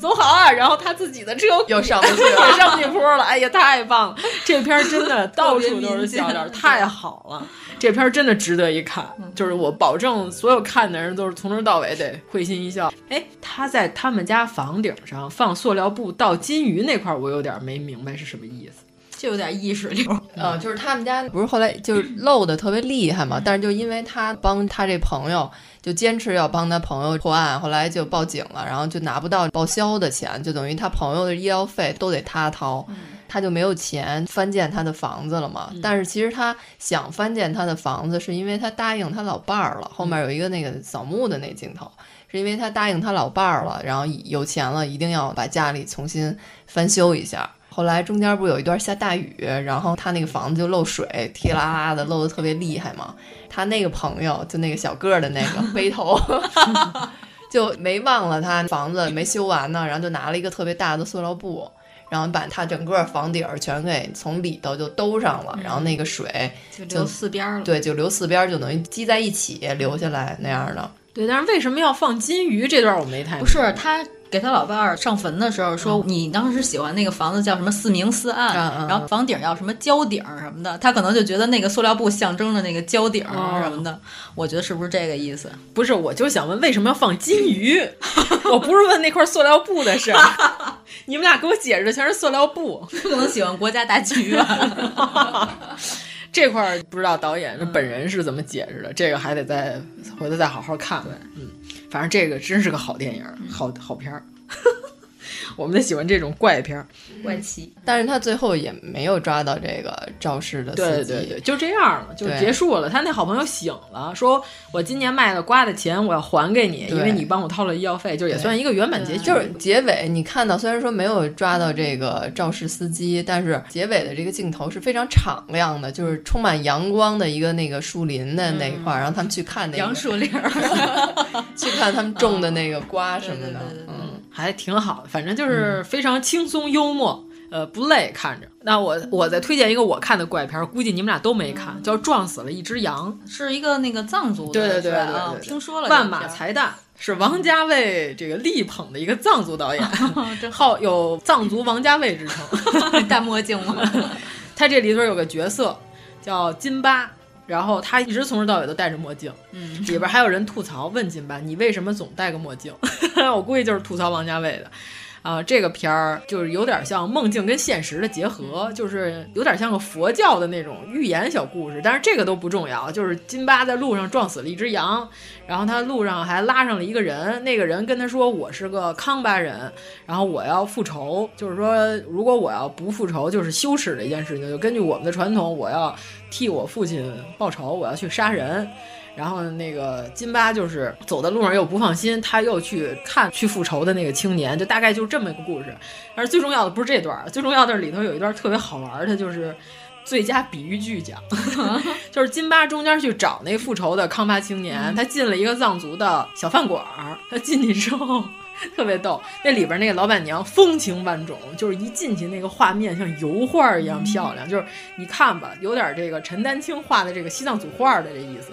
I: 走好啊。然后他自己的车
H: 又上 不去
I: 也
H: 了。
I: 上不去坡了，哎呀太棒了！这片儿真的到
F: 别
I: 处都是
F: 民间
I: 笑料，太好了。这片儿真的值得一看，就是我保证所有看的人都是从头到尾得会心一笑。哎，他在他们家房顶上放塑料布倒金鱼那块儿，我有点没明白是什么意思。
F: 这有点意识流。
G: 呃，就是他们家不是后来就是漏的特别厉害嘛，但是就因为他帮他这朋友，就坚持要帮他朋友破案，后来就报警了，然后就拿不到报销的钱，就等于他朋友的医药费都得他掏。他就没有钱翻建他的房子了嘛。但是其实他想翻建他的房子，是因为他答应他老伴儿了。后面有一个那个扫墓的那镜头，是因为他答应他老伴儿了，然后有钱了，一定要把家里重新翻修一下。后来中间不是有一段下大雨，然后他那个房子就漏水，踢啦啦的漏的特别厉害嘛。他那个朋友就那个小个儿的那个 背头。就没忘了他房子没修完呢，然后就拿了一个特别大的塑料布，然后把他整个房顶儿全给从里头就兜上
I: 嗯
G: 了，然后那个水
F: 就流四边儿了
G: 对，就流四边儿，就等于积在一起流下来那样的。
I: 对，但是为什么要放金鱼这段我没太
F: 不是他给他老伴儿上坟的时候说，
I: 嗯
F: 你当时喜欢那个房子叫什么四明四暗，然后房顶要什么胶顶儿什么的，他可能就觉得那个塑料布象征着那个胶顶
I: 哦
F: 儿什么的，我觉得是不是这个意思？
I: 不是，我就想问为什么要放金 鱼？我不是问那块塑料布的事儿， 你们俩给我解释的全是塑料布，
F: 可能喜欢国家大剧院。
I: 这块儿不知道导演本人是怎么解释的，这个还得再回头再好好看看。嗯，反正这个真是个好电影，好好片儿。 我们得喜欢这种 怪片儿。
F: 怪奇，
G: 但是他最后也没有抓到这个肇事的
I: 对
G: 司机。
I: 对对，就这样了，就结束了。他那好朋友醒了，说：“我今年卖了瓜的钱，我要还给你，因为你帮我掏了医药费。”就也算一个圆满结局。
G: 就是结尾，你看到虽然说没有抓到这个肇事司机，但是结尾的这个镜头是非常敞亮的，就是充满阳光的一个那个树林的那一
I: 嗯
G: 块儿，然后他们去看那个
F: 杨树林儿，
G: 去看他们种的那个瓜什么的，嗯，
I: 还挺好的，反正就是非常轻松幽默，呃，不累看着。那我我再推荐一个我看的怪片儿，估计你们俩都没看，叫《撞死了一只羊
F: 是一个那个藏族》。的，
I: 对对对对
F: 是吧啊
I: 对，对
F: 听说了
I: 万马才旦是王家卫这个力捧的一个藏族导演， 好有藏族王家卫之 称。
F: 戴墨镜吗？
I: 他这里头有个角色叫金巴，然后他一直从头到尾都戴着墨镜。
F: 嗯，
I: 里边还有人吐槽问金巴，你为什么总戴个墨镜？ 我估计就是吐槽王家卫的。啊、这个片儿就是有点像梦境跟现实的结合，就是有点像个佛教的那种寓言小故事，但是这个都不重要。就是金巴在路上撞死了一只羊，然后他路上还拉上了一个人，那个人跟他说我是个康巴人，然后我要复仇，就是说如果我要不复仇，就是羞耻的一件事情。就根据我们的传统，我要替我父亲报仇，我要去杀人。然后那个金巴就是走在路上又不放心，他又去看去复仇的那个青年，就大概就是这么一个故事。但是最重要的不是这段儿，最重要的是里头有一段特别好玩儿的，就是最佳比喻句奖，就是金巴中间去找那复仇的康巴青年，他进了一个藏族的小饭馆儿，他进去之后。特别逗，那里边那个老板娘风情万种，就是一进去那个画面像油画一样漂亮，就是你看吧，有点这个陈丹青画的这个西藏组画的这意思。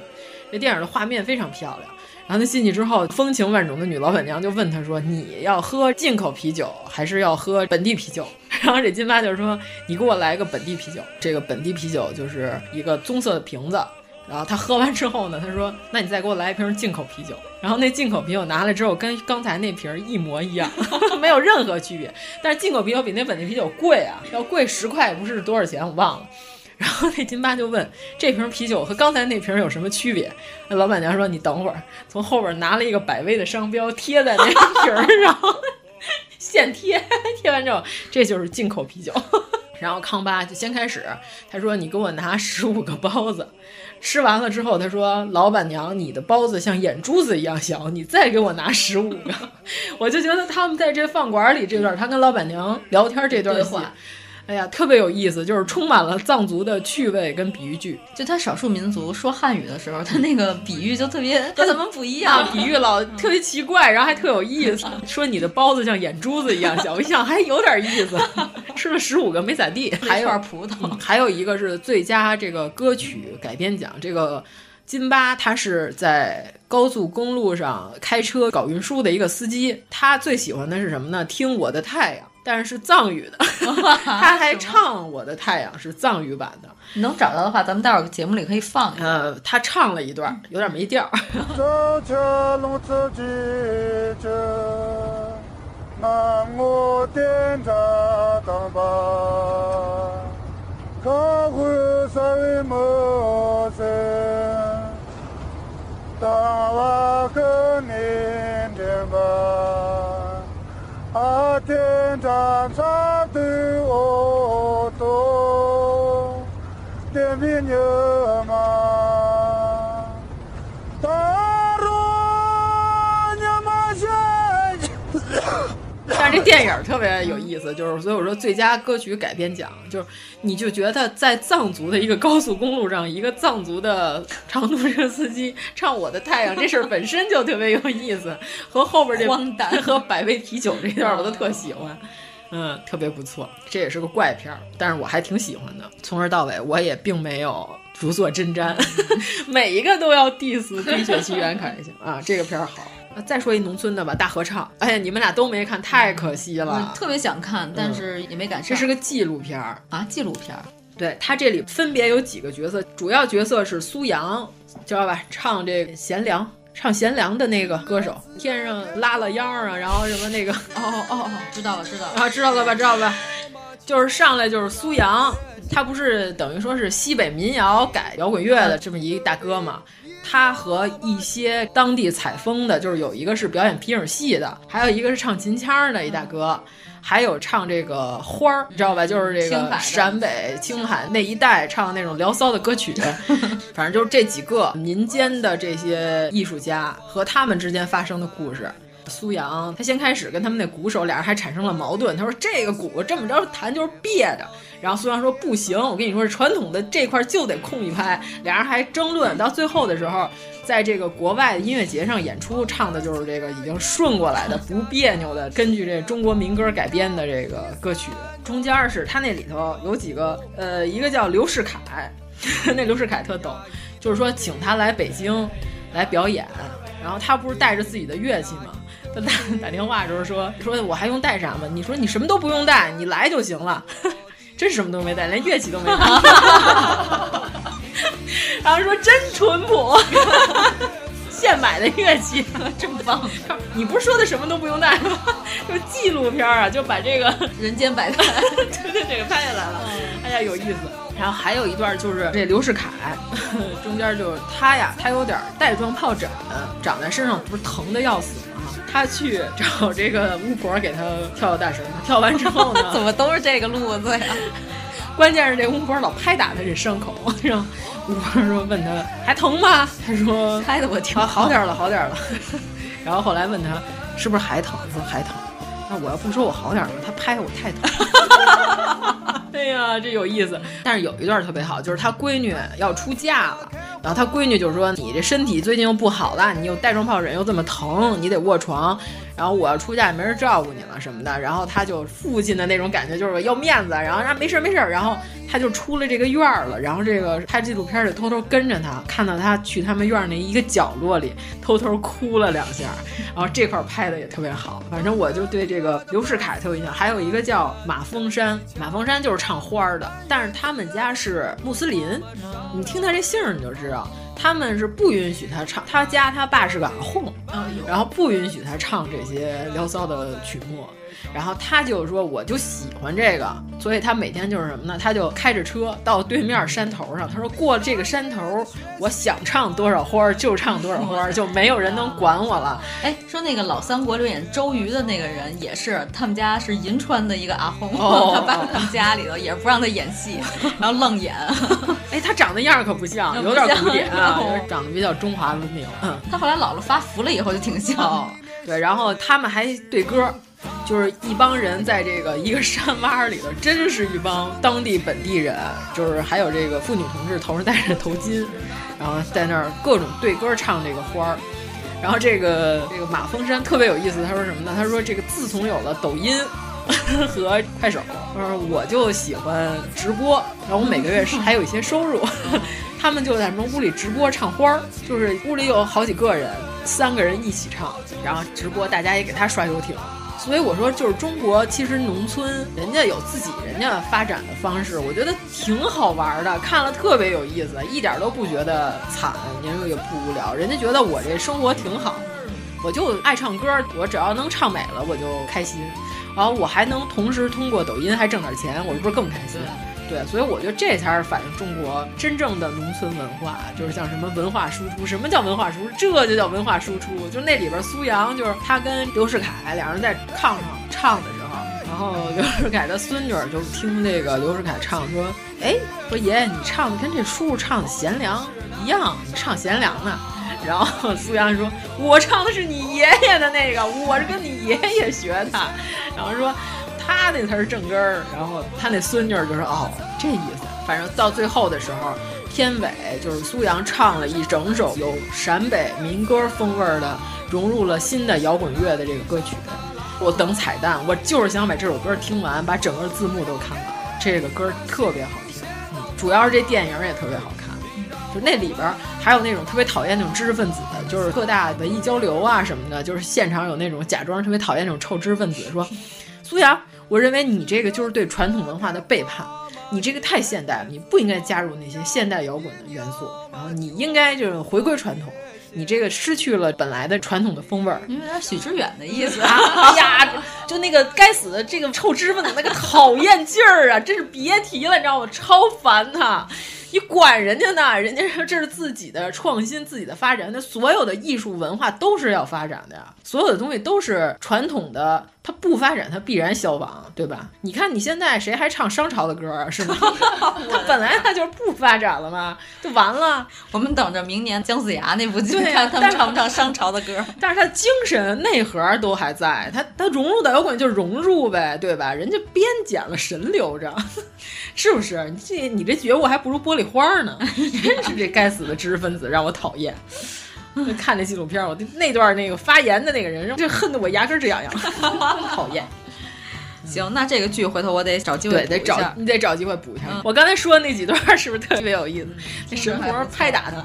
I: 这电影的画面非常漂亮。然后他进去之后，风情万种的女老板娘就问他说：“你要喝进口啤酒还是要喝本地啤酒？” 然后这金发就说：“你给我来个本地啤酒。”这个本地啤酒就是一个棕色的瓶子。然后他喝完之后呢，他说：“那你再给我来一瓶进口啤酒。”然后那进口啤酒拿来之后，跟刚才那瓶一模一样， 没有任何区别。但是进口啤酒比那本地啤酒贵啊，要贵十块也不是多少钱，我忘了。然后那金巴就问：“这瓶啤酒和刚才那瓶有什么区别？”那老板娘说：“你等会儿。”从后边拿了一个百威的商标贴在那瓶儿上，现贴。 贴完之后，这就是进口啤酒。 然后康巴就先开始，他说：“你给我拿十五个包子。”吃完了之后，他说：“老板娘，你的包子像眼珠子一样小，你再给我拿十五个。” 我就觉得他们在这饭馆里这段，他跟老板娘聊天这段
F: 对
I: 戏
F: 话。
I: 哎呀，特别有意思，就是充满了藏族的趣味跟比喻句。
F: 就他少数民族说汉语的时候，他那个比喻就特别和咱们不一
I: 啊
F: 样，，嗯
I: 比喻老特别奇怪，然后还特有意思。说你的包子像眼珠子一样小，我一想还有点 意思。吃了十五个没咋地，还有
F: 串葡萄
I: 嗯还有一个是最佳这个歌曲改编奖，这个金巴他是在高速公路上开车搞运输的一个司机，他最喜欢的是什么呢？听《我的太阳》，但是是 藏语的，他还唱《我的太阳》是藏语版的。
F: 能找到的话，咱们待会儿节目里可以放。
I: 呃，他唱了一段，有点没调儿。
M: 走着路自己走，那我点着灯吧。
N: 陌生，当我和你的吧，啊，天长长的我
G: 嗯
N: 多，天边有马，大路你们先。
I: 但是这电影儿特别有意思，就是所以我说最佳歌曲改编奖，就是嗯你就觉得在藏族的一个高速公路上，一个藏族的长途车司机唱《我的太阳》这事儿本身就特别有意思，和后 边这
F: 荒诞
I: 和百味啤酒这段儿我都特喜欢。嗯，特别不错，这也是个怪片儿，但是我还挺喜欢的。从而到尾，我也并没有如坐针毡，每一个都要 diss《冰雪奇缘》看一下啊，这个片儿好。啊再说一农村的吧，《大合唱》。哎呀，你们俩都没看，太可惜了。
F: 我特别想看，但是也没赶上。
I: 嗯这是个纪录片儿
F: 啊，纪录片儿。
I: 对，它这里分别有几个角色，主要角色是苏阳，知道吧？唱这个贤良，唱贤良的那个歌手，天上拉了秧儿啊，然后什么那个，
F: 哦哦哦，知道了知道了
I: 啊，知道了吧？知道了吧？就是上来就是苏阳，他不是等于说是西北民谣改摇滚乐的这么一大哥嘛？他和一些当地采风的，就是有一个是表演皮影戏的，还有一个是唱秦腔的一大哥，还有唱这个花儿，你知道吧？就是这
F: 青海
I: 个
F: 的
I: 陕北、青海那一带唱那种聊骚的歌曲， 反正就是这几个民间的这些艺术家和他们之间发生的故事。苏阳，他先开始跟他们那鼓手俩人还产生了矛盾。他说：“这个鼓这么着弹就是别着。”然后苏阳说：“不行，我跟你说，传统的这块就得空一拍。”俩人还争论，到最后的时候，在这个国外的音乐节上演出，唱的就是这个已经顺过来的、不别扭的，根据这中国民歌改编的这个歌曲。中间是他那里头有几个，呃，一个叫刘世凯， 那刘世凯特逗，就是说请他来北京来表演，然后他不是带着自己的乐器吗？他打 打电话的时候说说我还用带啥吗？你说你什么都不用带，你来就行了， 真什么都没带，连乐器都没带。 然后说真淳朴，现买的乐器， 真棒。你不是说的什么都不用带吗？ 就是纪录片啊，就把这个
F: 人间百态，，
I: 对对，这个拍下来了，哎呀有意思。然后还有一段就是这刘世凯， 中间就是他呀，他有点带状疱疹，长在身上不是疼的要死吗？他去找这个巫婆给他跳大神，跳完之后呢
F: 怎么都是这个路子呀？
I: 关键是这巫婆老拍打他这伤口，然后巫婆说问他还疼吗？他说啊
F: 拍的我挺
I: 好、好点儿了，好点儿了。 然后后来问他是不是还疼，他说还疼。那我要不说我好点儿了，他拍我太疼。 哎呀，这有意思。但是有一段特别好，就是他闺女要出嫁了，然后他闺女就说：“你这身体最近又不好了，你又带状疱疹又这么疼，你得卧床。然后我要出嫁也没人照顾你了什么的。”然后他就父亲的那种感觉就是要面子，然后啊没事儿没事儿，然后他就出了这个院儿了。然后这个拍纪录片儿就偷偷跟着他，看到他去他们院儿那一个角落里偷偷哭了两下，然后这块儿拍的也特别好。反正我就对这个刘世凯特有印象，还有一个叫马峰山，马峰山就是唱花儿的，但是他们家是穆斯林，你听他这姓儿你就知道。他们是不允许他唱，他家他爸是个阿訇，然后不允许他唱这些聊骚的曲目，然后他就说我就喜欢这个，所以他每天就是什么呢？他就开着车到对面山头上，他说过这个山头，我想唱多少花儿就唱多少花儿，就没有人能管我了。
F: 哎，说那个老三国里演周瑜的那个人也是，他们家是银川的一个阿訇，
I: 哦
F: 他爸他们家里头也不让他演 戏，然后愣演。
I: 哎，他长得样儿可不像，有点古典 啊，有点长得比较中华文明。嗯，
F: 他后来老了发福了以后就挺像的。
I: 哦，对，然后他们还对歌儿，就是一帮人在这个一个山洼儿里头，真是一帮当地本地人，就是还有这个妇女同志头上戴着头巾，然后在那儿各种对歌儿唱这个花儿。然后这个这个马峰山特别有意思，他说什么呢？他说这个自从有了抖音 和快手，嗯，我就喜欢直播，然后我每个月是还有一些收入。 他们就在什么屋里直播唱花儿，就是屋里有好几个人，三个人一起唱，然后直播，大家也给他刷游艇。所以我说，就是中国其实农村人家有自己人家发展的方式，我觉得挺好玩的，看了特别有意思，一点都不觉得惨，因为也不无聊。人家觉得我这生活挺好，我就爱唱歌，我只要能唱美了我就开心，然后我还能同时通过抖音还挣点钱，我是不是更开心？对啊对，所以我觉得这才是反映中国真正的农村文化，就是像什么文化输出。什么叫文化输出？这就叫文化输出。就那里边苏阳，就是他跟刘世凯两人在炕上唱的时候，然后刘世凯的孙女儿就听这个刘世凯唱说：“哎，说爷爷你唱的跟这叔叔唱的《贤良》一样，你唱《贤良》呢。”然后苏阳说：“我唱的是你爷爷的那个，我是跟你爷爷学的。”然后说。他那才是正根儿，然后他那孙女儿就说：“哦，这意思。”反正到最后的时候，片尾就是苏阳唱了一整首有陕北民歌风味儿的，融入了新的摇滚乐的这个歌曲。我等彩蛋，我就是想把这首歌听完，把整个字幕都看完。这个歌特别好听，嗯、主要是这电影也特别好看。就那里边还有那种特别讨厌那种知识分子的，就是各大文艺交流啊什么的，就是现场有那种假装特别讨厌那种臭知识分子说。苏阳，我认为你这个就是对传统文化的背叛，你这个太现代了，你不应该加入那些现代摇滚的元素，然后你应该就是回归传统，你这个失去了本来的传统的风味儿。
F: 你有点许知远的意思
I: 啊！哎呀，就那个该死的这个臭知识分子那个讨厌劲儿啊，真是别提了，你知道吗？超烦他。你管人家呢？人家说这是自己的创新，自己的发展。那所有的艺术文化都是要发展的呀，所有的东西都是传统的，它不发展，它必然消亡，对吧？你看你现在谁还唱商朝的歌啊？是吗？它本来它就是不发展了嘛，就完了。
F: 我们等着明年姜子牙那部剧，
I: 看、啊、
F: 他们唱不唱商朝的歌。
I: 但是他精神内核都还在，他他融入到摇滚就融入呗，对吧？人家边捡了神留着， 是不是？你这你这觉悟还不如玻璃。花 呢？真是这该死的知识分子让我讨厌。看那纪录片，我那段那个发言的那个人，这恨得我牙根直痒痒，讨厌。
F: 行，那这个剧回头我得找机会
I: 对，得找你得找机会补一下。嗯、我刚才说的那几段是不是特别有意思？那神婆拍打他。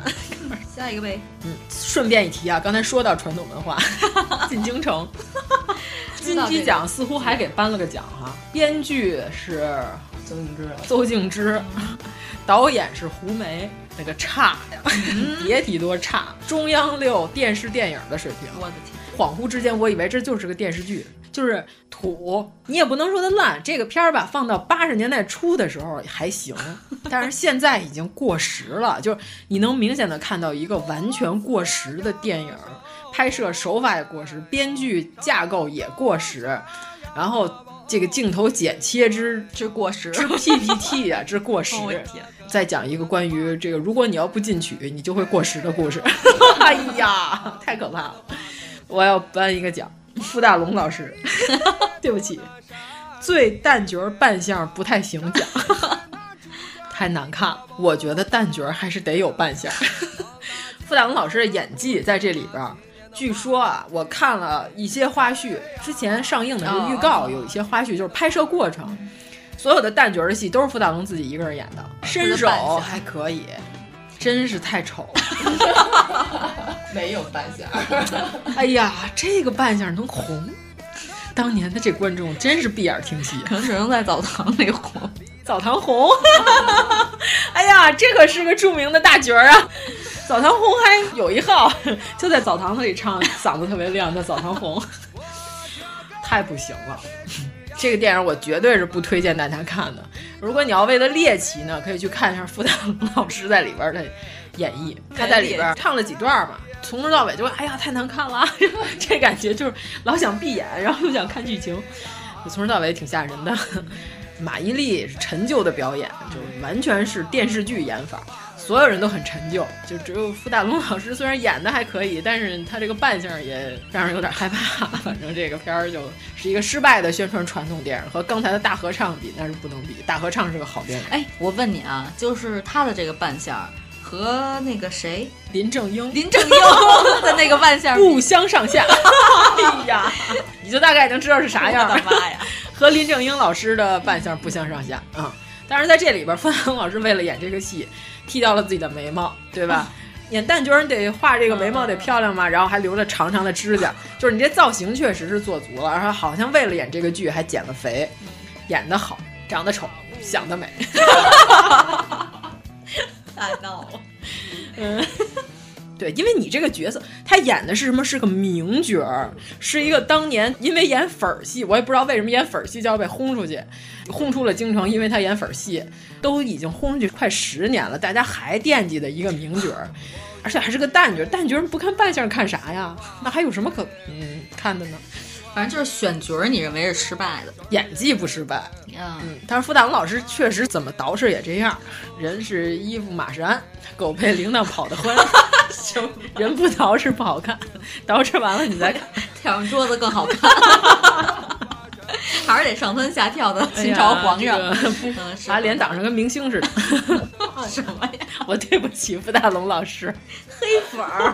F: 下一个呗。
I: 嗯，顺便一提啊，刚才说到传统文化， 进京 城。金鸡奖似乎还给颁了个奖哈、啊，编剧是
H: 邹静之，
I: 邹静之， 导演是胡梅，那个差呀， 别提多差，中央六电视电影的水平，
F: 我的天！
I: 恍惚之间，我以为这就是个电视剧，就是土，你也不能说它烂。这个片儿吧，放到八十年代初的时候还 行，但是现在已经过时了，就是你能明显的看到一个完全过时的电影。拍摄手法也过时，编剧架构也过时，然后这个镜头剪切之
F: 之过时，
I: 之 PPT 啊之过时。
F: 哦、
I: 再讲一个关于这个，如果你要不进取，你就会过时 的故事。哎呀，太可怕了！我要颁一个奖，傅大龙老师，对不起，最旦角扮相不太行奖，太难看了。我觉得旦角还是得有扮相。傅大龙老师的演技在这里边。据说啊，我看了一些花絮，之前上映的这个预告有一些花絮，就是拍摄过程，所有的旦角的戏都是傅大龙自己一个人演的，身手还可以，真是太丑，
H: 没有扮相。
I: 哎呀，这个扮相能红，当年的这观众真是闭眼听戏，
F: 可能只能在澡堂里红，
I: 澡堂红。 哎呀，这可是个著名的大角儿啊。澡堂红还有一号， 就在澡堂子里唱，嗓子特别亮，叫澡堂红， 太不行了。 这个电影我绝对是不推荐大家看的。如果你要为了猎奇呢，可以去看一下傅大龙老师在里边的演绎。他在里边唱了几段嘛，从头到尾就哎呀太难看了， 这感觉就是老想闭眼，然后又想看剧情，从头到尾挺吓人的。 马伊琍陈旧的表演，就完全是电视剧演法。所有人都很陈旧，就只有傅大龙老师虽然演的还可以，但是他这个扮相也让人有点害怕。反正这个片儿就是一个失败的宣传传统电影，和刚才的大合唱比那是不能比。大合唱是个好电影。
F: 哎，我问你啊，就是他的这个扮相和那个谁
I: 林正英、
F: 林 正英的那个扮相
I: 不相上下。 哎呀， 你就大概能知道是啥样
F: 了。我的妈呀，
I: 和林正英老师的扮相不相上下啊。嗯但是在这里边，傅大龙老师为了演这个戏，剃掉了自己的眉毛，对吧？演旦角你得画这个眉毛得漂亮嘛，然后还留着长长的指甲，就是你这造型确实是做足了，然后好像为了演这个剧还减了肥，演的好，长得丑，想得美，
F: 哎太闹了，
I: 嗯。对，因为你这个角色，他演的是什么？是个名角儿，是一个当年因为演粉儿戏，我也不知道为什么演粉儿戏就要被轰出去，轰出了京城，因为他演粉儿戏，都已经轰出去快十年了，大家还惦记的一个名角儿，而且还是个旦角儿，旦角儿不看扮相看啥呀？那还有什么可嗯看的呢？
F: 反正就是选角儿，你认为是失败的，
I: 演技不失败。
F: 嗯，
I: 但是傅大龙老师确实怎么捯饬也这样，人是衣服马是鞍，狗被铃铛跑得欢。人不捯饬不好看，捯饬完了你再看，
F: 跳上桌子更好 看。还是得上蹿下跳的秦朝皇上，
I: 哎呀这个
F: 嗯是
I: 把脸挡成跟明星似的。
F: 什么呀？
I: 我对不起傅大龙老师。
F: 黑粉 儿。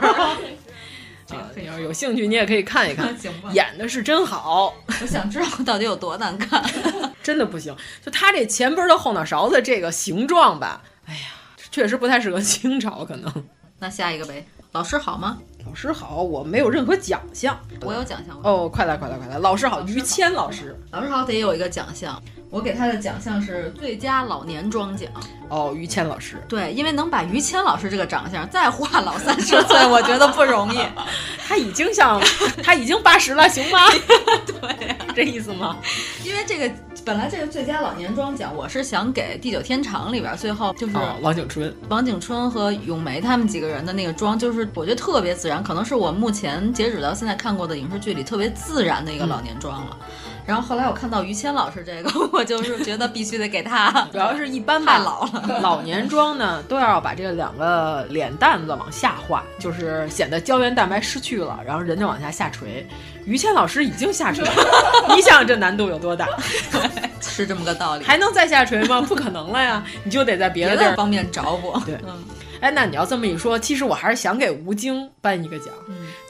I: 啊，你要是有兴趣，你也可以看一看
F: 行吧，
I: 演的是真好。
F: 我想知道到底有多难看，
I: 真的不行。就他这前边的后脑勺子这个形状吧，哎呀，确实不太适合 清朝，可能。
F: 那下一个呗。老师好吗？
I: 老师好，我没有任何奖项，
F: 我有奖项。
I: 哦，快来快来快来！老师好，于谦老师。
F: 老师好得有一个奖项，我给他的奖项是最佳老年妆奖。
I: 哦，于谦老师，
F: 对，因为能把于谦老师这个长相再画老三十岁，我觉得不容易。
I: 他已经 像，他已经八十了，行吗？对、这意思吗？
F: 因为这个本来这个最佳老年妆奖，我是想给《地久天长》里边最后就是
I: 哦，王景春。
F: 王景春和咏梅他们几个人的那个妆，就是我觉得特别自然，可能是我目前截止到现在看过的影视剧里特别自然的一个老年妆了。然后后来我看到于谦老师这个，我就是觉得必须得给 他，
I: 主要是一般吧
F: 太老了。
I: 老年妆呢，都要把这两个脸蛋子往下画，就是显得胶原蛋白失去了，然后人就往下下垂。于谦老师已经下垂了，你 想想这难度有多大？
F: 是这么个道理。
I: 还能再下垂吗？不可能了呀，你就得在别的地
F: 别
I: 儿
F: 的方面找嗯补。
I: 对，哎，那你要这么一说，其实我还是想给吴京颁一个奖，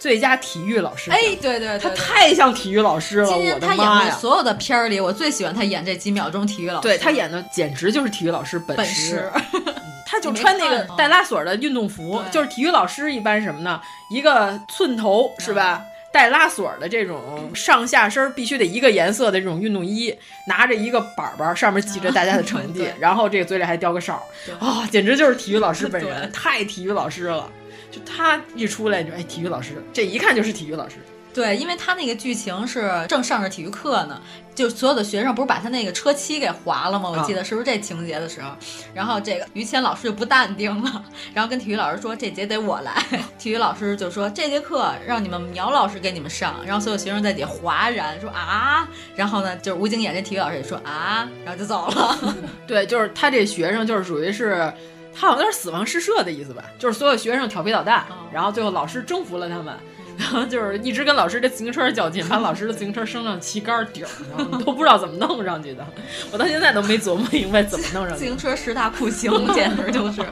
I: 最佳体育老师。
F: 嗯哎，，对对对，
I: 他太像体育老师了，
F: 今
I: 我
F: 天
I: 的
F: 他演
I: 妈
F: 的
I: 呀！
F: 所有的片儿里，我最喜欢他演这几秒钟体育老师。
I: 对他演的简直就是体育老师本
F: 本
I: 事 嗯
F: 事。
I: 他就
F: 你没
I: 穿那个
F: 看吗啊
I: 带拉锁的运动服，就是体育老师一般什么呢？一个寸头
F: 嗯
I: 是吧？带拉锁的这种上下身必须得一个颜色的这种运动衣，拿着一个板板，上面记着大家的成绩，然后这个嘴里还叼个哨
F: 啊对，
I: 啊、简直就是体育老师本人，
F: 对
I: 太体育老师了。就他一出来，你说哎，体育老师，这一看就是体育老师。
F: 对，因为他那个剧情是正上着体育课呢，就所有的学生不是把他那个车漆给划了吗？
I: 啊
F: 我记得是不是这情节的时候，然后这个于谦老师就不淡定了，然后跟体育老师说这节得我来， 体育老师就说这节课让你们苗老师给你们上，然后所有学生在底下哗然说啊，然后呢就是吴京演这体育老师也说啊，然后就走了。
I: 对，就是他这学生就是属于是，他好像有点死亡诗社的意思吧，就是所有学生调皮捣蛋，
F: 哦
I: 然后最后老师征服了他们。
F: 嗯
I: 然后就是一直跟老师的自行车较劲，把老师的自行车升上旗杆顶儿，然后都不知道怎么弄上去的。我到现在都没琢磨明白怎么弄上
F: 自
I: 去。
F: 行车十大酷 刑简直就是，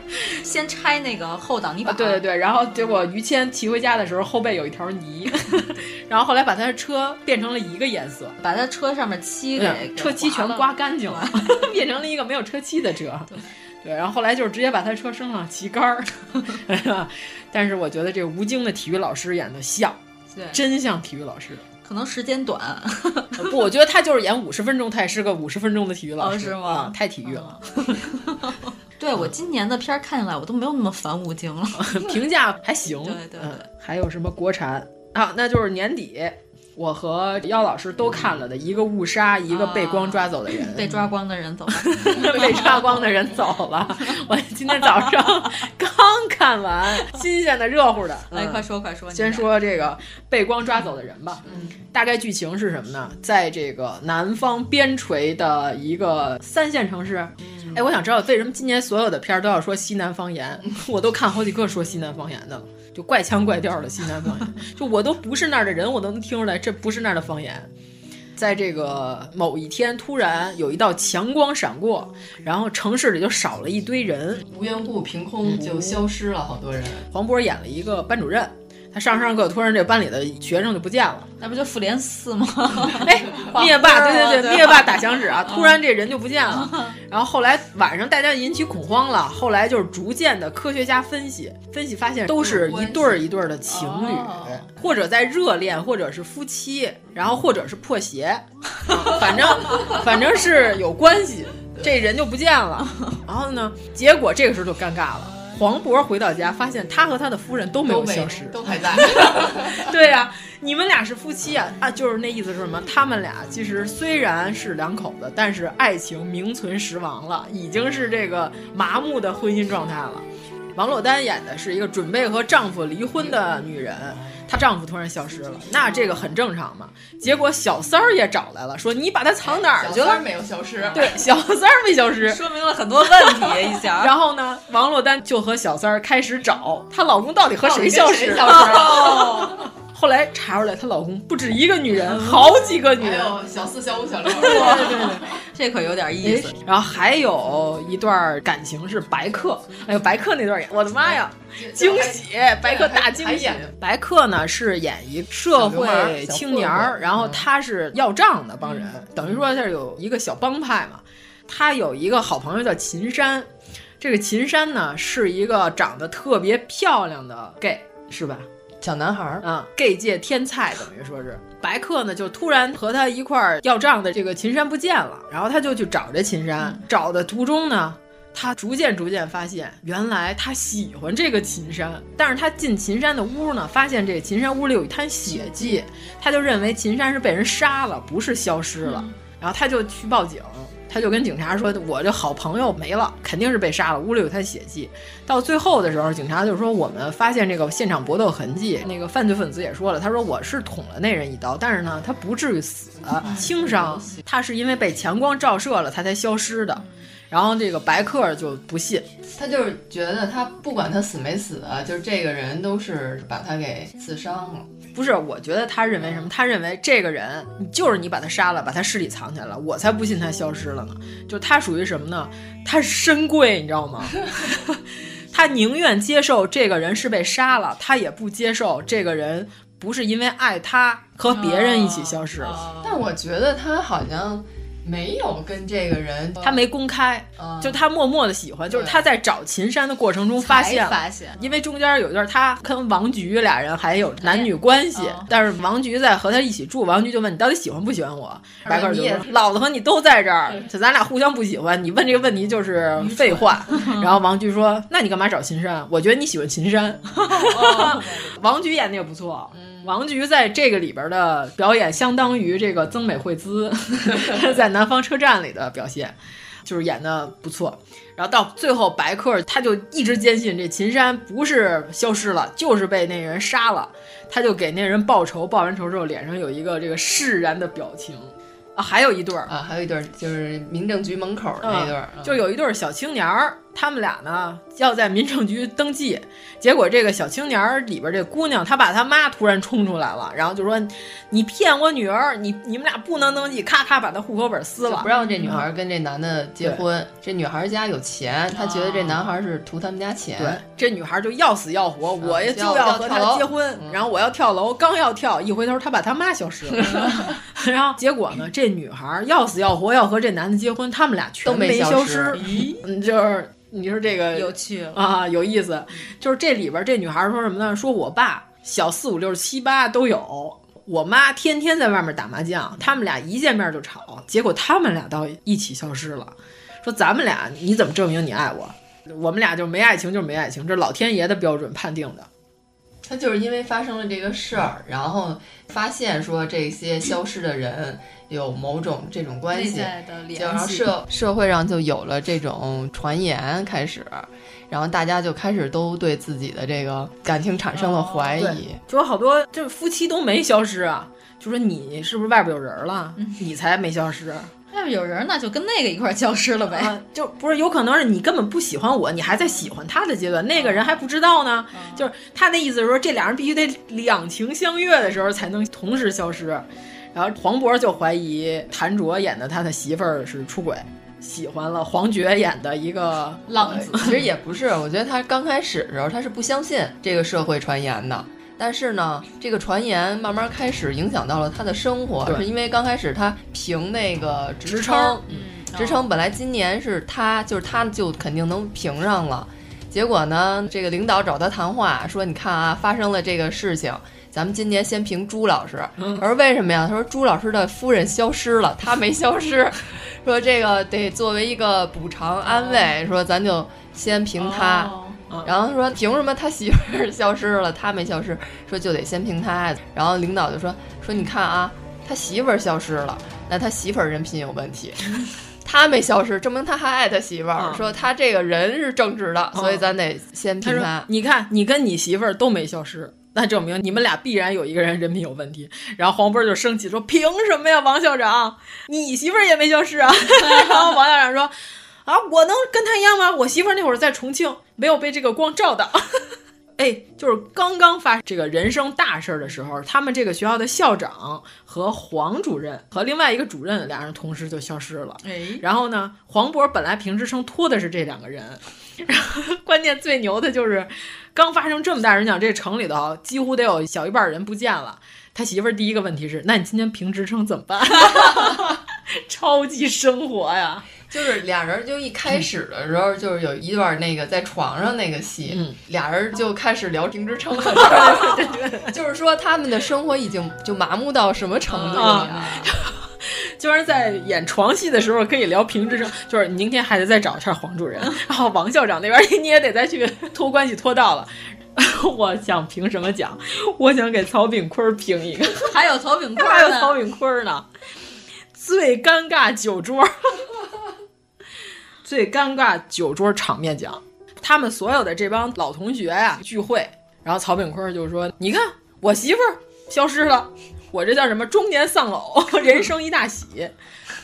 F: 先拆那个后挡泥板，
I: 啊对对对，然后结果于谦骑回家的时候后背有一条泥， 然后后来把他的车变成了一个颜色，
F: 把他车上面漆给、
I: 嗯车漆全刮干净了， 变成了一个没有车漆的车。 对，然后后来就是直接把他车升上旗杆儿， 但是我觉得这吴京的体育老师演的像，
F: 对，
I: 真像体育 老师。
F: 可能时间短，
I: 不，我觉得他就是演五十分钟，他也是个五十分钟的体育老
F: 哦
I: 师，
F: 是吗
I: 啊太体育了，
F: 对我今年的片儿看下来，我都没有那么烦吴京了。
I: 评价还行。
F: 哦对对
I: 嗯还有什么国产啊？那就是年底我和姚老师都看了的一个误杀，一个被光抓走的人，
F: 啊被抓光的人 走了，
I: 被抓光的人走了。我今天早上 刚看完，新鲜的、热乎的。
F: 来，
I: 嗯
F: 快说快说，你
I: 先说这个被光抓走的人吧。嗯，大概剧情是什么呢？在这个南方边陲的一个三线城市。哎，我想知道为什么今年所有的片儿都要说西南方言，我都看好几个说西南方言的了，就怪腔怪调的西南方言，就我都不是那儿的人，我都能听出来这不是那儿的方言。在这个某一天，突然有一道强光闪过，然后城市里就少了一堆人，
H: 无缘故凭空就消失了好多人。
I: 黄渤演了一个班主任，他上上课，突然这班里的学生就不见了，
F: 那不就复联四吗？
I: 哎 灭霸，
F: 黄
I: 对
F: 渤
I: 对
F: 对
I: 对，
F: 吧
I: 灭霸打响指 啊，突然这人就不见 了。然后后来晚上大家引起恐慌了，后来就是逐渐的科学家分析，分析发现都是一对儿一对儿的情侣，或者在热恋，或者是夫妻，然后或者是破鞋，啊反正反正 是有关系。这人就不见了，然后呢，结果这个时候就尴尬了。黄渤回到家，发现他和他的夫人都没有消失，
G: 都还在。
I: 对呀、你们俩是夫妻啊啊，就是那意思是什么？他们俩其实虽然是两口子，但是爱情名存实亡了，已经是这个麻木的婚姻状态了。王珞丹演的是一个准备和丈夫离婚的女人，她丈夫突然消失了，那这个很正常嘛。结果小三儿也找来了，说你把他藏哪儿去了？
G: 没有消失，
I: 对，小三儿没消 失，
F: 说明了很多问题。一下，
I: 然后呢，王珞丹就和小三儿开始找她老公到底和谁消
G: 到底
I: 失。
G: 跟谁消失
I: 哦 后来查出来，她老公不止一个女人，好几个女人。
G: 小四、小五、小六，
I: 对对对，
F: 这可有点意思。
I: 然后还有一段感情是白客，哎呦，白客那段演，我的妈呀，惊喜！白客大惊
G: 还
I: 喜
G: 演。
I: 白客呢是演一社
G: 小流
I: 会
G: 氓小
I: 青年
G: 混
I: 儿，
G: 混嗯
I: 然后他是要账的帮人，等于说他是有一个小帮派嘛。他有一个好朋友叫秦山，这个秦山呢是一个长得特别漂亮的 gay，是吧？
G: 小男孩儿，
I: 啊、g a y 界天才等于说是白客呢，就突然和他一块儿要账的这个秦山不见了，然后他就去找这秦山，找的途中呢。他逐渐逐渐发现，原来他喜欢这个秦山，但是他进秦山的屋呢，发现这个秦山屋里有一滩血迹，他就认为秦山是被人杀了，不是消失了，然后他就去报警，他就跟警察说，我这好朋友没了，肯定是被杀了，屋里有滩血迹。到最后的时候，警察就说我们发现这个现场搏斗痕迹，
G: 嗯
I: 那个犯罪分子也说了，他说我是捅了那人一刀，但是呢，他不至于死，
G: 嗯
I: 轻伤，他是因为被强光照射了，他才消失的。然后这个白客就不信，
G: 嗯他就是觉得他不管他死没死啊，就是这个人都是把他给刺伤了。嗯
I: 不是，我觉得他认为什么？他认为这个人你就是你把他杀了，把他尸体藏起来了，我才不信他消失了呢。就他属于什么呢？他是深贵，你知道 吗？他宁愿接受这个人是被杀了，他也不接受这个人不是因为爱他和别人一起消失了。
G: 但我觉得他好像没有跟这个人，
I: 他没公开，就他默默的喜欢，就是他在找秦山的过程中发现了，
F: 才发现
I: 因为中间有一段他跟王菊俩人还有男女关系，
G: 哎
I: 但是王菊在和他一起住，王菊就问你到底喜欢不喜欢我，
G: 嗯
I: 白客就
G: 你也
I: 说老子和你都在这儿，就咱俩互相不喜欢，你问这个问题就是废 话。然后王菊说，那你干嘛找秦山？我觉得你喜欢 秦山。王菊演的也不错。
G: 嗯
I: 王菊在这个里边的表演，相当于这个曾美惠孜 在《南方车站》里的表现，就是演的不错。然后到最后，白客他就一直坚信这秦山不是消失了，就是被那人杀了。他就给那人报仇，报完仇之后脸上有一个这个释然的表情。啊，还有一对儿
G: 啊，还有一对儿就是民政局门口儿那一对儿，
I: 嗯就有一对儿小青年儿，他们俩呢要在民政局登记，结果这个小青年儿里边这姑娘，她把她妈突然冲出来了，然后就说：“你骗我女儿，你你们俩不能登记！”咔咔把她户口本撕
G: 就
I: 了，
G: 不让这
F: 嗯
G: 女孩儿跟这男的结
I: 对
G: 婚。这女孩儿家有钱，他觉得
F: 哦
G: 这男孩儿是图他们家钱。啊
I: 对，这女孩就要死要活，我也就
G: 要要
I: 和
G: 跳楼嗯
I: 他结婚，然后我要跳楼，刚要跳，一回头她把她妈消失了， 然后结果呢，这女孩要死要活要和这男的结婚，他们俩全
G: 都没
I: 消
G: 消
I: 失
G: 失，
I: 嗯，就是你说这个
F: 有趣了
I: 啊，有意思，就是这里边这女孩说什么呢？说我爸小四五六七八都有。我妈天天在外面打麻将，他们俩一见面就吵，结果他们俩到一起消失了。说咱们俩你怎么证明你爱我？我们俩就没爱情就是没爱情，这是老天爷的标准判定的。
G: 他就是因为发生了这个事儿，然后发现说这些消失的人有某种这种关系
F: 内在的，联系
G: 就然后社社会上就有了这种传言开始，然后大家就开始都对自己的这个感情产
F: 哦
G: 生了怀疑。
I: 就有好多就是夫妻都没消失啊，就说你是不是外边有人了，你才没消失。
F: 外面有人，那就跟那个一块儿消失了呗。
I: 啊就不是有可能是你根本不喜欢我，你还在喜欢他的阶段，那个人还不知道呢。就是他那意思是说，这俩人必须得两情相悦的时候才能同时消失。然后黄渤就怀疑谭卓演的他的媳妇儿是出轨，喜欢了黄觉演的一个
F: 浪 子。
G: 其实也不是，我觉得他刚开始的时候他是不相信这个社会传言的。但是呢，这个传言慢慢开始影响到了他的生活，
I: 对
G: 是因为刚开始他凭那个职
I: 职称
G: 称，
F: 嗯
G: 职
F: 哦
G: 称本来今年是他，就是他就肯定能评上了。结果呢，这个领导找他谈话，说你看啊，发生了这个事情，咱们今年先评朱老师。他说为什么呀？他说朱老师的夫人消失了，他没消失。 哦
I: 哦嗯
G: 说这个得作为一个补偿安慰，说咱就先评他。然后说凭什么他媳妇儿消失了，他没消失，说就得先评他。然后领导就说说你看啊，他媳妇儿消失了，那他媳妇儿人品有问 题。他没消失，证明他还爱他媳妇儿、
I: 嗯
G: 说他这个人是正直的，所以咱得先
I: 他
G: 评
I: 说
G: 嗯他：“。
I: 你看，你跟你媳妇儿都没消失，那证明你们俩必然有一个人人品有问题。”然后黄波就生气说：“凭什么呀，王校长？你媳妇儿也没消失啊？”然后王校长说：“啊，我能跟他一样吗？我媳妇儿那会儿在重庆，没有被这个光照到。” 哎，就是刚刚发这个人生大事儿的时候，他们这个学校的校长和黄主任和另外一个主任，俩人同时就消失了。
F: 哎
I: 然后呢，黄渤本来评职称拖的是这两个人，然后 关键最牛的就是刚发生这么大人讲，这城里头几乎得有小一半人不见了。他媳妇儿第一个问题是：那你今天评职称怎么办？ 超级生活呀！
G: 就是俩人就一开始的时候，就是有一段那个在床上那个戏，俩人就开始聊停职称的事儿， 就是说他们的生活已经就麻木到什么程度了呀？
I: 居然在演床戏的时候可以聊评职称，就是你明天还得再找一下黄主任，然后王校长那边 你也得再去托关系托到了。 我想评什么奖？我想给曹炳坤儿评一个。
F: 还有曹炳坤呢
I: 还有曹炳坤儿呢。最尴尬酒桌，最尴尬酒桌场面奖。他们所有的这帮老同学呀、聚会，然后曹炳坤儿就说：“你看我媳妇儿消失了，我这叫什么中年丧偶，人生一大喜。”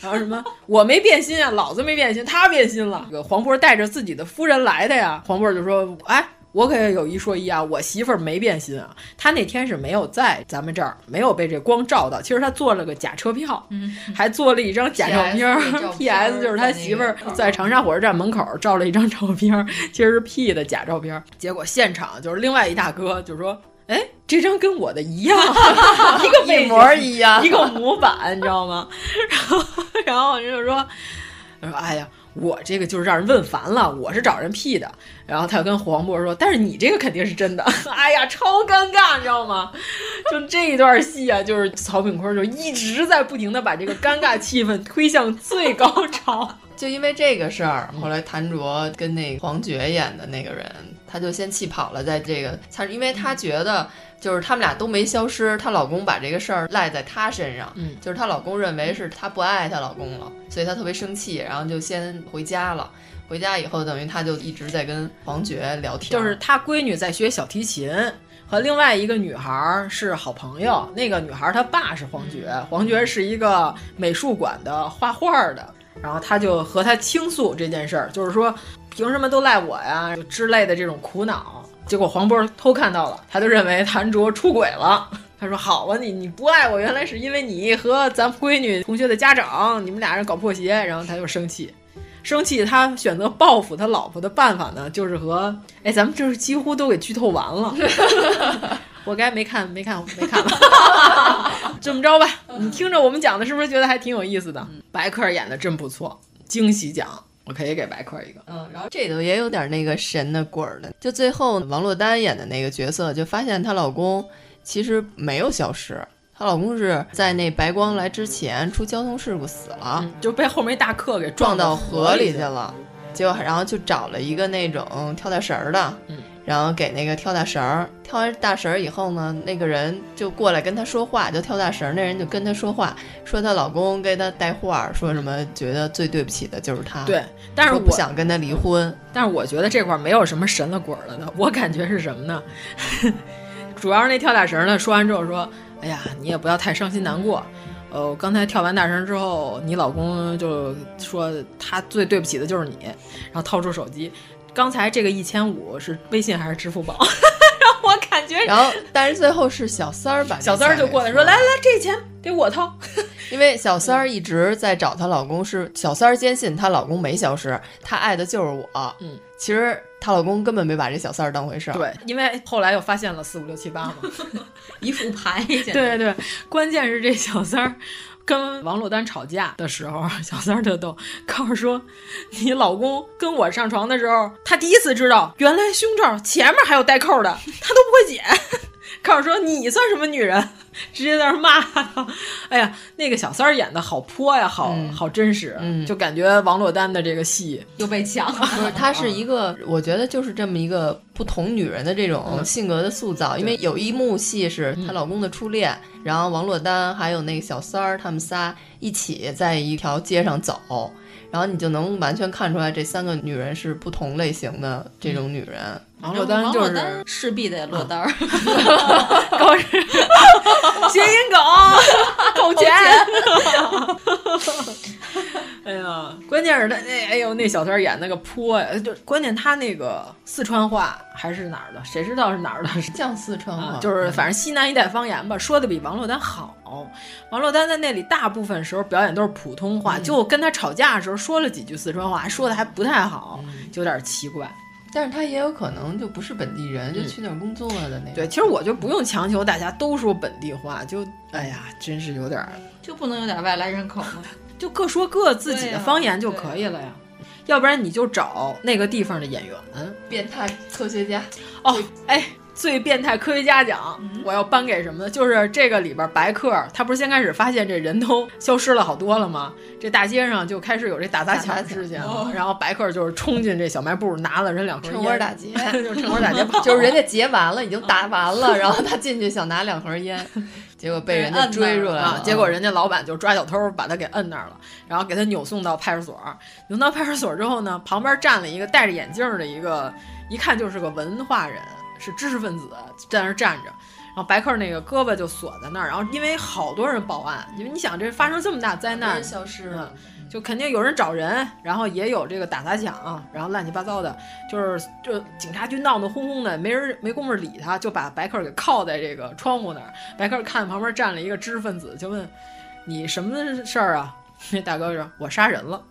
I: 然后什么我没变心啊，老子没变心，他变心了。这个黄渤带着自己的夫人来的呀，黄渤就说：“哎，我可有一说一啊，我媳妇儿没变心啊，她那天是没有在咱们这儿，没有被这光照到。其实她做了个假车票，
F: 嗯，
I: 还做了一张假照片儿
F: PS 的照片儿
I: ，PS 就是他媳妇儿在长沙火车站门口照了一张照片儿，其实是 P 的假照片儿。结果现场就是另外一大哥就说。哎，这张跟我的一样，一个背景
G: 一模一样
I: 一个模板，你知道吗？然后，然后人就说，他说：“哎呀，我这个就是让人问烦了，我是找人 P 的。”然后他又跟黄渤说：“但是你这个肯定是真的。” 哎呀，超尴尬，你知道吗？就这一段戏啊，就是曹炳坤就一直在不停的把这个尴尬气氛推向最高潮。
G: 就因为这个事儿，
I: 嗯
G: 后来谭卓跟那个黄觉演的那个人，他就先气跑了，在这个他因为他觉得就是他们俩都没消失，她老公把这个事儿赖在她身上，
I: 嗯
G: 就是她老公认为是她不爱她老公了，所以她特别生气，然后就先回家了。回家以后，等于她就一直在跟黄觉聊天，
I: 就是他闺女在学小提琴，和另外一个女孩儿是好朋友。那个女孩儿她爸是黄觉，黄觉是一个美术馆的画画儿的。然后他就和他倾诉这件事儿，就是说凭什么都赖我呀之类的这种苦恼。结果黄渤偷看到了，他就认为谭卓出轨了。 他说：“好啊，你你不爱我，原来是因为你和咱闺女同学的家长，你们俩人搞破鞋。”然后他就生气，生气，他选择报复他老婆的办法呢，就是和哎，咱们这是几乎都给剧透 完了，我该没看没看没看了。这么着吧，你听着我们讲的，是不是觉得还挺有意思的？
G: 嗯
I: 白客演的真不错，惊喜奖我可以给白客一个。
G: 嗯，然后这里也有点那个神的鬼儿的。就最后王珞丹演的那个角色，就发现她老公其实没有消失，她老公是在那白光来之前出交通事故死了，
I: 就被后面一大客给
G: 撞
I: 到
G: 到
I: 河
G: 河
I: 里
G: 里
I: 去
G: 去了。结果然后就找了一个那种跳大神儿的，
I: 嗯
G: 然后给那个跳大绳儿，跳完大绳儿以后呢，那个人就过来跟她说话，就跳大绳儿那人就跟她说话，说她老公给她带话儿，说什么觉得最对不起的就是她，
I: 对但是
G: 说
I: 我
G: 不想跟她离婚，
I: 但是我觉得这块儿没有什么神了鬼儿了的， 我感觉是什么呢？ 主要是那跳大绳儿的说完之后说：“哎呀，你也不要太伤心难过。呃，我刚才跳完大绳之后，你老公就说他最对不起的就是你，然后掏出手机。刚才这个一千五是微信还是支付宝？ 我感 觉，
G: 然后但是最后是小三儿把这
I: 小三儿就过来说：来来，这钱给我掏。
G: 因为小三儿一直在找她老公，是小三儿坚信她老公没消失，她爱的就是我。
I: 嗯，
G: 其实她老公根本没把这小三儿当回事儿。
I: 对，，因为后来又发现了四五六七八嘛，
F: 一副牌。对
I: 对对，关键是这小三儿跟王珞丹吵架的时候， 小三儿特逗，告诉说你老公跟我上床的时候，他第一次知道原 来胸罩前面还有带扣的，他都不会解。告诉说你算什么女人？ 直接在那儿骂他。哎呀，那个小三儿演的好泼呀，好、
F: 嗯
I: 好真实，就感觉王珞丹的这个戏
F: 又被抢了。
H: 不是，她是一个，我觉得就是这么一个不同女人的这种
I: 嗯
H: 性格的塑造。因为有一幕戏是她老公的初恋，然后王珞丹还有那个小三儿，他们仨一起在一条街上走，然后你就能完全看出来这三个女人是不同类型的这
I: 嗯
H: 种女人。
F: 王
I: 珞丹就
F: 珞丹
I: 是
F: 势必得落 单儿，
I: 谐音梗，狗钱。 哎呀，关键是他那哎呦那小三儿演那个泼呀，就关键他那个四川话还是哪儿的，谁知道是哪儿的？
H: 像四川话、
I: 啊，就是反正西南一带方言吧，说的比王珞丹好。王珞丹在那里大部分时候表演都是普通话，就跟他吵架的时候说了几句四川话，说的还不太好，就有点奇怪。
H: 但是她也有可能就不是本地
I: 嗯
H: 人，就去那儿工作了的那种。
I: 对，其实我就不用强求大家都说本地话，就哎呀，真是有点儿
F: 就不能有点外来人口 吗？
I: 就各说各自己
H: 啊
I: 的方言就可以了呀。要不然你就找那个地方的演员。
H: 变态科学家，嗯
I: 哦，哎，最变态科学家奖，我要颁给什么呢？就是这个里边白客，他不是先开始发现这人都消失了好多了吗？这大街上就开始有这打砸抢的事情，
H: 哦
I: 然后白客就是冲进这小卖部，拿了人两 盒
H: 趁
I: 烟，，
H: 火打 劫
I: 就趁火打劫跑，
H: 就是人家劫完了，已经打完 了，然后他进去想拿两盒烟，结果被人家追出来
I: 啊
H: 了。
I: 结果人家老板就抓小偷，把他给摁那儿了，然后给他扭送到派出所。扭到派出所之后呢，旁边站了一个戴着眼镜儿的一个，一看就是个文化人，是知识分子，在那儿站着。然后白客那个胳膊就锁在那儿，然后因为好多人报案，因为你想这发生这么大灾难，嗯
H: 消失了，嗯
I: 就肯定有人找人，然后也有这个打砸抢，然后乱七八糟的，就是就警察局闹闹哄哄的，没人没工夫理他，就把白客给铐在这个窗户那儿。白客看旁边站了一个知识分子，就问你什么事儿啊？那大哥就说：“我杀人了。”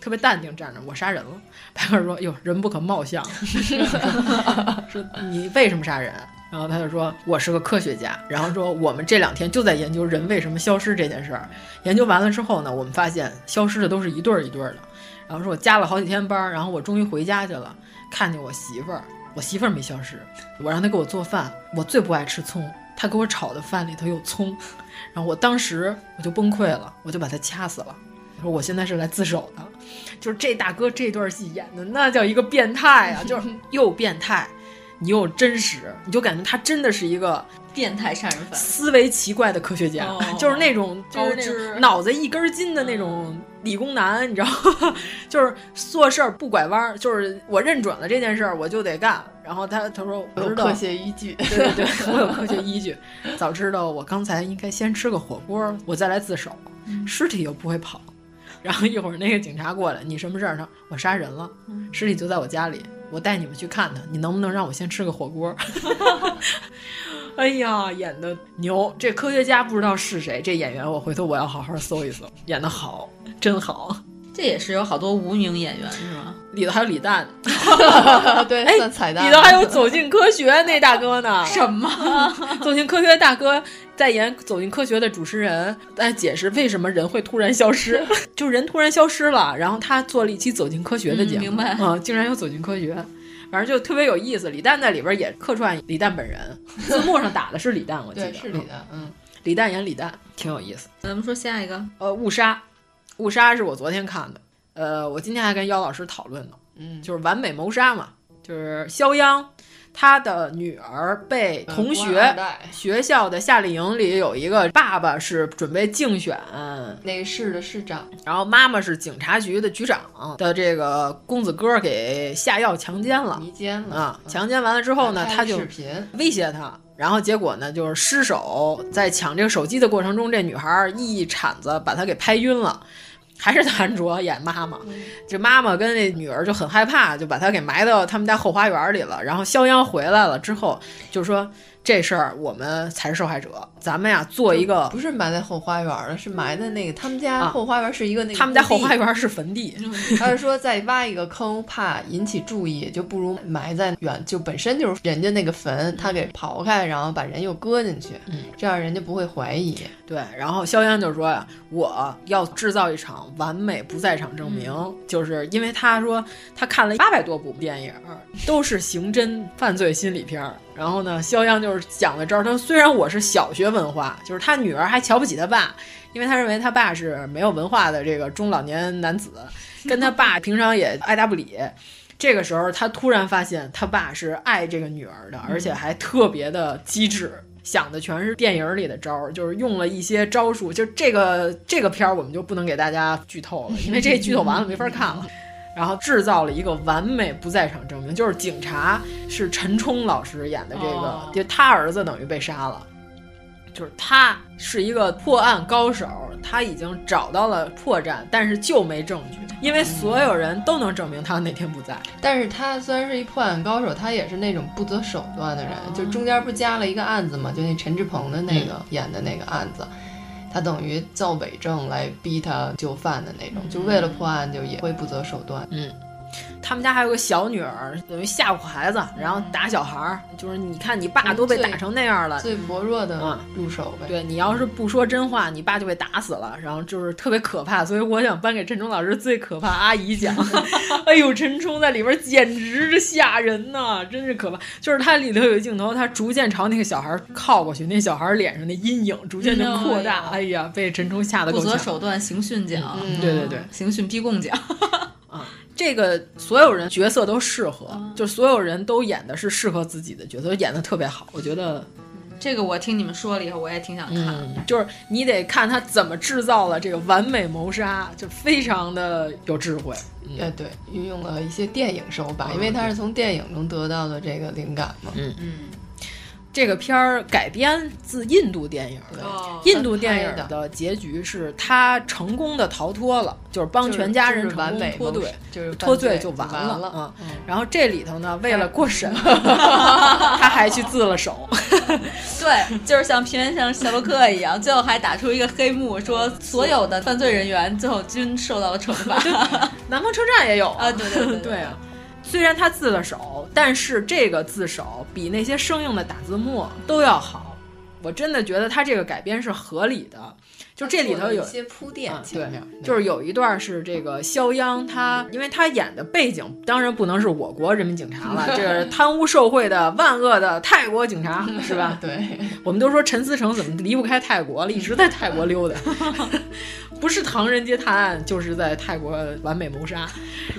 I: 特别淡定站着，我杀人了。白客说：“哟，人不可貌相。”说你为什么杀人？然后他就说：“我是个科学家。”然后说：“我们这两天就在研究人为什么消失这件事儿。研究完了之后呢，我们发现消失的都是一对儿一对儿的。然后说我加了好几天班儿，然后我终于回家去了，看见我媳妇儿，我媳妇儿没消失，我让她给我做饭，我最不爱吃葱，她给我炒的饭里头有葱，然后我当时我就崩溃了，我就把她掐死了。我说我现在是来自首的，就是这大哥这段戏演的那叫一个变态啊，就是又变态，你又真实，你就感觉他真的是一个
F: 变态杀人犯，
I: 思维奇怪的科学家，
F: 哦
I: 就是那种就是那
F: 高知
I: 种脑子一根筋的那种理工男，你知道吗？ 就是做事儿不拐弯儿，就是我认准了这件事儿我就得干。然后他他说我
H: 有
I: 知道
H: 科学依据
I: 对对对，我有科学依据。早知道我刚才应该先吃个火锅，我再来自首，尸体又不会跑。然后一会儿那个警察过来，你什么事儿？他说我杀人了，尸体就在我家里，我带你们去看他，你能不能让我先吃个火锅？ 哎呀，演的牛！这科学家不知道是谁，这演员我回头我要好好搜一搜，演的好，真好。
F: 这也是有好多无名演员是吗？
I: 里头还有李诞，
H: 对，
I: 哎
H: 算彩蛋。
I: 里头还有《走进科学》那大哥呢？
F: 什么？
I: 《走进科学》大哥在演《走进科学》的主持人，在解释为什么人会突然消失， 就人突然消失了。然后他做了一期《走进科学》的节
F: 嗯
I: 目，
F: 明白
I: 啊竟然有《走进科学》。反正就特别有意思，李诞在里边也客串李诞本人，字幕上打的是李诞，我记得
H: 对是李诞，嗯，
I: 李诞演李诞，挺有意思。
F: 咱们说下一个，
I: 呃，误杀，误杀是我昨天看的，呃，我今天还跟姚老师讨论呢，
H: 嗯，
I: 就是完美谋杀嘛，就是肖央。他的女儿被
G: 嗯
I: 同
H: 嗯官
I: 学
H: 二代
I: 学校的夏令营里有一个爸爸是准备竞选
H: 那个市的市长，
I: 然后妈妈是警察局的局长的这个公子哥给下药强奸了，迷
H: 奸
G: 嗯
H: 了
I: 啊！强奸完了之后呢，
H: 还
I: 他
H: 拍
I: 就
H: 视频
I: 威胁他，然后结果呢就是失手，在抢这个手机的过程中，这女孩儿一铲子把他给拍晕了。还是谭卓演妈妈，这妈妈跟那女儿就很害怕，就把她给埋到他们家后花园里了。然后肖央回来了之后，就说这事儿我们才是受害者，咱们呀做一个
H: 不是埋在后花园了，是埋在那个他们
I: 啊
H: 家后花园是一个那个，
I: 他们家后花园是坟地，
H: 他是说再挖一个坑，怕引起注意，就不如埋在远，就本身就是人家那个坟，他给刨开，然后把人又搁进去，这样人家不会怀疑。
I: 对，然后肖央就说呀，我要制造一场完美不在场证明，就是因为他说他看了八百多部电影，都是刑侦犯罪心理片儿，然后呢，肖央就是讲到这儿，他虽然我是小学文化，就是他女儿还瞧不起他爸，因为他认为他爸是没有文化的这个中老年男子，跟他爸平常也爱搭不理。这个时候，他突然发现他爸是爱这个女儿的，而且还特别的机智。想的全是电影里的招儿，就是用了一些招数。就这个这个片儿，我们就不能给大家剧透了，因为这剧透完了没法看了。 然后制造了一个完美不在场证明，就是警察是陈冲老师演的这个，
O: 哦
I: 就他儿子等于被杀了。就是他是一个破案高手，他已经找到了破绽，但是就没证据，因为所有人都能证明他哪天不在。
G: 但是他虽然是一破案高手，他也是那种不择手段的人。就中间不加了一个案子嘛，就那陈志朋的那个、演的那个案子，他等于造伪证来逼他就范的那种，就为了破案就也会不择手段。
I: 嗯，他们家还有个小女儿，等于吓唬孩子，
F: 嗯
I: 然后打小孩儿，就是你看你爸都被打成那样了，
F: 嗯
G: 最薄弱的入手呗。
I: 对你要是不说真话，你爸就被打死了，然后就是特别可怕。所以我想颁给陈冲老师最可怕阿姨奖。 哎呦，陈冲在里边简直是吓人呐、真是可怕。就是他里头有一镜头，他逐渐朝那个小孩靠过去，那小孩脸上的阴影逐渐就扩大。哎呀，被陈冲吓得够
F: 嗯不
I: 呛。
F: 择手段刑讯奖，
I: 嗯对对对
F: 刑讯逼供奖，
I: 这个所有人角色都适合，就所有人都演的是适合自己的角色，演的特别好。我觉得
F: 这个我听你们说了以后，我也挺想看。
I: 嗯，就是你得看他怎么制造了这个完美谋杀，就非常的有智慧。
G: 呃，对，运用了一些电影手法，因为他是从电影中得到的这个灵感嘛。
I: 嗯嗯，这个片儿改编自印度电影的，印度电影的结局是他成功的逃脱了，就是帮全家人成
G: 完
I: 功
G: 美
I: 脱
G: 谋
I: 罪，
G: 就是犯
I: 脱罪
G: 罪
I: 就完
G: 完了嗯
I: 啊。然后这里头呢，为了过审，他还去自了首。
F: 对，就是像平原上夏洛克一样，最后还打出一个黑幕，说所有的犯罪人员最后均受到了惩罚。
I: 南方车站也有
F: 啊，对对 对
I: 对啊。虽然他自了首，但是这个自首比那些生硬的打字幕都要好。我真的觉得他这个改编是合理的，就 这里头有
G: 一些铺垫
I: 啊，
G: 前
I: 对
G: 面，
I: 就是有一段是这个肖央他，因为他演的背景当然不能是我国人民警察了，这是贪污受贿的万恶的泰国警察，是吧？
G: 对，
I: 我们都说陈思诚怎么离不开泰国了，一直在泰国溜达，不是唐人街探案，就是在泰国完美谋杀。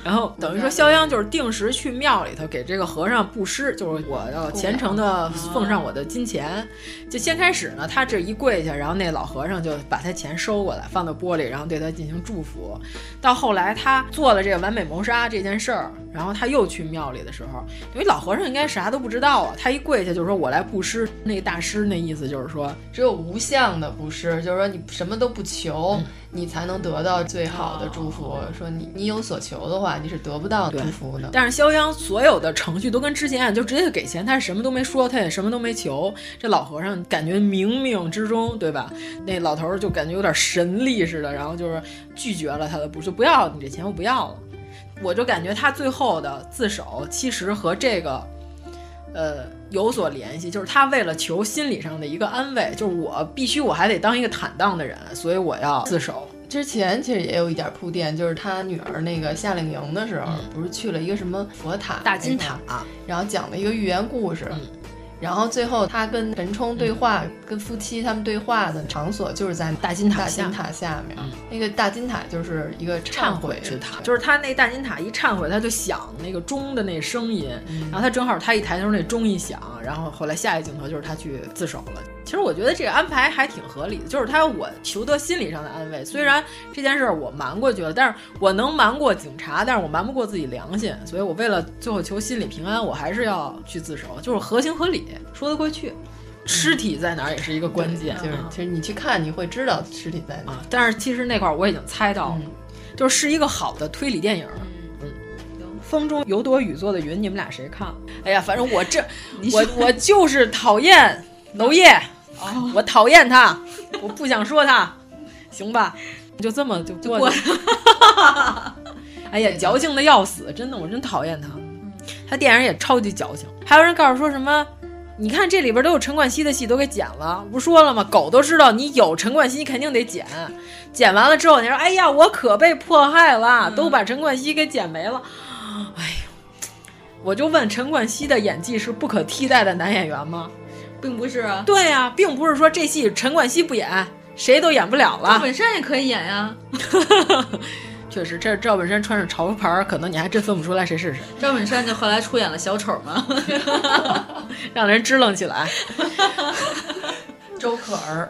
I: 然后等于说肖央就是定时去庙里头给这个和尚布施，就是我要虔诚的奉上我的金钱。就先开始呢，他这一跪下，然后那老和尚就把他钱收过来，放到玻璃，然后对他进行祝福。到后来他做了这个完美谋杀这件事儿，然后他又去庙里的时候，因为老和尚应该啥都不知道啊，他一跪下就说我来布施，那大师那意思就是说
G: 只有无相的不是，就是说你什么都不
I: 嗯
G: 求，你才能得到最好
I: 哦
G: 的祝福。说你你有所求的话，你是得不到祝福的。
I: 但是肖央所有的程序都跟之前一样，就直接给钱，他什么都没说，他也什么都没求。这老和尚感觉冥冥之中，对吧？那老头儿就感觉有点神力似的，然后就是拒绝了他的不，就不要你这钱，我不要了。我就感觉他最后的自首，其实和这个呃有所联系，就是他为了求心理上的一个安慰，就是我必须我还得当一个坦荡的人，所以我要自首。
G: 之前其实也有一点铺垫，就是他女儿那个夏令营的时候，
I: 嗯
G: 不是去了一个什么佛塔、大金塔，然后讲了一个寓言故事。
I: 嗯
G: 然后最后他跟陈冲对话，跟夫妻他们对话的场所就是在大金塔
I: 下
G: 金
I: 嗯
G: 塔下面。那个大金塔就是一个
I: 忏悔之塔，就是他那大金塔一忏悔，他就响那个钟的那声音，然后他正好他一抬头那钟一响，然后后来下一镜头就是他去自首了。其实我觉得这个安排还挺合理的，就是他我求得心理上的安慰，虽然这件事儿我瞒过去了，但是我能瞒过警察，但是我瞒不过自己良心，所以我为了最后求心理平安，我还是要去自首，就是合情合理，说得过去。尸体在哪儿也是一个关键，嗯
G: 就是其实你去看你会知道尸体在哪
I: 儿。啊但是其实那块儿我已经猜到
F: 嗯
I: 了，就是是一个好的推理电影。嗯，风中有朵雨做的云，你们俩谁看？哎呀，反正我这
F: 你
I: 我
F: 是
I: 我就是讨厌娄 烨，
F: 哦
I: 我讨厌他，我不想说他，行吧？就这么就过去了。 哎呀，矫情的要死，真的，我真讨厌他。
F: 嗯
I: 他电影也超级矫情，还有人告诉说什么？你看这里边都有陈冠希的戏，都给剪了。我不说了吗？狗都知道你有陈冠希，肯定得剪。剪完了之后，你说：“哎呀，
F: 嗯
I: 我可被迫害了，都把陈冠希给剪没了。”哎呦，我就问陈冠希的演技是不可替代的男演员吗？
F: 并不是啊。
I: 对呀、并不是说这戏陈冠希不演，谁都演不了了。
F: 赵本山也可以演呀、
I: 确实，这赵本山穿上潮牌儿，可能你还真分不出来谁是谁，
F: 赵本山就后来出演了小丑 嘛，
I: 让人支棱起 来。
H: 周可儿，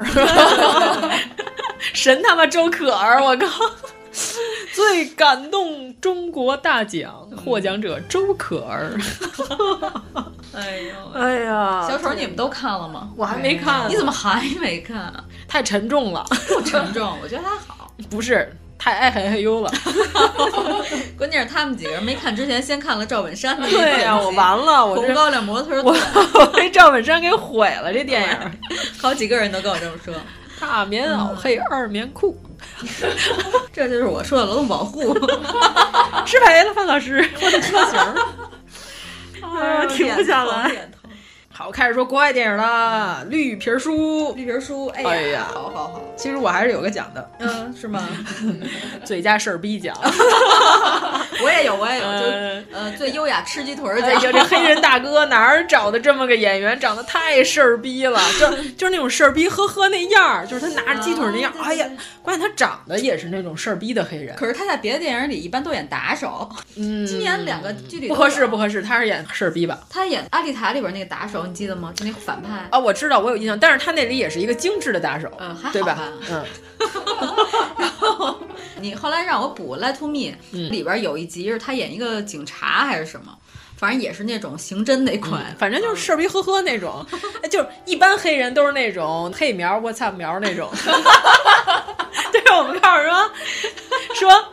I: 神他妈周可儿，我 靠！最感动中国大奖获奖者周可儿，
F: 哎呦，
I: 哎呀哎
F: 小丑你们都看了吗？
I: 我还没看呢
F: 你怎么还没看啊？
I: 太沉重了，
F: 不沉重，我觉得还好。
I: 不是太爱嘿嘿呦了。
F: 关键是他们几个人没看之前，先看了赵本山的。
I: 对呀、我完了，我
F: 红
I: 这
F: 高粱模特儿，
I: 我 我被赵本山给毁了这电影。
F: 好几个人都跟我这么说。
I: 大棉袄配二棉裤，
F: 这就是我说的劳动保 护，
I: 失陪了范老师， 我的车型儿，哎呀，停不下来。 好，开始说国外电影啦，《绿皮书》。
F: 绿皮书，哎
I: 哎呀
F: 好好好，
I: 其实我还是有个奖 的，
F: 嗯，是吗？
I: 最佳事儿 逼奖。
F: 我也有，我也有，
I: 呃
F: 就呃，最优雅吃鸡腿儿
I: 哎
F: 奖，
I: 呀，这黑人大哥哪儿找的这么个演员？长得太事儿逼 了，就就是那种事儿逼呵呵那样儿，就是他拿着鸡腿那样
F: 啊
I: 儿。哎呀，关键他长得也是那种事儿逼的黑 人。
F: 可是他在别的电影里一般都演打手，
I: 嗯，
F: 今年两个剧里
I: 不
F: 都
I: 合适，
F: 有
I: 不合适，他是演事儿逼吧？
F: 他演《阿丽塔》里边那个打手，你记得 吗？就那个反派，
I: 啊，我知道，我有印象，但是他那里也是一个精致的打手，
F: 嗯，还
I: 对
F: 好
I: 吧
F: 吧？
I: 嗯，
F: 你后来让我补《Lie to Me》里
I: 嗯
F: 边有一集是他演一个警察还是什么，反正也是那种刑侦那款，
I: 反正就是事儿逼呵呵那 种，哎就是一般黑人都是那种黑苗、我操苗那 种。对，我们告诉说说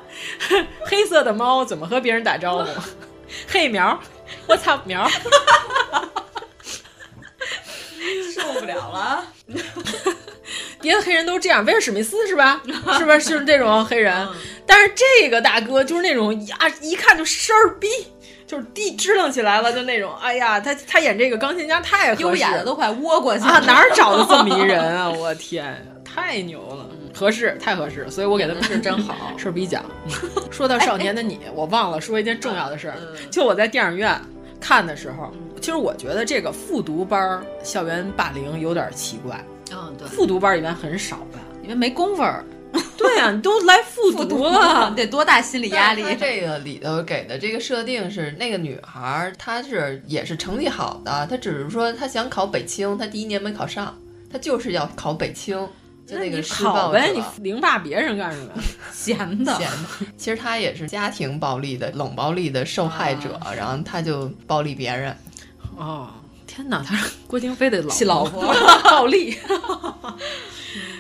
I: 黑色的猫怎么和别人打招呼， 黑苗，我操苗。嗯
F: 受不了了。
I: 别的黑人都这样，威尔史密斯是吧？ 是吧？就是这种黑人，
F: 嗯
I: 但是这个大哥就是那种呀，一看就事儿逼，就是地支棱起来了，就那种。哎呀，他他演这个钢琴家太合适
F: 优雅的都快窝过去了
I: 啊，哪儿找的这么一人 啊？我天，太牛了，合适，太合适，所以我给他们
F: 是真 好，
I: 事儿逼奖。说到少年的
H: 哎
I: 你，我忘了说一件重要的事儿，
H: 嗯
I: 就我在电影院看的时候，其实我觉得这个复读班儿校园霸凌有点奇怪，
F: 嗯，对，
I: 复读班儿一般很少 吧？
F: 因为没工夫儿，
I: 对
H: 啊
I: 呀、你都来复
F: 复
I: 读
F: 读
I: 了，
F: 得多大心理压力
H: 但是？他这个里头给的这个设定是，那个女孩儿她是也是成绩好的，她只是说她想考北清，她第一年没考上，她就是要考北清，就
I: 那
H: 个
I: 你
H: 施暴
I: 考
H: 者
I: 呗，你凌霸别人干什么？
F: 闲的
H: 闲 的。其实她也是家庭暴力的冷暴力的受害者，
G: 啊
H: 然后她就暴力别人。
I: 哦，天哪，他郭京飞的老
H: 气老婆
I: 暴力，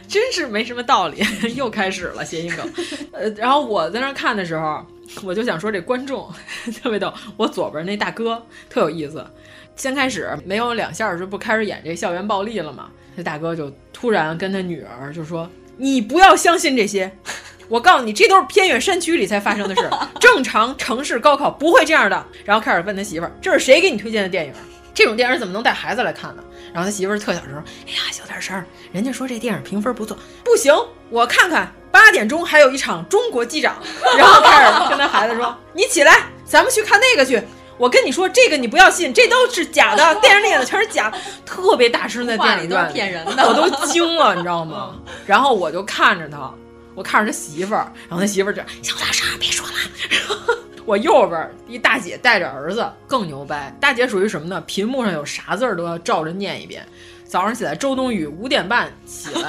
I: 真是没什么道理， 又开始了谐音 梗。呃，然后我在那儿看的时候，我就想说这观众 特别逗，我左边那大哥特有意思。先开始没有两下儿，就不开始演这校园暴力了嘛？那大哥就突然跟他女儿就说：“你不要相信这些，我告诉你，这都是偏远山区里才发生的事， 正常城市高考不会这样的。然后开始问他媳妇儿，这是谁给你推荐的电影？这种电影怎么能带孩子来看呢？然后他媳妇儿特小声，哎呀，小点声儿，人家说这电影评分不错，不行，我看看。八点钟还有一场中国机长，然后开始跟他孩子说，你起来，咱们去看那个去。我跟你说，这个你不要信，这都是假的，电影里演的全是假的，特别大声在
F: 话
I: 电
F: 里
I: 影
F: 都是
I: 院里
F: 骗人的
I: 我都惊了，你知道吗？然后我就看着他，我看着他媳妇儿，然后他媳妇儿就小点声，别说了。 我右边一大姐带着儿子，更牛掰。大姐属于什么呢？屏幕上有啥字儿都要照着念一遍。早上起来，周冬雨五点半起来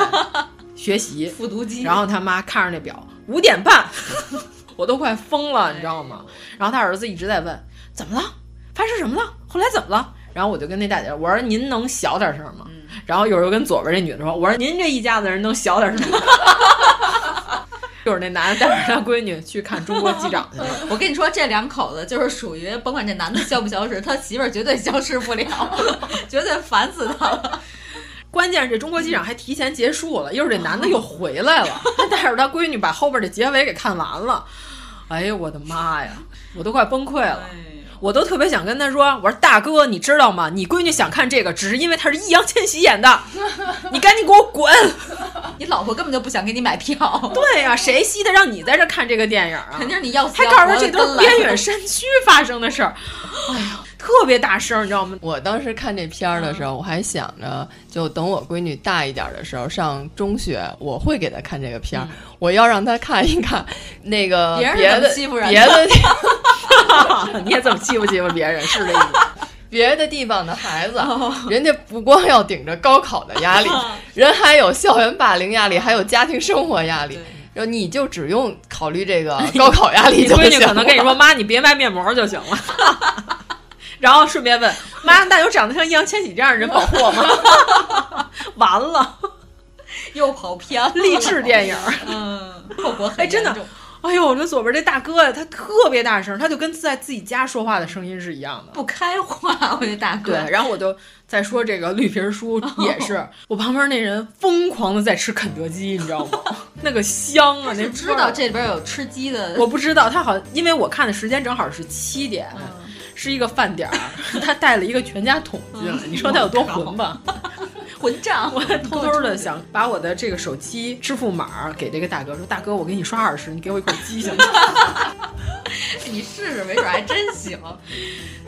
I: 学习
F: 复读机，
I: 然后他妈看着那表，五点半，我都快疯了，你知道吗？然后他儿子一直在问怎么了，发生什么了，后来怎么了？然后我就跟那大姐我说您能小点声吗？然后有时候跟左边这女的说，我说您这一家子人能小点声吗？ 就是那男的带着他闺女去看中国机长去了。
F: 我跟你说，这两口子就是属于，甭管这男的消不消失，他媳妇儿绝对消失不了， 绝对烦死他了。
I: 关键是这中国机长还提前结束了，又是这男的又回来了，
F: 嗯
I: 他带着他闺女把后边的结尾给看完了。哎呦我的妈呀，我都快崩溃了。
F: 哎
I: 我都特别想跟他说，我说大哥，你知道吗？你闺女想看这个，只是因为她是易烊千玺演的，你赶紧给我 滚！
F: 你老婆根本就不想给你买票，
I: 对呀、谁稀的让你在这看这个电影啊？
F: 肯定是你要死
I: 还
F: 要
I: 告诉
F: 活
I: 他这
F: 的
I: 都是
F: 跟
I: 边
F: 来
I: 远山区发生的事儿。哎呀，特别大声，你知道吗？
G: 我当时看这片儿的时候，我还想 着，就等我闺女大一点的时候上中学，我会给她看这个片儿，我要让她看一看那个
F: 别人
G: 嗯别
F: 怎么
G: 的
F: 欺负人的
G: 别的地
I: 你也怎么欺负欺负别人，是这意思。
G: 别的地方的孩子，人家不光要顶着高考的压力，人还有校园霸凌压力，还有家庭生活压力。然后你就只用考虑这个高考压力
P: 你
G: 就
P: 闺
G: 行
P: 女
G: 了。
P: 可能跟你说：“妈，你别卖面膜就行 了。”然后顺便问：“妈，那有长得像易烊千玺这样的人保护我吗？”完了，
F: 又跑偏了，
I: 励志电影儿
F: 嗯，后果很
I: 哎，真的
F: 严重，
I: 哎呦，我这左边这大哥呀，他特别大声，他就跟在自己家说话的声音是一样的，
F: 不开化，我这大哥。
I: 对，然后我就在说这个绿皮书也是，我旁边那人疯狂的在吃肯德基，你知道吗？ 那个香啊，那
F: 是知道这里边有吃鸡的，
I: 我不知道，他好像因为我看的时间正好是七点，是一个饭点儿，他带了一个全家桶进来，你说他有多混吧？
F: 混账！
I: 我 偷偷的想把我的这个手机支付码给这个大哥，说大哥，我给你刷二十，你给我一口鸡行吗？
F: 你试试，没准还真 行。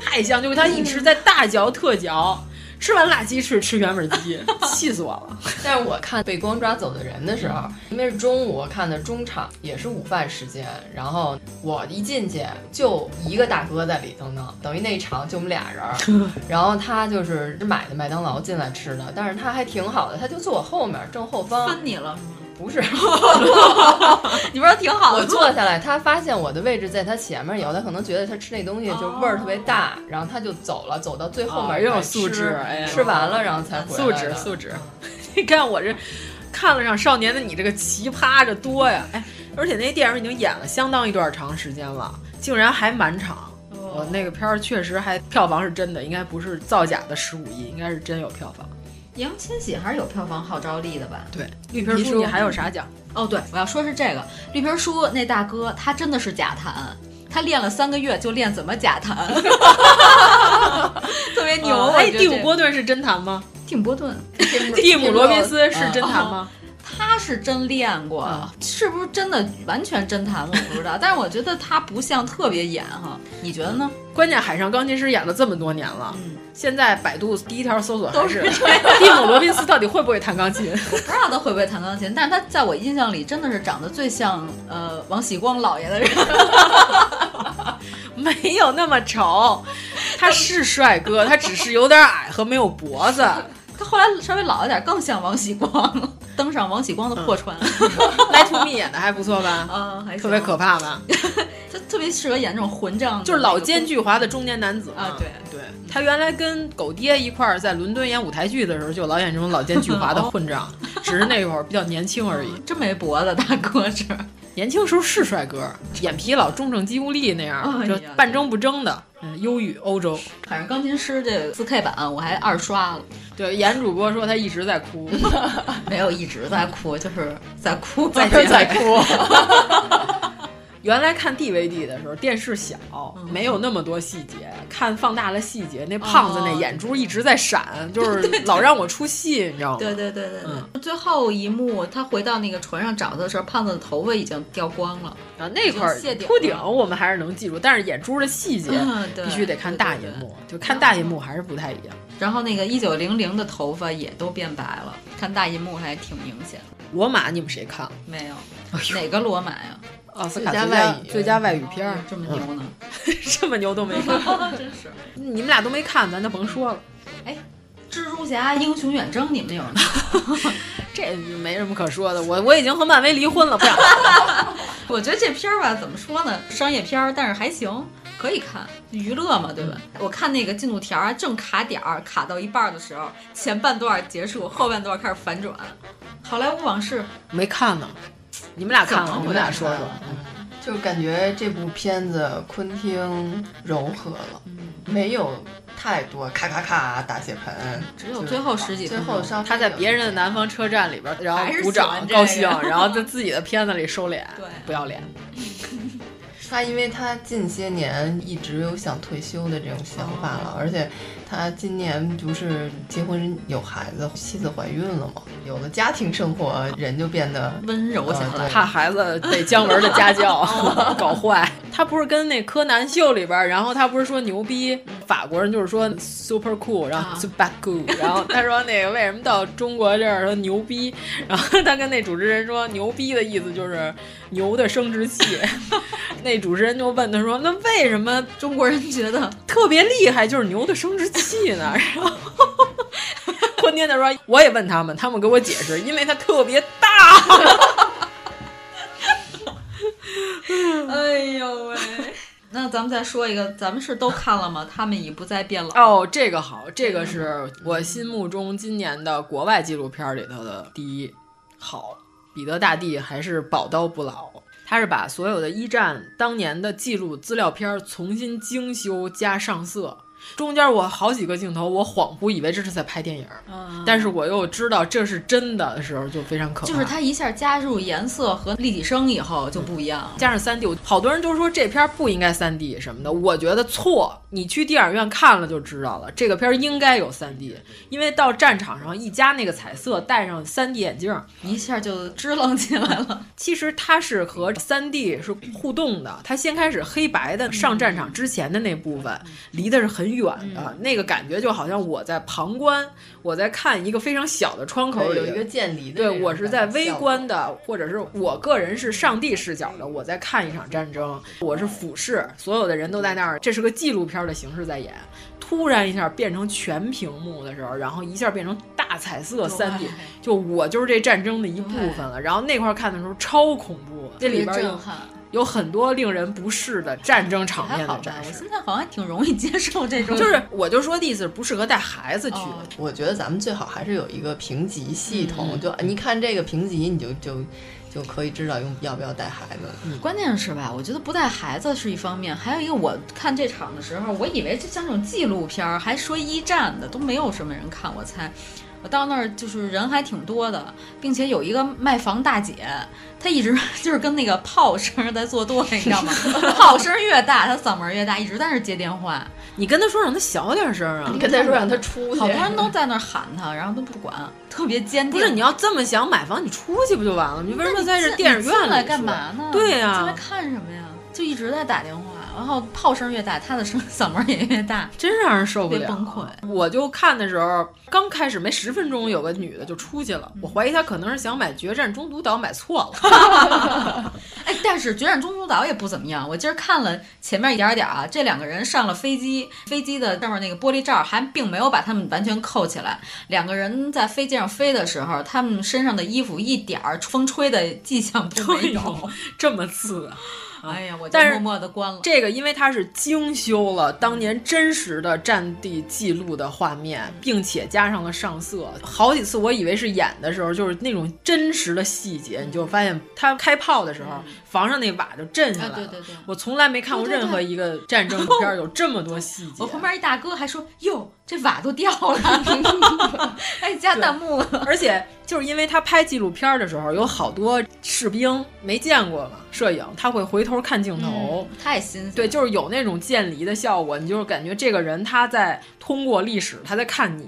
I: 太香，就是他一直在大嚼特嚼，吃完辣鸡翅吃原味鸡，气死我了。
G: 但是我看《被光抓走的人》的时候，因为是中午我看的中场，也是午饭时间。然后我一进去，就一个大哥在里头呢，等于那一场就我们俩人 儿。然后他就是买的麦当劳进来吃的，但是他还挺好的，他就坐我后面正后
I: 嗯
G: 方。
F: 分你了，
G: 不是，
F: 你不是挺好的吗
G: 我坐下来，他发现我的位置在他前面以后，他可能觉得他吃那东西就味儿特别 大，然后他就走了，走到最后面
I: 哦又有
G: 才
I: 素质，
G: 吃
I: 哎呀，
G: 吃完了然后才回来
I: 素质
G: 的
I: 素质。 你看我这看了让少年的你这个奇葩这多呀！哎，而且那电影已经演了相当一段长时间了，竟然还满场。我那个片儿确实还票房是真的，应该不是造假的十五亿，应该是真有票房。
F: 易烊千玺还是有票房号召力的吧？
I: 对，绿皮书你还有啥奖？
F: 哦，对，我要说是这个绿皮书那大哥，他真的是假弹，他练了三个月就练怎么假弹， 特别牛。
I: 哦
F: 嗯我
I: 哎，
F: 觉得
I: 蒂
F: 这
I: 姆·
F: 个
I: 波顿是真弹吗？
F: 蒂姆·波顿，
I: 蒂姆·罗宾斯是真弹吗？
F: 他是真练过，是不是真的完全真弹我不知道，但是我觉得他不像特别演哈，你觉得呢？
I: 关键《海上钢琴师》演了这么多年了，现在百度第一条搜索还是
F: 都是这样
I: 蒂姆·罗宾斯到底会不会弹钢琴？
F: 不知道他会不会弹钢琴，但是他在我印象里真的是长得最像呃王喜光老爷的人。
I: 没有那么丑，他是帅哥，他只是有点矮和没有脖 子。
F: 他后来稍微老一点，更像王喜光了，登上王喜光的破船。
I: 来 to me 演的还不错吧？
F: 嗯，还行
I: 嗯特别可怕吧？
F: 他特别适合演这种混账，
I: 就是老奸巨猾的中年男子
F: 啊。对
I: 对，他原来跟狗爹一块儿在伦敦演舞台剧的时候，就老演这种老奸巨 猾的混账，只是那会儿比较年轻而已。
F: 真没脖子，大哥 是。
I: 年轻时候是帅哥，眼皮老中正肌无力那样，
F: 哎
I: 就
F: 呀
I: 半睁不睁的，嗯，忧郁欧洲。
F: 反正钢琴师这四 K 版我还二刷了，啊
I: 对，严主播说他一直在 哭，
F: 没有一直在哭，就是在哭，
I: 在
F: 结尾
I: 在哭。原来看 DVD 的时候，电视小，没有那么多细节。看放大了细节，那胖子那
F: 哦
I: 眼珠一直在闪， 就是老让我出戏，你知道吗？
F: 对对对对对，
I: 嗯
F: 最后一幕他回到那个船上找他的时候，胖子的头发已经掉光了，
I: 啊，那块儿
F: 已经谢顶了
I: 秃顶我们还是能记住，但是眼珠的细节
F: 嗯对
I: 必须得看大银幕，就看大银幕还是不太一样。
F: 然后那个一九零零的头发也都变白了，看大银幕还挺明显。
I: 罗马你们谁看了？
F: 没有，
I: 哎
F: 哪个罗马呀？
I: 奥斯卡最佳最佳外语片儿，
F: 这么牛呢？
I: 这么牛都没看，
F: 真是。
I: 你们俩都没看，咱就甭说了。
F: 蜘蛛侠、英雄远征，你们有人看？
I: 这没什么可说的，我我已经和漫威离婚了，不想看。
F: 我觉得这片儿吧，怎么说呢，商业片儿，但是还行，可以看，娱乐嘛，对吧？我看那个进度条啊，正卡点儿，卡到一半儿的时候，前半段结束，后半段开始反转。好莱坞往事
I: 没看呢，你们俩看
G: 怎
I: 了，
G: 么
I: 你们俩说说。
G: 就感觉这部片子昆汀柔和了，没有太多咔咔咔大血盆，
F: 只有最后十几
G: 最
F: 分
G: 后
F: 钟
G: 上
I: 他在别人的南方车站里边儿，然后
F: 还是
I: 鼓
F: 喜
I: 掌
F: 欢这个
I: 高兴，然后在自己的片子里收敛，
F: 对
I: 不要脸。
G: 他因为他近些年一直有想退休的这种想法了，而且他
H: 他今年不是结婚有孩子，妻子怀孕了嘛，有了家庭生活，人就变得
F: 温柔起来。
I: 怕孩子被姜文的家教
F: 哦
I: 搞坏。他不是跟那柯南秀里边儿，然后他不是说牛逼，法国人就是说 super cool，然后 super cool，然后他说那个为什么到中国这儿说牛逼，然后他跟那主持人说牛逼的意思就是牛的生殖器， 那主持人就问他说那为什么
F: 中国人觉得
I: 特别厉害就是牛的生殖器呢？ 然后昆汀就说我也问他们，他们给我解释，因为它特别大。
F: 哎呦 喂！那咱们再说一个，咱们是都看了吗？他们已不再变老。
I: 哦，这个好，这个是我心目中今年的国外纪录片里头的第一好。彼得大帝还是宝刀不老，他是把所有的一战当年的记录资料片重新精修加上色。中间我好几个镜头，我恍惚以为这是在拍电影，
F: 嗯
I: 但是我又知道这是真的的时候，就非常可怕。
F: 就是它一下加入颜色和立体声以后就不一样。
I: 加上三 D，好多人都说这片儿不应该三 D 什么的，我觉得错。你去电影院看了就知道了，这个片儿应该有三 D，因为到战场上一加那个彩色，戴上三 D 眼镜，
F: 一下就支棱起来 了。
I: 其实它是和三 D 是互动的，它先开始黑白的上战场之前的那部分离的是很远的，那个感觉就好像我在旁观，我在看一个非常小的窗口里
H: 有一个渐离的那种
I: 对我是在
H: 感觉
I: 微
H: 效果
I: 观的，或者是我个人是上帝视角的，我在看一场战争，我是俯视，所有的人都在那儿，这是个纪录片的形式在演。突然一下变成全屏幕的时候，然后一下变成大彩色三 D，就我就是这战争的一部分了。然后那块儿看的时候超恐怖，这里边
F: 特别
I: 有
F: 震撼。
I: 有很多令人不适的战争场面的展
F: 我
I: 示。
F: 现在好像挺容易接受这 种，
I: 就是我就说的意思，不适合带孩子去。
F: 哦
H: 我觉得咱们最好还是有一个评级系统，
F: 嗯
H: 就你看这个评级，你就就就可以知道用要不要带孩子。
F: 关键是吧？我觉得不带孩子是一方面，还有一个，我看这场的时候，我以为就像这种纪录片儿，还说一战的都没有什么人看，我猜。我到那儿就是人还挺多的，并且有一个卖房大姐，她一直 就是跟那个炮声在作对，你知 道吗？炮声越大，她嗓门越大，一直在那儿接电话。
I: 你跟她说让她小点声啊
H: 你跟她说让她出去
F: 好多 人都在那儿喊她，然后都不管，特别坚定。
I: 不是你要这么想买房，你出去不就完了？你为什么在这
F: 进
I: 电影
F: 你
I: 院
F: 进
I: 里
F: 来
I: 说
F: 干嘛呢？
I: 对啊呀、
F: 进来看什么呀？就一直在打电话，然后炮声越大，他的声嗓门也越大，
I: 真让人受不了，
F: 崩溃。
I: 我就看的时候，刚开始没十分钟，有个女的就出去了，
F: 嗯
I: 我怀疑她可能是想买《决战中途岛》，买错 了。
F: 哎，但是《决战中途岛》也不怎么样。我今儿看了前面一点点啊，这两个人上了飞机，飞机的上面那个玻璃罩还并没有把他们完全扣起来。两个人在飞机上飞的时候，他们身上的衣服一点儿风吹的迹象都 没有，
I: 这么次啊！
F: 哎呀，我就
I: 哦但是
F: 默默的关了。
I: 这个因为它是精修了当年真实的战地记录的画面，
F: 嗯
I: 并且加上了上色。好几次我以为是演的时候，就是那种真实的细节，你就发现他开炮的时候，房上那瓦就震下来了。
F: 嗯啊对对对
I: 我从来没看过
F: 对对对
I: 任何一个战争片儿有这么多细节。
F: 我旁边一大哥还说：“哟，这瓦都掉 了。”哎，加弹幕了。
I: 而且就是因为他拍纪录片儿的时候，有好多士兵没见过嘛，摄影他会回头看镜头，
F: 嗯太新鲜。
I: 对，就是有那种渐离的效果，你就是感觉这个人他在通过历史，他在看你，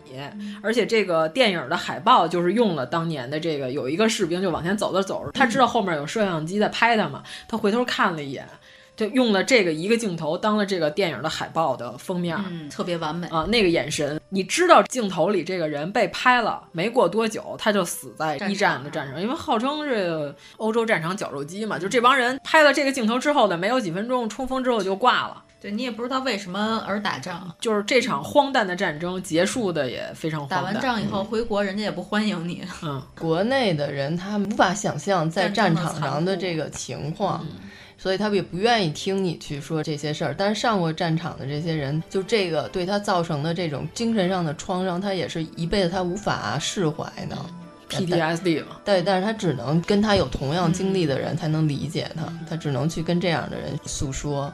I: 而且这个电影的海报就是用了当年的这个，有一个士兵就往前走着走着，他知道后面有摄像机在拍他嘛，他回头看了一眼。就用了这个一个镜头当了这个电影的海报的封面，
F: 嗯，特别完美
I: 啊！那个眼神，你知道镜头里这个人被拍了，没过多久他就死在一战的战场，因为号称是欧洲战场绞肉机嘛，就这帮人拍了这个镜头之后呢，没有几分钟冲锋之后就挂了。
F: 对你也不知道为什么而打仗，
I: 就是这场荒诞的战争结束嗯的也非常荒
F: 打
I: 诞。
F: 完仗以后回国，人家也不欢迎你。
I: 嗯，
H: 国内的人他无法想象在战场上的
F: 战争的残酷
H: 这个情
I: 嗯
H: 况。所以他们也不愿意听你去说这些事儿，但是上过战场的这些人，就这个对他造成的这种精神上的创伤，他也是一辈子他无法释怀的。
I: PTSD 嘛，
F: 嗯
H: 对，但是他只能跟他有同样经历的人才能理解他，
F: 嗯
H: 他只能去跟这样的人诉说。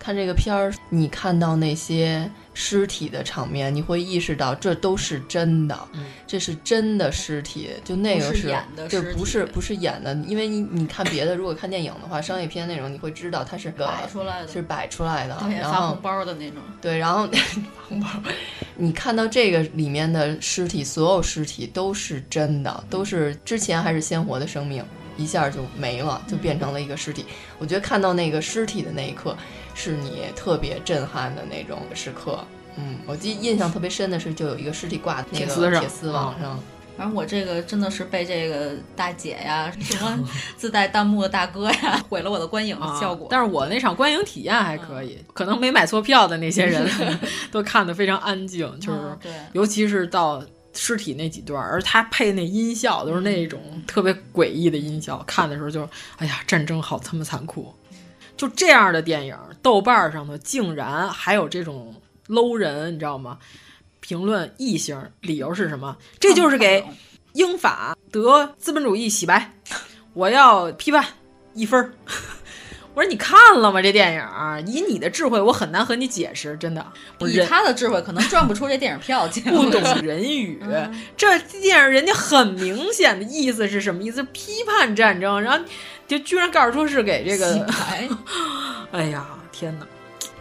H: 看这个片儿，你看到那些
G: 尸体的场面，你会意识到这都是真的，这是真的尸体，就那个
F: 嗯不是演的
G: 就
F: 尸体
G: 不是不是演的，因为你你看别的，如果看电影的话，商业片那种，你会知道它是个
F: 摆出来的
G: 是摆出来的
F: 导，演
G: 然
F: 发
G: 后
F: 红包的那种。
I: 嗯
G: 对，然后 发红包，你看到这个里面的尸体，所有尸体都是真的，都是之前还是鲜活的生命，一下就没了，就变成了一个尸体。我觉得看到那个尸体的那一刻，是你特别震撼的那种时刻。嗯，我记印象特别深的是，就有一个尸体挂那
F: 铁
G: 个
F: 丝上嗯
G: 铁丝网上，
F: 反正我这个真的是被这个大姐 呀，什么自带弹幕的大哥呀，毁了我的观影效果。
I: 嗯哦但是我那场观影体验还可以，可能没买错票的那些 人都看得非常安静，就是、
F: 嗯对
I: 尤其是到尸体那几段，而他配那音效都是那种特别诡异的音效，看的时候就哎呀，战争好他妈残酷！就这样的电影，豆瓣上头竟然还有这种 low 人，你知道吗？评论一星，理由是什么？这就是给英法德资本主义洗白，我要批判一分儿。 我说你看了吗？这电影以你的智慧，我很难和你解释，真的。
F: 以他的智慧，可能赚不出这电影票钱。
I: 不懂
G: 嗯
I: 人语，这电影人家很明显的意思是什么意思？批判战争，然后就居然告诉说是给这个
F: 洗白。
I: 哎呀，天哪！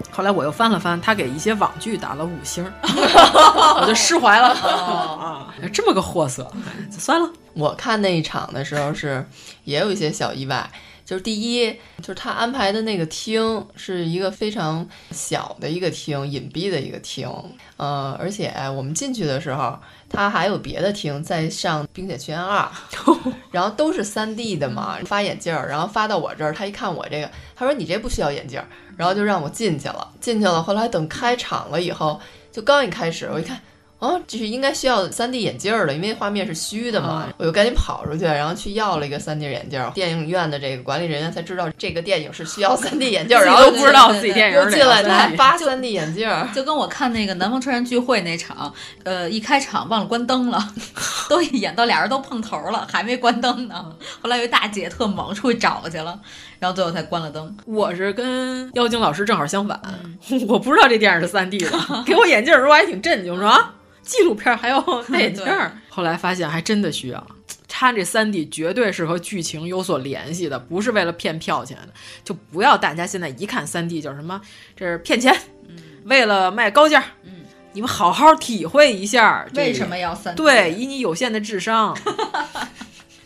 I: 后来我又翻了翻，他给一些网剧打了五 星儿，我就释怀了
G: 哦
I: 啊，这么个货色，算了。
G: 我看那一场的时候是也有一些小意外，就是第一，就是他安排的那个厅是一个非常小的一个厅，隐蔽的一个厅，呃，而且我们进去的时候，他还有别的厅在上《冰雪奇缘二》， 然后都是三 D 的嘛，发眼镜儿，然后发到我这儿，他一看我这个，他说你这不需要眼镜儿，然后就让我进去了，进去了，后来等开场了以后，就刚一开始我一看。哦，就是应该需要 3D 眼镜儿的，因为画面是虚的
F: 嗯
G: 嘛。我就赶紧跑出去，然后去要了一个 3D 眼镜儿。电影院的这个管理人员才知道这个电影是需要 3D 眼镜儿，然后
F: 自己都不知道自己电影
G: 又
F: 儿
G: 进来
F: 里有
G: 拿
F: 3D
G: 发 3D 眼镜儿。
F: 就跟我看那个《南方车站聚会》那场，呃，一开场忘了关灯了， 都演到俩人都碰头了，还没关灯呢。后来有一大姐特猛出去找去了，然后最后才关了灯。
I: 我是跟妖精老师正好相反，
F: 嗯
I: 我不知道这电影是三 D 的，给我眼镜儿的时候我还挺震惊，说啊，纪录片儿还要 戴眼镜儿。后来发现还真的需要，他这三 D 绝对是和剧情有所联系的，不是为了骗票钱的，就不要大家现在一看三 D 就是什么，这是骗钱，
F: 嗯
I: 为了卖高价，嗯，你们好好体会一下这
F: 为什么要 3D
I: 对，以你有限的智商，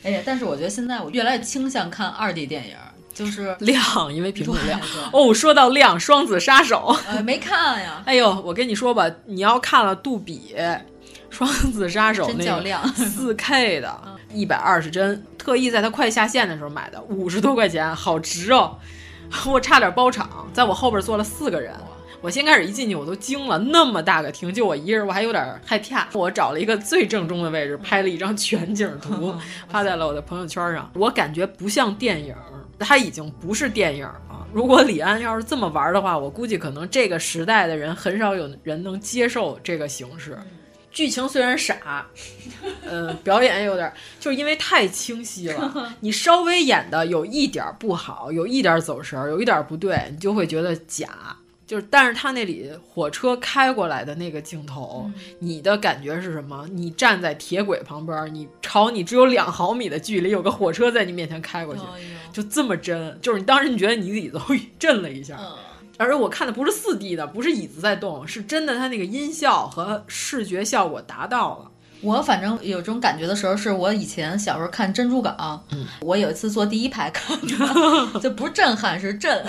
F: 哎呀，但是我觉得现在我越来越倾向看二 D 电影，就是
I: 亮，因为屏幕亮
F: 对对。
I: 哦，说到亮，《双子杀手》
F: 呃没看呀。
I: 哎呦，我跟你说吧，你要看了杜比《双子杀手》
F: 真
I: 那
F: 较
I: 个
F: 量嗯
I: 四 K 的，一百二十帧，特意在它快下线的时候买的，五十多块钱，好值哦！ 我差点包场，在我后边坐了四个人。我先开始一进去我都惊了，那么大个厅就我一人，我还有点害怕。我找了一个最正中的位置，拍了一张全景图，发在了我的朋友圈上。我感觉不像电影，它已经不是电影了。如果李安要是这么玩的话，我估计可能这个时代的人很少有人能接受这个形式。剧情虽然傻，呃，表演也有点儿，就是因为太清晰了，你稍微演的有一点儿不好，有一点儿走神儿，有一点儿不对，你就会觉得假。就是，但是他那里火车开过来的那个镜头，你的感觉是什么？你站在铁轨旁边儿，你朝你只有两毫米的距离，有个火车在你面前 开过去，
F: 哦
I: 就这么真，就是你当时你觉得你自己都 震了一下。
F: 嗯
I: 而且我看的不是四 D 的，不是椅子在动，是真的，它那个音效和视觉效果达到了。
F: 我反正有这种感觉的时候，是我以前小时候看《珍珠港》，
I: 嗯
F: 我有一次坐第一排 看 的，就不是震撼，是震。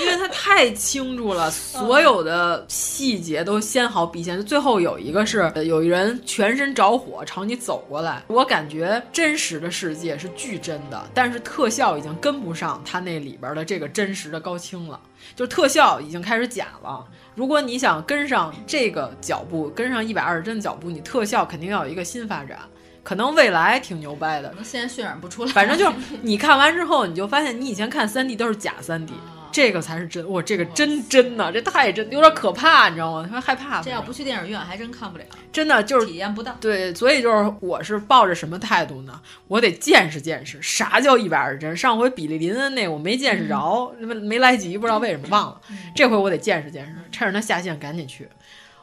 I: 因为它太清楚了，所有的细节都纤毫毕现。最后有一个是呃有一人全身着火朝你走过来，我感觉真实的世界是巨真的，但是特效已经跟不上它那里边的这个真实的高清了，就是特效已经开始假了。如果你想跟上这个脚步，跟上一百二十帧的脚步，你特效肯定要有一个新发展。可能未来挺牛掰的，
F: 现在渲染不出来。
I: 反正就是你看完之后，你就发现你以前看三 D 都是假三 D，
F: 啊
I: 这个才是真，我这个真真的，这太真，有点可怕，你知道吗？他害怕。
F: 这要不去电影院还真看不了，
I: 真的就是
F: 体验不到。
I: 对，所以就是我是抱着什么态度呢？我得见识见识啥叫一百二十帧。上回比利林恩那我没见识着，没、嗯、没来及，不知道为什么忘了。 这回我得见识见识，趁着他下线赶紧去。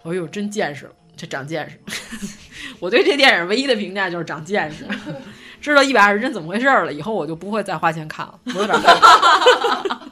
I: 哎呦，真见识了，这长见识。 我对这电影唯一的评价就是长见 识。知道一百二十帧怎么回事了，以后我就不会再花钱看了。我有点害怕。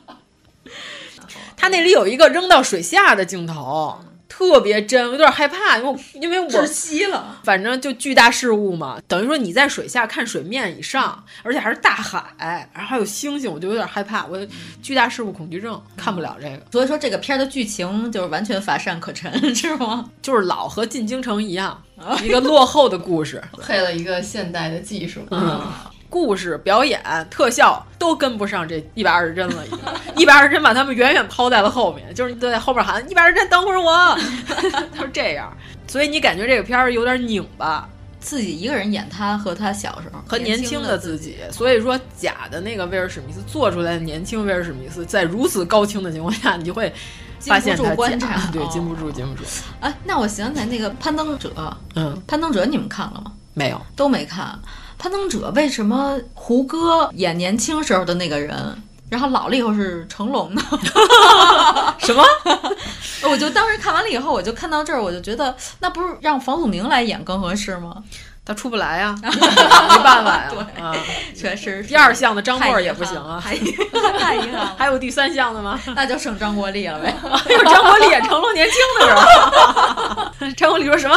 I: 他那里有一个扔到水下的镜头，特别真，我有点害怕，因为因为我
F: 窒息了。
I: 反正就巨大事物嘛，等于说你在水下看水面以上，而且还是大海，然后还有星星，我就有点害怕，我巨大事物恐惧症，看不了这个。
F: 所以说这个片儿的剧情就是完全乏善可陈， 是吗？
I: 就是老和进京城一样。一个落后的故事，
H: 配了一个现代的技术，
I: 嗯，故事、表演、特效都跟不上这一百二十帧了，已经一百二十帧把他们远远抛在了后面，就是在后边喊一百二十帧，等会儿我， 都是这样，所以你感觉这个片儿有点拧巴。
F: 自己一个人演他和他小时候
I: 和年轻的自己，所以说假的那个威尔史密斯做出来的年轻威尔史密斯，在如此高清的情况下，你会发现他
F: 假，
I: 对，禁不住，禁不住。
F: 哎、啊，那我想起来那个《攀登者》，
I: 嗯，《
F: 攀登者》你们看了吗？
I: 没有，
F: 都没看。《攀登者》为什么胡歌演年轻时候的那个人？然后老了以后是成龙的，
I: 什么？
F: 我就当时看完了以后，我就看到这儿，我就觉得那不是让房祖名来演更合适吗？
I: 他出不来呀、啊， 没办 法呀、嗯
F: 啊。啊，确实。
I: 第二项的张默也不行啊，
F: 太太遗憾了。
I: 还有第三项的 吗？
F: 那就剩张国立了呗。
I: 还有哎 张国立演成龙年轻的时候， 张国立说什么？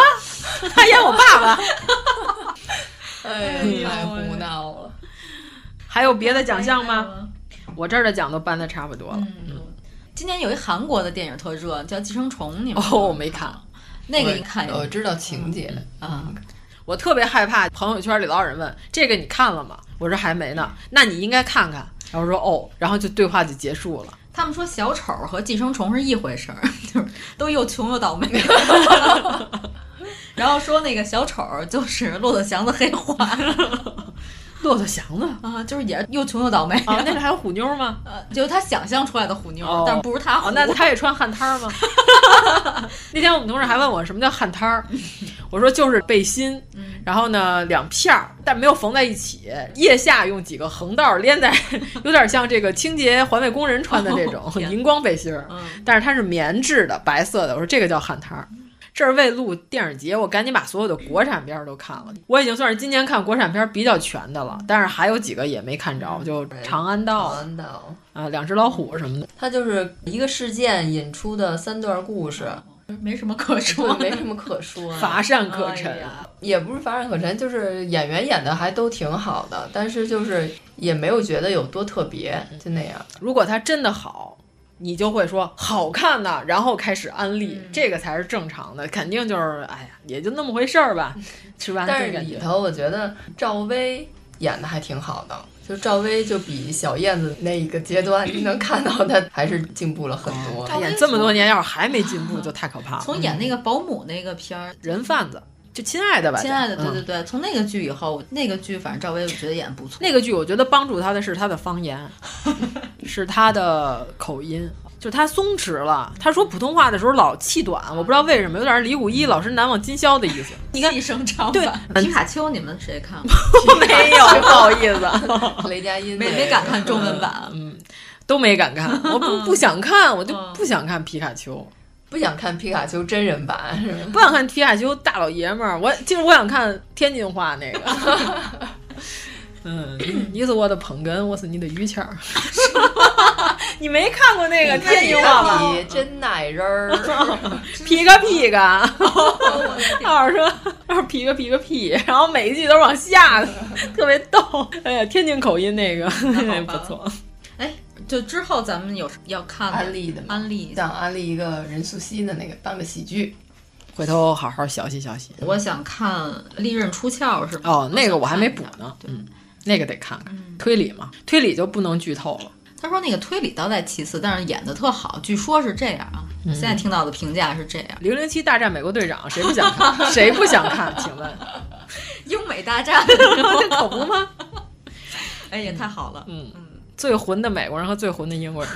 I: 他演我爸爸。
H: 哎呀，胡闹了。
I: 还有别的奖项吗？我这儿的奖都颁的差不多了。
F: 嗯，今年有一韩国的电影特热，叫《寄生虫》，你们
I: 哦，我没看，
F: 那个你看
H: 我 知道情节啊、
I: 嗯嗯。我特别害怕朋友圈里老有人问这个你看了吗？我说还没呢。那你应该看看。然后说哦，然后就对话就结束了。
F: 他们说小丑和寄生虫是一回事儿， 就是都又穷又倒霉。 然后说那个小丑就是骆驼祥子黑化。
I: 骆驼祥子
F: 啊，就是也又穷又倒霉
I: 啊。那里还有虎妞吗？
F: 呃，就是他想象出来的虎妞，哦、但不是他虎、
I: 哦。那他也穿汗衫 儿吗？那天我们同事还问我什么叫汗衫儿，我说就是背心，然后呢两片儿，但没有缝在一起，腋下用几个横道连在， 有点像这个清洁环卫工人穿的这种、哦、荧光背心儿，但是它是棉质的，白色的。我说这个叫汗衫儿。这是为录电影节，我赶紧把所有的国产片都看了。我已经算是今年看国产片比较全的了，但是还有几个也没看着，就《长安道》、
H: 长安道
I: 啊，两只老虎什么的。
H: 它就是一个事件引出的三段故 事，
F: 没什么可说，
H: 没什么可说，
I: 乏善可陈、嗯哎，
H: 也不是乏善可陈，就是演员演的还都挺好的，但是就是也没有觉得有多特别，
G: 嗯
H: 就那样。
I: 如果他真的好。你就会说好看呐、啊，然后开始安利、嗯，这个才是正常的，肯定就是哎呀，也就那么回事儿吧，是吧？
H: 但是里头我觉得赵薇演的还挺好的，就赵薇就比小燕子那一个阶段，你能看到她还是进步了很多。
G: 哦
I: 她演哎这么多年，要是还没进步，就太可怕 了。嗯
F: 从演那个保姆那个片儿，
I: 人贩子。就亲爱的吧，
F: 亲爱的，对对对，嗯、从那个剧以后，那个剧反正赵薇我觉得演不错。
I: 那个剧我觉得帮助她的是她的方言，是她的口音，就是她松弛了。她说普通话的时候老气短，我不知道为什么，有点李谷一老师难忘今宵的意思。你看，
F: 一声长
I: 对
F: 皮卡丘，你们谁看 过？
I: 没有，不好意思，
H: 雷佳音
F: 没没敢看中文版，啊
I: 嗯，都没敢 看，我不不想看，我就不想看皮卡丘。
H: 不想看皮卡丘真人版，是
I: 不想看皮卡丘大老爷们儿。我其实我想看天津话那 个。嗯，你是我的捧哏，我是你的于谦 儿。你没看过那个天津话吗？
H: 真奶人儿，
I: 皮个皮个，哦二说二皮个皮个屁，然后每一句都是往下 的，特别逗。哎呀，天津口音那个不错。
F: 哎。就之后咱们有要看
H: 安利的，
F: 安利
H: 想安利一个任素汐的那个当个喜剧，
I: 回头好好学习学习。
F: 我想看《利刃出鞘》是吧？
I: 哦，那个我还没补呢，嗯，那个得看看、嗯、推理嘛，推理就不能剧透了。
F: 他说那个推理倒在其次，但是演的特好，据说是这样啊、嗯。现在听到的评价是这样， 《
I: 零零七大战美国队长》谁不想看？ 谁不想看？请问，
F: 英美大战
I: 可不吗？
F: 哎呀，太好了，嗯。嗯
I: 最混的美国人和最混的英国人。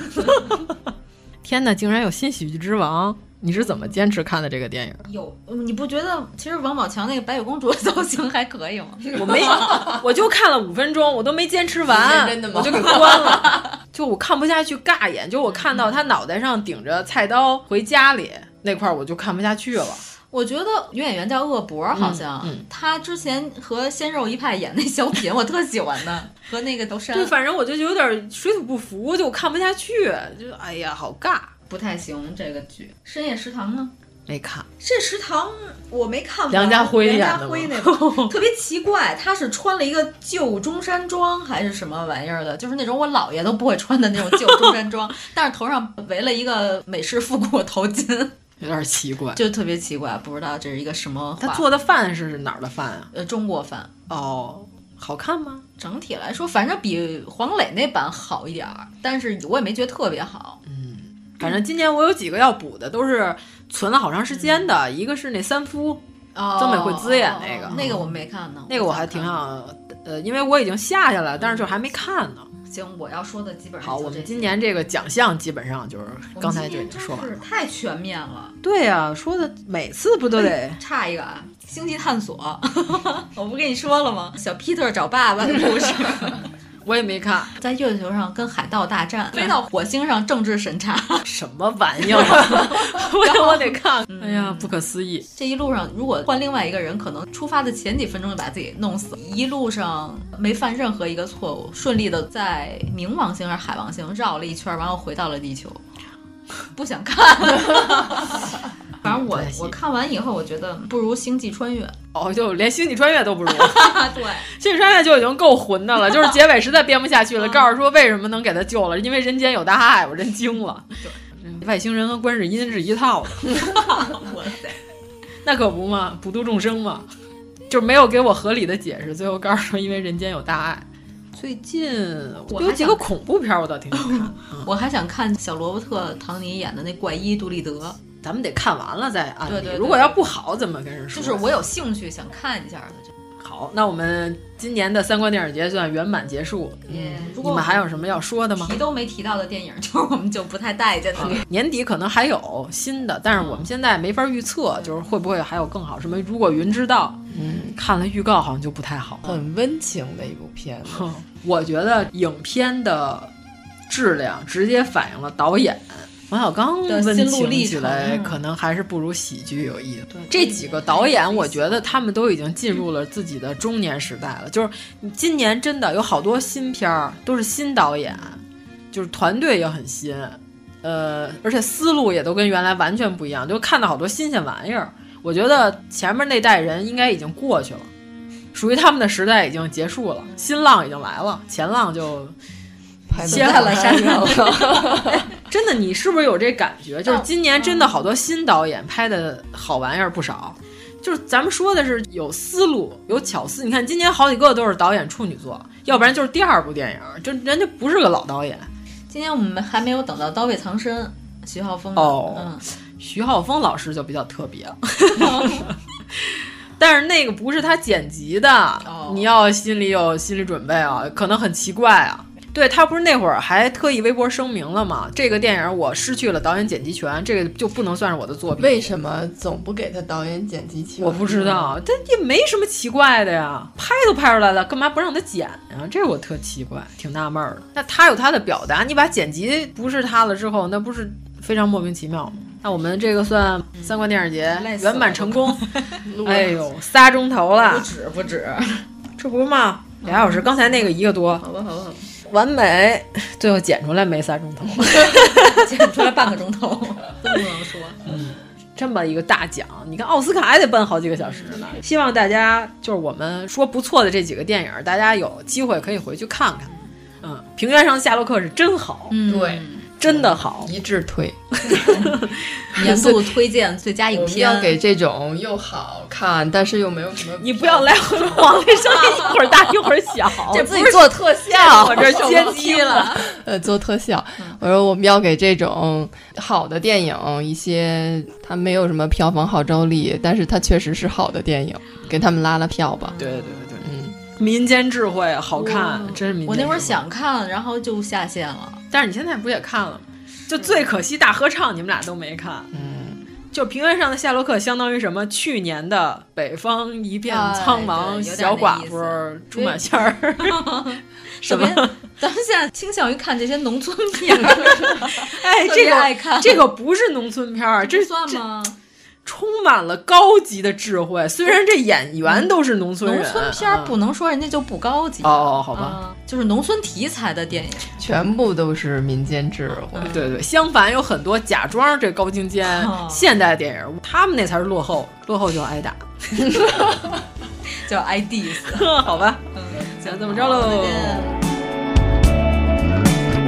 I: 天哪，竟然有《新喜剧之王》！你是怎么坚持看的这个电影？
F: 有，你不觉得其实王宝强那个白雪公主的造型还可以吗？
I: 我没， 我就看了五分钟，我都没坚持完，
F: 真的吗
I: 我就给关了。 就我看不下去，尬演。就我看到他脑袋上顶着菜刀回家里那块儿，我就看不下去了。
F: 我觉得女演员叫恶博，好像、
I: 嗯嗯
F: 她之前和鲜肉一派演那小品，我特喜欢的，和那个都山
I: 对，，反正我就有点水土不服，就我看不下去，就哎呀，好尬。
F: 不太行这个剧。深夜食堂呢？
I: 没看，
F: 这食堂我没看完。
I: 梁家辉演的
F: 梁
I: 吗
F: 家辉那 个特别奇怪，他是穿了一个旧中山装还是什么玩意儿的，就是那种我姥爷都不会穿的那种旧中山 装，但是头上围了一个美式复古头巾，
I: 有点奇怪。
F: 就特别奇怪，不知道这是一个什么话。
I: 他做的饭是哪儿的饭啊？
F: 呃中国饭
I: 哦，好看吗？
F: 整体来说，反正比黄磊那版好一点儿，但是我也没觉得特别好。嗯
I: 反正今年我有几个要补的，都是存了好长时间的。
F: 嗯
I: 一个是那三夫，
F: 哦
I: 曾美惠子演那个，
F: 那个我没看呢，
I: 那个我还挺想，呃，因为我已经下下了，但是就还没看呢。
F: 行，我要说的基本上
I: 好，
F: 嗯就
I: 我
F: 这
I: 们
F: 些
I: 今年这个奖项基本上就是
F: 我们
I: 刚才
F: 今
I: 就已
F: 天
I: 经说完
F: 真
I: 了。
F: 是太全面了。
I: 对呀、说的每次不都得
F: 哎差一个啊，《星际探索》， 我不跟你说了吗？小 Peter 找爸爸的故事，
I: 我也没看，
F: 在月球上跟海盗大战，飞到火星上政治审查，
I: 什么玩意儿啊？ 我我得看。
F: 嗯
I: 哎呀，不可思议！
F: 这一路上，如果换另外一个人，可能出发的前几分钟就把自己弄死。一路上没犯任何一个错误，顺利的在冥王星还是海王星绕了一圈，然后回到了地 球。不想看，反正我我看完以后，我觉得不如《星际穿 越》。
I: 哦，就连《星际穿越》都不如，
F: 对，
I: 《 星际穿越》就已经够混的了，就是结尾实在编不下去了，
F: 嗯
I: 告诉说为什么能给他救了，因为人间有大爱，我真惊了。嗯外星人和观世音是一套的，
F: 哇塞，
I: 那可不嘛，普度众生嘛，就是没有给我合理的解释，最后告诉说因为人间有大爱。最近
F: 我
I: 有
F: 还
I: 几个恐怖片儿我倒挺想 看，
F: 我还想看小罗伯特·唐尼演的那怪医杜立德，
I: 咱们得看完了再按理。
F: 对对对
I: 如果要不好，怎么跟人说？
F: 就是我有兴趣想看一下的。
I: 好，那我们今年的三观电影节算圆满结束。
F: 嗯如
I: 你
F: 果
I: 们还有什么要说的吗？啊
F: 提都没提到的电影， 就是我们就不太待见的。
I: 年底可能还有新的，但是我们现在没法预测，就是会不会还有更好？什么如果云知道，嗯，看了预告好像就不太好。
H: 很温情的一部片子。
I: 哼，我觉得影片的质量直接反映了导演王小刚
F: 的
I: 温
F: 心路
I: 情
F: 历
I: 起
F: 程
I: 来，
F: 嗯
I: 可能还是不如喜剧有意思。这几个导演，我觉得他们都已经进入了自己的中年时代了。就是你今年真的有好多新片儿，都是新导演，就是团队也很新，呃，而且思路也都跟原来完全不一样，就看到好多新鲜玩意儿。我觉得前面那代人应该已经过去了，属于他们的时代已经结束了，新浪已经来了，前浪就歇
H: 在了山上
I: 了。哎真的，你是不是有这感觉？就是今年真的好多新导演拍的好玩意儿不少。就是咱们说的是有思路、有巧思。你看今年好几个都是导演处女作，要不然就是第二部电影，就人家不是个老导演。
F: 今天我们还没有等到《刀背藏身》，徐浩峰的
I: 哦
F: 嗯，
I: 徐浩峰老师就比较特别了，但是那个不是他剪辑的，你要心里有心理准备啊，可能很奇怪啊。对他不是那会儿还特意微博声明了吗？这个电影我失去了导演剪辑权，这个就不能算是我的作品。
H: 为什么总不给他导演剪辑权？
I: 我不知道，但也没什么奇怪的呀，拍都拍出来了，干嘛不让他剪啊？这我特奇怪，挺纳闷儿的。那他有他的表达，你把剪辑不是他了之后，那不是非常莫名其妙吗？嗯那我们这个算三观电影节
F: 死了
I: 圆满成 功，
F: 录了
I: 哎呦，仨钟头了，
F: 不止不止，
I: 这不是嘛，俩小时，刚才那个一个多，
F: 好吧好吧，好吧
I: 完美，最后剪出来没仨钟头，
F: 剪出来半个钟头， 嗯都不能说。
I: 这么一个大奖，你看奥斯卡还得奔好几个小时呢。希望大家就是我们说不错的这几个电影，大家有机会可以回去看看。嗯，平原上的夏洛克是真好，
F: 嗯对，
I: 真的好，
H: 一致推。
F: 年度推荐最佳
H: 我
F: 影
H: 们
F: 片，
H: 要给这种又好看，但是又没有什么，，
I: 你不要来回晃那声音，一会儿大一会儿小
H: 这不
I: 哦自
H: 是
I: 己做特效，我这接机了。
H: 呃，做特效。我说我们要给这种好的电影一些，它没有什么票房号召力，但是它确实是好的电影，给他们拉拉票吧。
I: 对对对，
H: 嗯，
I: 民间智慧好看，真是民间智慧。
F: 嗯我那会儿想看，然后就下线了。
I: 但是你现在不也看了吗？就最可惜大合唱，你们俩都没看。
H: 嗯，
I: 就平原上的夏洛克，相当于什么？去年的北方一片苍
F: 哎
I: 茫，
F: 对有点
I: 小寡
F: 那
I: 妇
F: 意思
I: 出马 仙儿，什么？
F: 咱们现在倾向于看这些农 村片儿，
I: 哎，
F: 特
I: 这
F: 别
I: 个
F: 爱看
I: 这个不是农村片儿，啊这
F: 不算吗？
I: 充满了高级的智慧。虽然这演员都是农村
F: 农
I: 人，
F: 村片儿
I: 嗯
F: 不能说人家就不高级
I: 哦哦好吧
F: 啊就是农村题材的电影，
H: 全部都是民间智慧。
I: 对对，相反有很多假装这高精尖、
F: 哦
I: 现代电影，他们那才是落后，落后就要挨打。
F: 叫 IDs。
I: 好吧，嗯行，这么着喽。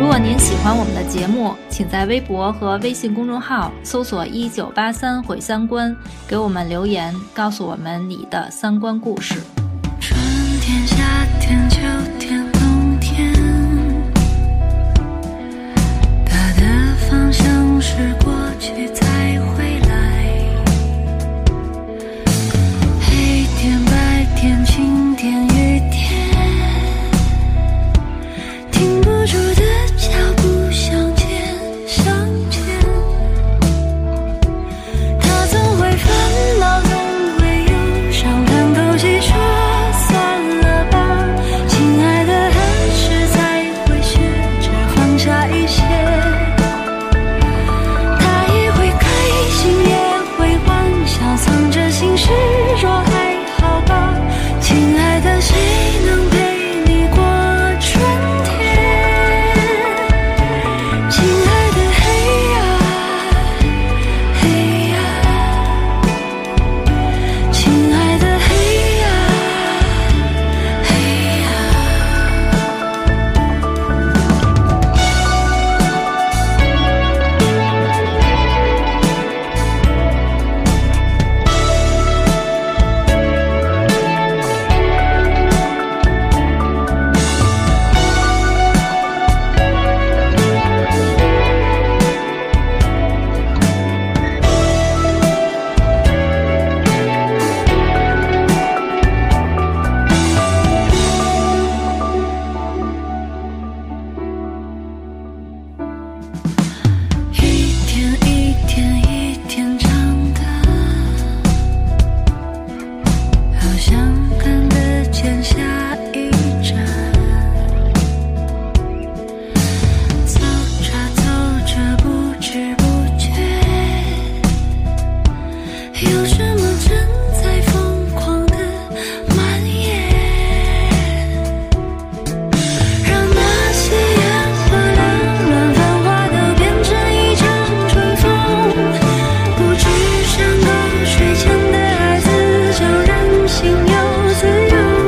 Q: 如果您喜欢我们的节目，请在微博和微信公众号搜索“一九八三毁三观”，给我们留言，告诉我们你的三观故事。
R: 春天、夏天、秋天、冬天，它的方向是过去再回来。黑天、白天、晴天、雨天，停不住的脚步向前，向前。他总会烦恼，总会忧伤，叹口气说算了吧，亲爱的，还是再会学着放下一些。他也会开心，也会欢笑，藏着心事说还好吧，亲爱的，谁能陪你过春天？亲爱的，嘿呀。嘿呀，亲爱的嘿呀，嘿呀。一天一天一天长大，好像看得见下一站。走着走着，不知不觉，有什么正在疯狂的蔓延？让那些眼花缭乱、繁华都变成一场春风，不只像流水间的爱，自叫人心又自由。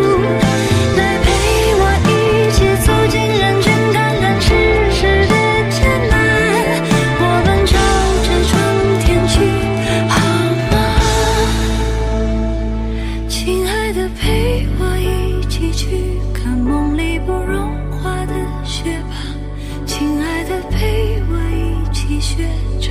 R: 来陪我一起走进人群，谈谈世事的艰难。我们朝着春天去，好吗？亲爱的，陪我一起去看梦里不融化的雪吧。亲爱的，陪我一起学着